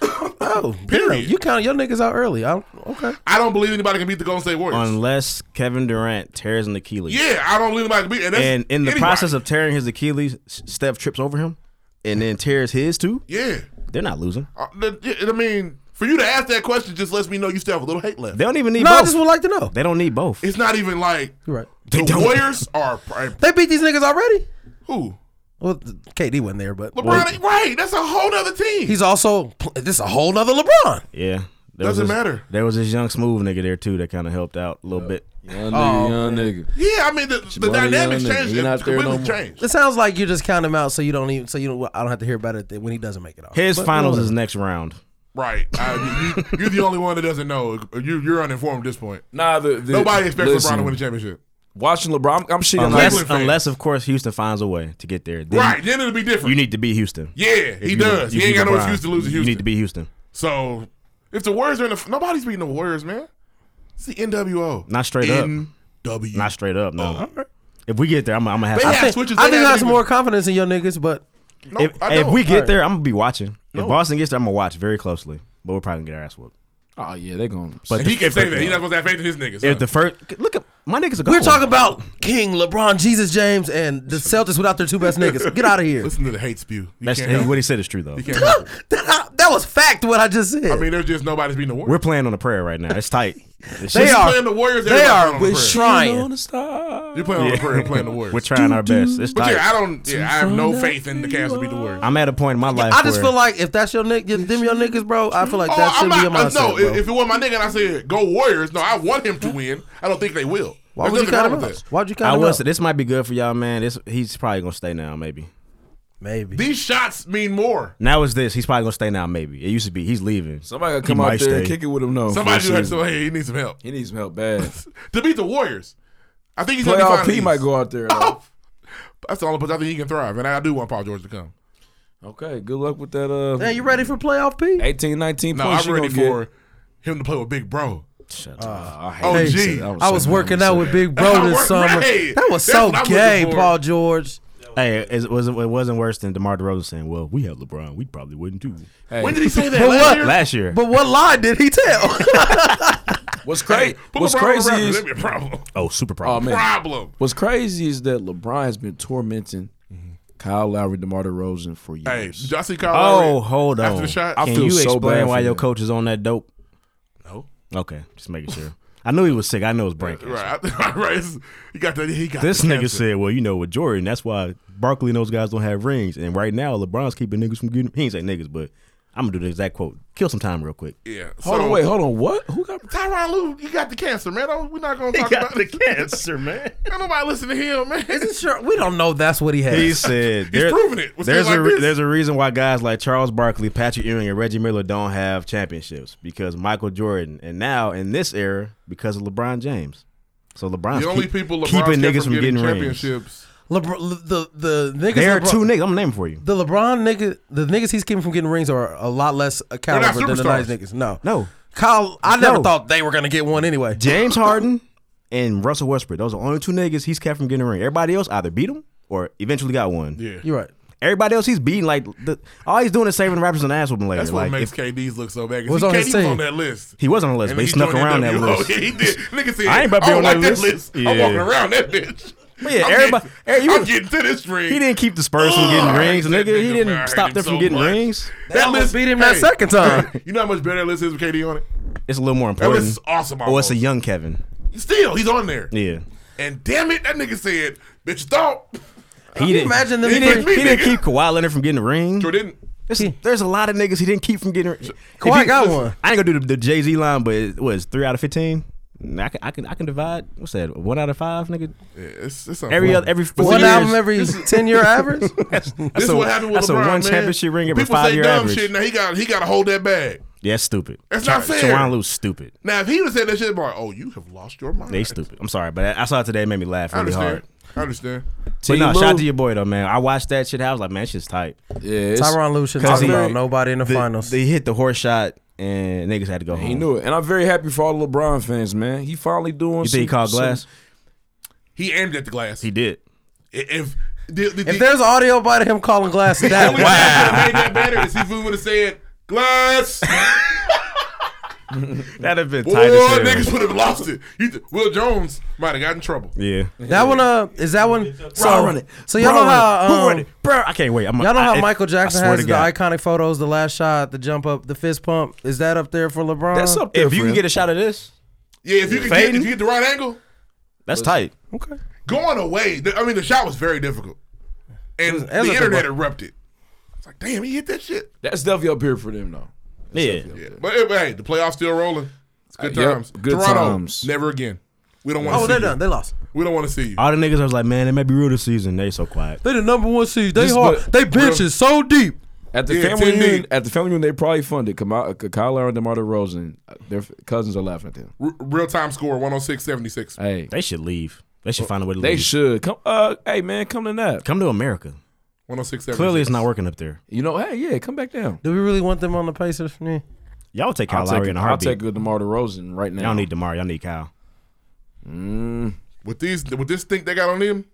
Oh,
Period.
damn, you count your niggas out early. I, okay.
I don't believe anybody can beat the Golden State Warriors.
Unless Kevin Durant tears an Achilles.
yeah, I don't believe anybody can beat. And, that's
And in the
anybody.
process of tearing his Achilles, Steph trips over him and then tears his too.
yeah,
They're not losing.
Uh, the- yeah, I mean, for you to ask that question just lets me know you still have a little hate left.
They don't even need
No, I
both.
just would like to know.
they don't need both.
It's not even like
You're right.
the
don't.
Warriors are pri-
They beat these niggas already.
who
Well, th- KD wasn't there, but
LeBron. ain't- right, that's a whole nother team.
he's also pl- this is a whole nother LeBron.
Yeah. There was
Doesn't
this-
matter.
There was this young smooth nigga there too that kind of helped out a little bit.
Young nigga, young nigga.
yeah, I mean the, the
Money
dynamics
on it.
changed.
He not there no
completely
more.
changed.
It sounds like you just count him out, so you don't even so you don't. I don't have to hear about it when he doesn't make it off.
His finals is next round.
Right, I, you, you're the only one that doesn't know. You, you're uninformed at this point.
Nah, the, the,
Nobody expects LeBron
listen,
to win the championship.
Watching LeBron, I'm, I'm shitting
Unless,
Cleveland fan.
unless of course Houston finds a way to get there. Then
Right, then it'll be different.
You need to be Houston.
yeah,
If
he
you-
does.
if
He ain't
you
got no
LeBron,
excuse to lose to
You
Houston.
need to be Houston.
So if the Warriors are in the nobody's beating the Warriors, man. It's the NWO.
Not straight up.
NW.
Not straight up. No. If we get there, I'm, I'm gonna have.
Uh-huh. They
I
have
think-
switches.
I
They
think you
haven't
have some
even-
more confidence in your niggas, but
No,
if,
I
if
don't.
we get there, I'm gonna be watching. If Boston gets there, I'm gonna watch very closely. But we're probably gonna get our ass whooped.
Oh yeah, they going.
But
And
the-
he can say that. He's not supposed to have faith in his
If
niggas. huh?
the first look at my niggas are
we're
gone.
talking about King, LeBron, Jesus, James, and the Celtics without their two best niggas. Get out of here.
Listen to the hate spew. You
That's
can't help
what
it.
he said is true though.
You can't help it.
that was fact. What I just said.
I mean, there's just nobody's beating the Warriors.
We're playing on a prayer right now. It's tight. It's
They
just-
are-
playing the Warriors.
they are
We're
trying.
You're playing on the prayer and playing the Warriors.
We're trying our best. It's
But
tight.
yeah, I don't. Yeah, I have no faith in the Cavs to beat the Warriors.
I'm at a point in my life.
I just
where
feel like if that's your nigga, them your niggas, bro. I feel like
Oh,
that
I'm
should be
not.
your
uh,
mindset,
no,
bro.
if if it was my nigga and I said go Warriors, no, I want him to win. I don't think they will.
Why would
There's
you
nothing
count
wrong
him
with
out?
that.
Why'd you
I
count him
was.
out?
This might be good for y'all, man. This he's probably gonna stay now, maybe.
Maybe.
These shots mean more.
Now it's this. He's probably gonna stay now, maybe. It used to be he's leaving.
Somebody gotta
He
come out
might
there and
stay.
kick it with him. No,
Somebody
for
should have
sure.
said, "Hey, he needs some help
He needs some help bad.
to beat the Warriors." I think he's gonna be fine.
Playoff
in
P
these.
might go out there. though.
That's the only place I think he can thrive, and I do want Paul George to come.
Okay, good luck with that. Uh,
Hey, you ready for playoff P?
18, 19
No,
points.
I'm
you
ready
gonna get.
for him to play with Big Bro.
Shut up.
I hate
Oh,
that.
gee.
I was
so
working
mad.
out with Big Bro
Right.
this summer. That
That's
was so
what I'm looking
gay,
for.
Paul George.
Hey, it wasn't it wasn't worse than DeMar DeRozan saying, "Well, we have LeBron, we probably wouldn't do."
When did he say that?
But
last
what?
year?
Last year,
But what lie did he tell?
What's crazy?
Put
What's
LeBron on the
crazy
Raptors,
is
that'd be a problem.
oh, super
oh
problem.
man,
Problem.
What's crazy is that LeBron has been tormenting
Mm-hmm.
Kyle Lowry, DeMar DeRozan for
Hey,
years.
did y'all see Kyle
Oh,
Lowry?
hold on.
After the shot?
I
Can
feel
you
so bad
explain
for
why your
him.
coach is on that dope?
No. Uh,
Okay, just making sure. I knew he was sick. I know it's brain cancer.
Right, right. it's- He got that. He got
This
the
nigga
cancer.
said, "Well, you know, with Jordan, that's why Barkley and those guys don't have rings. And right now, LeBron's keeping niggas from getting. He ain't say niggas, but I'm gonna do the exact quote. Kill some time real quick.
"Yeah."
hold on, wait, hold on. What? Who got?
Tyronn Lue, you got the cancer, man. Oh, We're not gonna talk about it.
man.
Don't nobody listen to him, man.
Is it sure? We don't know that's what he has.
He said,
He's proving it with
There's
things
a
like
re-
this."
there's a reason why guys like Charles Barkley, Patrick Ewing, and Reggie Miller don't have championships because Michael Jordan, and now in this era because of LeBron James. So LeBron's
The only
keep-
people LeBron's
keeping
kept
niggas from
from
getting,
getting,
rings.
championships.
LeBron, the the niggas.
There are
LeBron-
two niggas. I'm gonna name them for you.
The LeBron nigga, the niggas he's keeping from getting rings are a lot less
not
accountable than the nice
superstars.
niggas. No,
No,
Kyle, I never
No.
thought they were gonna get one anyway.
James Harden and Russell Westbrook. Those are the only two niggas he's kept from getting a ring. Everybody else either beat him or eventually got one.
Yeah,
You're right.
Everybody else he's beating like the, all he's doing is saving rappers and ass whooping later.
that's
like
what makes
if-
KD's look so bad. Was
What's
on
on his
KD was on
team?
that list.
he wasn't on the list,
And
but
then
he snuck
joined
around that
NWO.
list.
Yeah, he did. Nigga said,
I ain't about to
I
be
don't
on
like
that
that
list.
list. I'm walking
Yeah.
around that bitch.
yeah,
I'm
everybody-
Getting,
hey, you-
I'm getting to this ring.
He didn't keep the Spurs from
Ugh,
getting
I hate
rings,
that
nigga. He
nigga,
didn't
man. I hate
stop
him
them
so
from getting
much.
rings.
That
almost
list
beat him that second time.
you know how much better that list is with KD on it.
It's a little more
That
important.
list is awesome.
Oh, it's
almost.
a young Kevin.
Still, he's on there.
Yeah.
And damn it, that nigga said, "Bitch, don't."
He didn't.
imagine them
he
niggas-
didn't, he
Me,
didn't
nigga.
keep Kawhi Leonard from getting a ring.
Sure didn't.
There's, there's a lot of niggas he didn't keep from getting. Kawhi
Kawhi got one.
I ain't gonna do the, the Jay Z line, but it was three out of fifteen. I can, I can I can divide. What's that? One out of five, nigga.
Yeah, it's, it's
Every
unfortunate.
other every four
One
years.
album every ten year average.
This is
a-
what happened with
that's a
LeBron.
one
man.
championship ring every
People say
five-year
dumb
average.
shit. Now he got he got to hold that bag.
yeah, it's stupid.
That's not
Ter-
fair.
Teron Lue's stupid.
Now if he would have said that shit, I'd be like, oh, you have lost your mind.
They stupid. I'm sorry, but I, I saw it today. It made me laugh
I
really
understand.
hard.
I understand.
But
Team
no, shout out
Lou.
to your boy though, man. I watched that shit. I was like, man, shit's tight.
Yeah, it's-
Tyron Lue should
Cause
talk
he-
about nobody in the,
The-
finals.
They hit the horse shot, and niggas had to go home.
He knew it, and I'm very happy for all the LeBron fans, man. He finally doing.
You think he called glass?
He aimed at the glass.
He did.
if the, the,
if there's audio about him calling glass, that
only thing
wow.
that made that better is if we would have said Let's
That'd have been
boy,
tight as
niggas
hell.
would have lost it. You th- Will Jones might have got in trouble.
Yeah.
That one uh is that one
Bro,
so,
run it.
so y'all
Bro,
know
run it.
how
Who run
um,
it? Bro, I can't wait. I'm,
Y'all know
I-
how
I-
Michael Jackson
I swear
has
to
the
God.
iconic photos, the last shot, the jump up, the fist pump. Is that up there for LeBron?
That's up there.
If you can
friend.
get a shot of this,
Yeah, if you could get, if
Fading?
you get the right angle,
that's tight.
Okay.
going away. The, I mean, the shot was very difficult, and
was- it was
the
a
internet
good
erupted. It's like, damn, he hit that shit.
that's definitely up here for them though.
Yeah.
Yeah, but, eh, but hey, the playoffs still rolling. It's good
Uh, yep,
times.
good
Toronto,
times.
never again. We don't want to
Oh,
see
they're
you.
done. They lost.
We don't want to see you.
All the niggas, I was like, man, it may be real this season. They so quiet.
They the number one seed. They
This
hard.
but-
They benches so deep.
At the
Yeah,
family
10
reunion,
deep.
at the family reunion, they probably funded Kama- Kyle Lowry and DeMar DeRozan. Their f- cousins are laughing at them.
R- real time score 106.76.
Hey,
They should leave. They should find a way to
they
leave.
should come. Uh, hey man, come to nap.
Come to America.
106.76.
Clearly, it's not working up there.
You know, hey, yeah, come back down.
Do we really want them on the Pacers? Yeah.
Y'all take Kyle
I'll
Lowry
take,
in a
I'll
heartbeat.
take a DeMar DeRozan right now.
Y'all need Demar. Y'all need Kyle.
with these with this stink they got on them.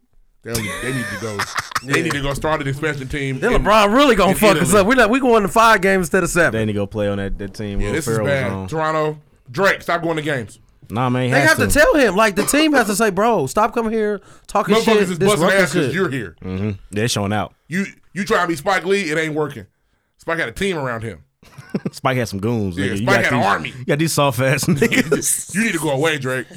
They, don't- they need to go. They need to go start an expansion team.
Then
And-
LeBron really gonna
in
fuck
Italy.
us up. We not. We going to five games instead of
They
seven.
need to go play on that, that team.
Yeah,
Will
this is
Ferrell was
bad.
on.
Toronto, Drake, stop going to games.
Nah, man, he
They,
has
have to. tell him. Like the team has to say, bro, stop coming here talking
Motherfuckers
shit.
is
This
busting ass
record
because
shit.
you're here.
Mm. They're showing out.
You you trying to be Spike Lee? It ain't working. Spike had a team around him.
Spike had some goons.
Yeah,
nigga. you
Spike
got
had an
these,
army.
You got these soft ass niggas.
You need to go away, Drake.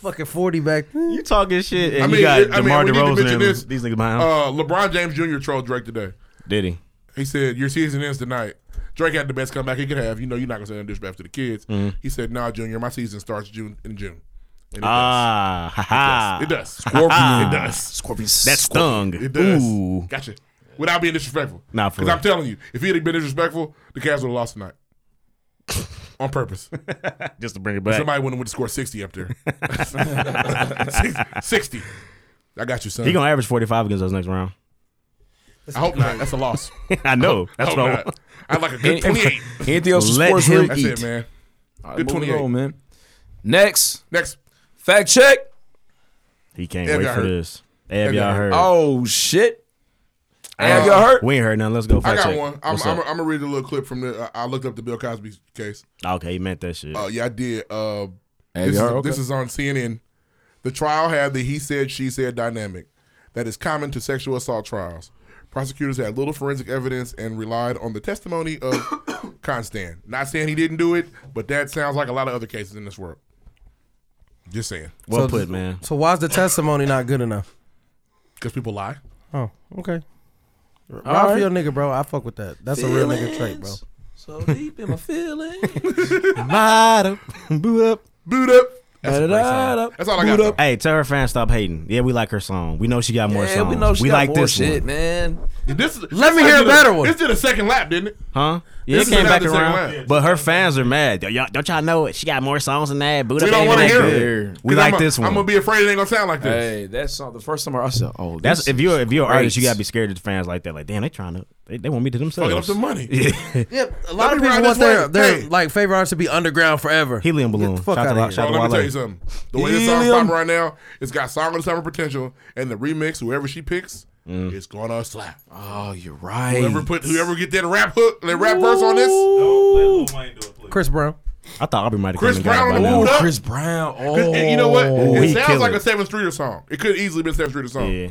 Fucking forty back.
you talking shit, and
I mean,
you got
it- I mean,
DeMar
we need to
DeRozan
mention
and
this.
these niggas behind him.
Uh, LeBron James Jr. trolled Drake today.
Did he?
He said, "Your season ends tonight." Drake had the best comeback he could have. You know, you're not gonna send a disrespect to the kids.
Mm-hmm.
He said, "Nah, Junior, my season starts June in June." And it
Ah, ha ha.
does. It does. Scorpion. it does.
That stung.
It does.
Ooh.
Gotcha. Without being disrespectful.
Nah, for
Because
real.
I'm telling you, if he had been disrespectful, the Cavs would have lost tonight. On purpose.
Just to bring it back.
Somebody wouldn't have scored 60 up there. 60. I got you, son.
He gonna average forty five against us next round.
I hope not. That's a loss.
I know. That's
Hope
what I
not.
want.
I'd like a good 28.
Anything else? in
Let
sports
him
really
That's
eat.
it, man.
All right,
Good
moving
28.
on, man. Next
Next.
fact check.
He can't
Ab
wait
y'all
for
hurt.
this. Ab,
Ab
y'all
y'all
heard.
hurt.
Oh shit! Have
Uh,
y'all hurt?
We ain't heard nothing. Let's go.
I
Fact
got
check.
one. I'm,
What's
I'm, I'm
up?
gonna read a little clip from the. I I looked up the Bill Cosby case.
okay, he meant that shit.
Uh, yeah, I did. Uh,
Hey,
this, is,
y'all, okay.
this is on CNN. The trial had the he said, she said dynamic that is common to sexual assault trials. Prosecutors had little forensic evidence and relied on the testimony of Constan. Not saying he didn't do it, but that sounds like a lot of other cases in this world. Just saying.
well
so-
put, man.
So why's the testimony not good enough?
Because people lie.
Oh, okay. I feel nigga, bro. I fuck with that. That's a real nigga trait, bro.
So deep in my feelings.
Bottom. Boot up.
Boot up. That's, a great song.
That's
That's all I got. though.
Hey, tell her fans stop hating. Yeah, we like her song. We know she got more songs. like this one.
man.
This, Let
me hear a better one.
This did a second lap, didn't it?
Huh? Yeah,
This
it
is
came back
another second
around.
round.
But her fans are mad. Yo, y'all, don't y'all know it? She got more songs than that. Boot
We
up
don't
ain't
want to
that
hear
good.
it.
We
'Cause
like
I'm a-
this one.
I'm going to be afraid it ain't going to sound like this.
Hey, that's the first time I said, "Oh,
That's if you're if you're an
great.
artist, you gotta be scared of the fans like that. Like, damn, they trying to they, they want me to themselves.
Fucking up the money.
Yeah, a lot
Let
of
me
people
ride
want
this
their,
wave.
their
Hey.
like favorite artist to be underground forever.
Helium balloon.
Get the fuck
Shout
outta
out
here.
to shout
Bro, let me
out
tell you
to Wale.
something. The way this song's
Helium.
popping right now, it's got song of the summer potential, and the remix, whoever she picks, it's gonna slap.
Oh, you're right.
Whoever put, whoever get that rap hook, that rap verse on this,
Don't let Lil Wayne do it, please.
Chris Brown.
I thought Aubrey might have
Chris
come and got it by
Brown on
now.
the
oh, Chris Brown. Oh,
and you know what? it
he
sounds
killed
like a
it.
Seven Streeter song. It could easily been a Seven Streeter song,
Yeah.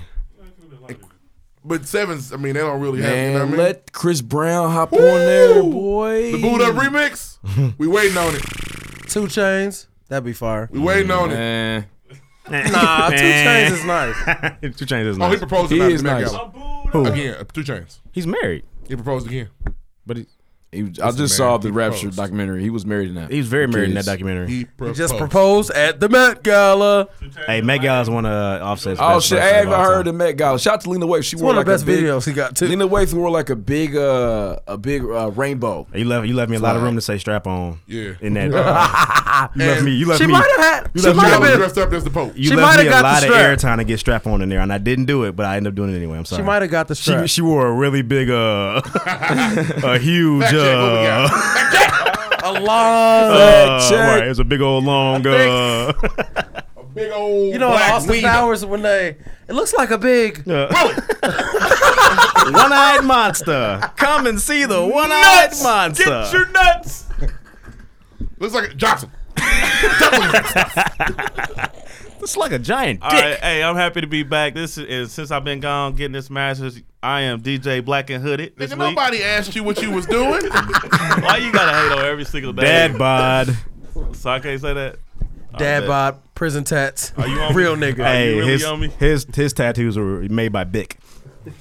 but Sevens, I mean, they don't really have. You know
Man,
what I mean?
let Chris Brown hop on there,
Woo!
boy.
the boot up remix, we waiting on it.
Two Chains. That'd be fire.
We waiting on it.
Man,
Nah, Two Chains is nice.
is Two Chains is
Oh, he
nice.
proposed
He
tonight.
is
to Mac
nice.
Allen.
Who?
Again, uh, two chains.
He's married.
He proposed again.
But he,
He- I just saw
man,
the
he
Rapture
proposed.
documentary. He was married in that.
he was very married in that
Kids.
documentary.
He proposed.
Just proposed at the Met Gala.
Hey, Meg Gall's one of Offset's
Oh
best
shit!
verses
I
of
haven't
all
heard the
time.
Met Gala. Shout out to Lena Waithe. She
It's
wore
one of
like
the best
a big,
videos he got too.
Lena Waithe wore like a big, uh, a big uh, rainbow.
You left you left me a lot of room to say strap on.
Yeah.
In that. you left me. You left
She
me.
might have had.
You
She
left
might
me
have
alone.
Allen
been.
dressed up as the Pope.
You
She
left
mighta
me a
got the
lot of airtime
strap.
to get strap on in there, and I didn't do it, but I ended up doing it anyway. I'm sorry.
She might have got the strap.
She, she wore a really big, uh, a huge,
Fact check what we
uh,
got.
a long.
uh,
check.
right, it was a big old long, uh,
Big old
You know, in
black
Austin
weed.
Powers when they it looks like a big
One eyed monster. Come and see the one eyed
Nuts!
monster.
Get your nuts. Looks like a Johnson.
it's like a giant
All
dick.
right, hey, I'm happy to be back. This is since I've been gone getting this masters. I am DJ Black and Hooded this
Nigga,
week.
nobody asked you what you was doing.
Why you gotta hate on every single day?
Dad bod.
So I can't say that. All
dad
right,
bod, prison tats,
Are you on me?
real nigga.
Are you
Hey,
really
his,
on me?
his his tattoos were made by Bick.
bet.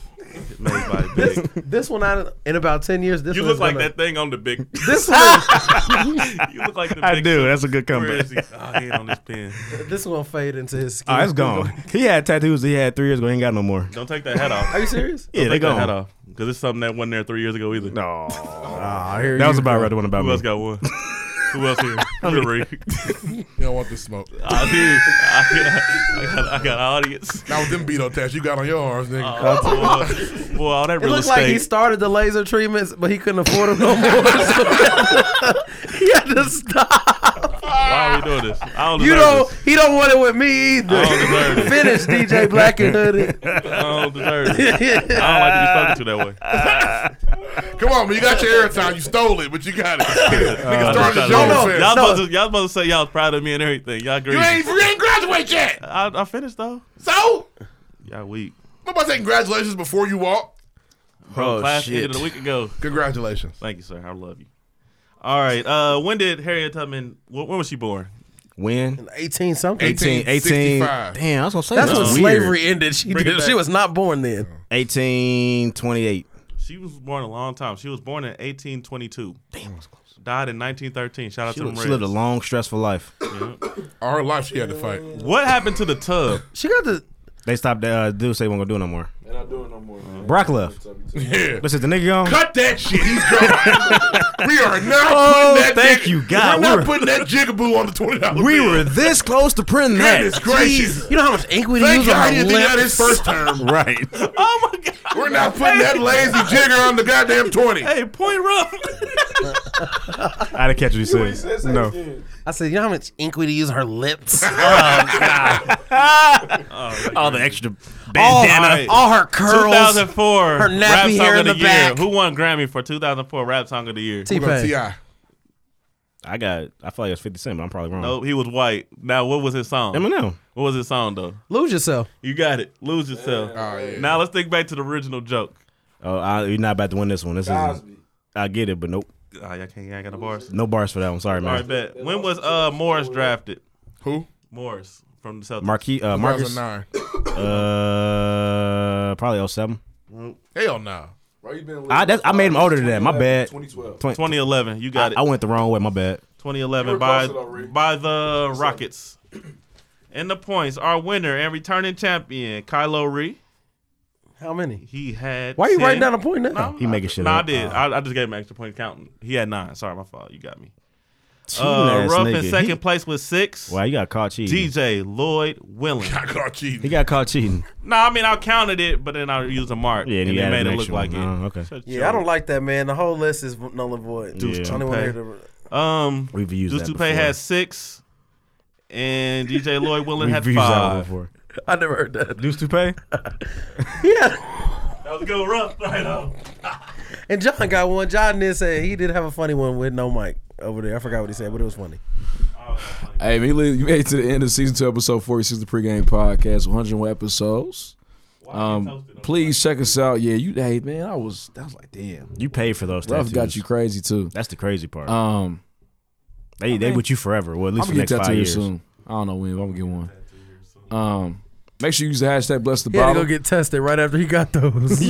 Nobody big.
This one out in about ten years. This
You
one's
look like
gonna-
that thing on the big.
This one,
you look like the
I
big.
do. That's a good
Where
comeback.
is he? Oh, he ain't on this pen.
this one fade into his skin.
Oh, it's gone. He had tattoos he had three years ago. He ain't got no more.
Don't take that hat off.
Are you serious?
Yeah, they
take that hat
gone. Oh,
off because it's something that wasn't there three years ago either.
No. that was about right. The one about
Who else
me.
got one? Who else here? Hillary.
you don't want this smoke.
I do. I got, I got, I got audience.
That was them Beto tats you got on your arms, nigga.
Uh, boy, boy, all that
It
real
looked
estate.
like he started the laser treatments, but he couldn't afford them no more. So he had to stop.
Why are we doing this? I don't
You
deserve
don't.
this.
He don't want it with me either.
I don't deserve it.
Finish DJ Black and Hooded.
I don't deserve it. I don't like to be spoken to that way.
Come on, man. You got your airtime. You stole it, but you got it. Nigga,
Y'all,
started
Uh, y'all,
the show
no,
with
no.
it.
supposed to, y'all supposed to say y'all was proud of me and everything. Y'all agree.
You ain't, you ain't graduate yet.
I, I finished though.
So,
Y'all weak.
nobody say congratulations before you walk.
Bro, class
shit.
ended a week ago.
Congratulations.
Thank you, sir. I love you. All right. Uh, when did Harriet Tubman? When, when was she born?
When?
Eighteen something.
18. 18
1865.
damn, I was going to say
That's
that.
when
Weird.
slavery ended. She
Bring it
did.
back.
She was not born then.
1828.
She was born a long time. She was born in 1822. Damn, close. Died in 1913. Shout out
She,
to them
she lived a
Reds.
long, stressful life.
All her life, she had to fight.
What happened to the tub?
She got the.
They stopped. Uh, dude say won't gonna do it no more.
They're not doing no more. man.
Brock left.
Yeah.
Listen, the nigga gone.
Cut that shit. He's gone. we are not
Oh,
putting that
thank
jig-
you, God.
We're
We
not
were-
putting that jigaboo on the $20
We
bill.
were this close to printing
Goodness
that.
gracious.
You know how much ink we
Thank
use on
God
our
he didn't do that his
lips.
first term.
Right.
Oh my god.
We're not putting that lazy jigger on the goddamn 20.
Hey, point rough.
I didn't catch what he said. no.
I said, you know how much ink we use on her lips.
All the extra
bandana.
All her curls.
2004.
her
rap
nappy
song
hair
of
in
the,
the
year.
back.
Who won Grammy for 2004 rap song of the year?
T
Go
Pain.
T.I.
I got. I feel like it's Fifty Cent, but I'm probably wrong.
No, he was white. Now, what was his song?
Eminem.
What was his song though?
Lose yourself.
You got it. Lose yourself.
Oh, yeah.
Now let's think back to the original joke.
Oh, I, you're not about to win this one. This is. I get it, but nope.
Oh, y'all can't. Y'all ain't got the bars.
No bars for that one. Sorry,
All right,
man.
bet. When was uh Morris drafted?
Who?
Morris from the Celtics.
Marquis, uh, Marcus.
2009.
Uh, probably 07.
Hell no.
Bro, you been
I, that's, I made him older than that. My bad.
2012.
2011. You got
I,
it.
I went the wrong way. My bad.
2011
were
by
close though, Rick.
by the Rockets. And the points, our winner and returning champion, Kylo Ree.
How many?
He had.
Why are you
10.
writing down a point now?
He making shit
No, I
up.
did. I, I just gave him extra point counting. He had nine. Sorry, my fault. You got me.
Cheating
Uh,
ass
Ruff
nigga.
in second
He-
place with six.
Wow, you got caught cheating.
DJ Lloyd Willing.
I caught
He
cheating.
got caught cheating.
No, I mean I counted it, but then I used a mark.
Yeah, and he
it
added
made
an
it look
extra
like it.
one. Oh, okay.
Shut
Yeah,
your-
I don't like that, man. The whole list is null and void.
Deuce
I don't want to hear the-
Um,
We've used
Deuce
that
Dupé
before.
had six, and DJ Lloyd Willing had
We've used that one
five.
before.
I never heard that.
Deuce Dupay?
Yeah.
That was good rough. I know.
And John got one. John did say he did have a funny one with no mic over there. I forgot what he said, but it was funny.
Hey, man, you li- you made it to the end of season two, episode 46 of the pregame podcast, 101 episodes. Um, please check us out. Yeah, you. Hey, man, I was. I was like, damn,
You paid for those
Ruff
tattoos.
got you crazy too.
That's the crazy part.
Um,
they they with you forever. Well, at least
I'm
for
gonna
the
get
next five
tattooed
years.
soon. I don't know when. But I'm gonna get one. Um, make sure you use the hashtag bless the
He had to go
bottle.
get tested right after he got those.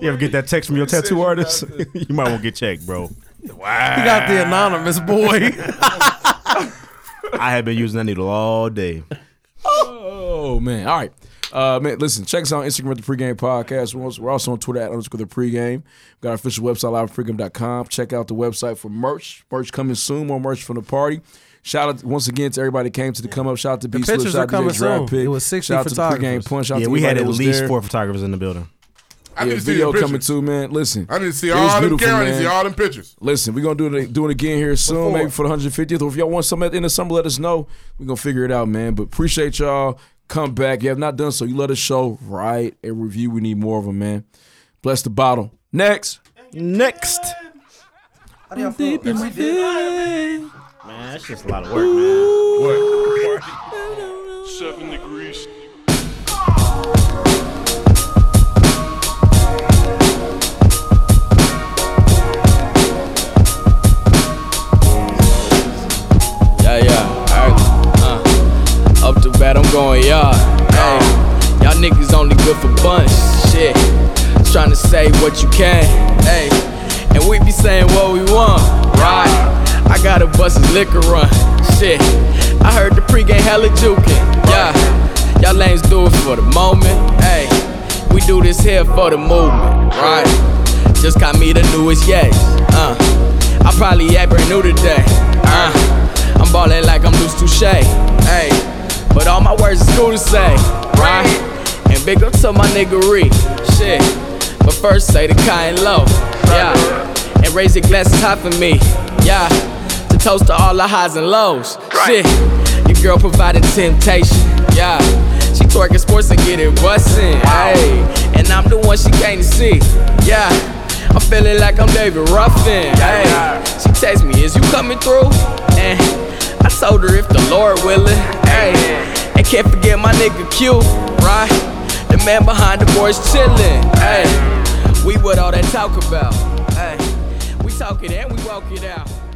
You ever get that text from your tattoo artist? you might want to get checked, bro.
He got the anonymous boy.
I have been using that needle all day.
Oh man. All right. Uh, man, listen, check us out on Instagram at the pregame podcast. We're also- We're also on Twitter at underscore the pregame. We've got our official website live at pregame.com. Check out the website for merch. Merch coming soon. More merch from the party. Shout out once again to everybody that came to the come up. Shout out to B Slip.
pictures
Shout
are
out to Jay
coming
Draft
soon.
Pick.
It was 60
Shout out to the pregame
photographers.
punch. Shout out
yeah,
to
we had
everybody
at
that was
least
there.
four photographers in the building.
I
yeah,
need to see
video
your
coming
pictures.
too, man. Listen,
I need to see
it was
all them
beautiful,
cameras, I need to
man.
see all them pictures.
Listen, we're gonna do it do it again here soon,
Before.
maybe for the 150th. Or if y'all want something at the end of summer, let us know. We're gonna figure it out, man. But appreciate y'all. Come back. You have not done so. You let us show, write a review. We need more of them, man. Bless the bottle. Next.
Next.
How do y'all feel?
Man, that's just a lot of work, man.
Yeah, yeah. Alright. Uh, up to bat, I'm going yard. Hey, y'all niggas only good for bunch. Shit. Trying to say what you can. Hey, and we be saying what we want. Right. I got a bus's liquor run. Shit. I heard the pregame hella jukin'. Yeah. Y'all lanes do it for the moment. Hey, we do this here for the movement. Right. Just got me the newest yes. Uh, I probably act brand new today. Uh, I'm ballin' like I'm loose touche. Hey, but all my words is cool to say, right? And big up to my niggery, shit. But first say the kind low, yeah. And raise your glasses high for me, yeah. To toast to all the highs and lows, shit. Your girl providing temptation, yeah. She twerking sports and get it bustin', ayy. And I'm the one she came to see, yeah. I'm feeling like I'm David Ruffin, ayy. She text me, is you coming through? And I told her if the Lord willing, ayy. And can't forget my nigga Q, right? The man behind the boys chillin', ayy. We what all that talk about, ayy. We talk it and we walk it out.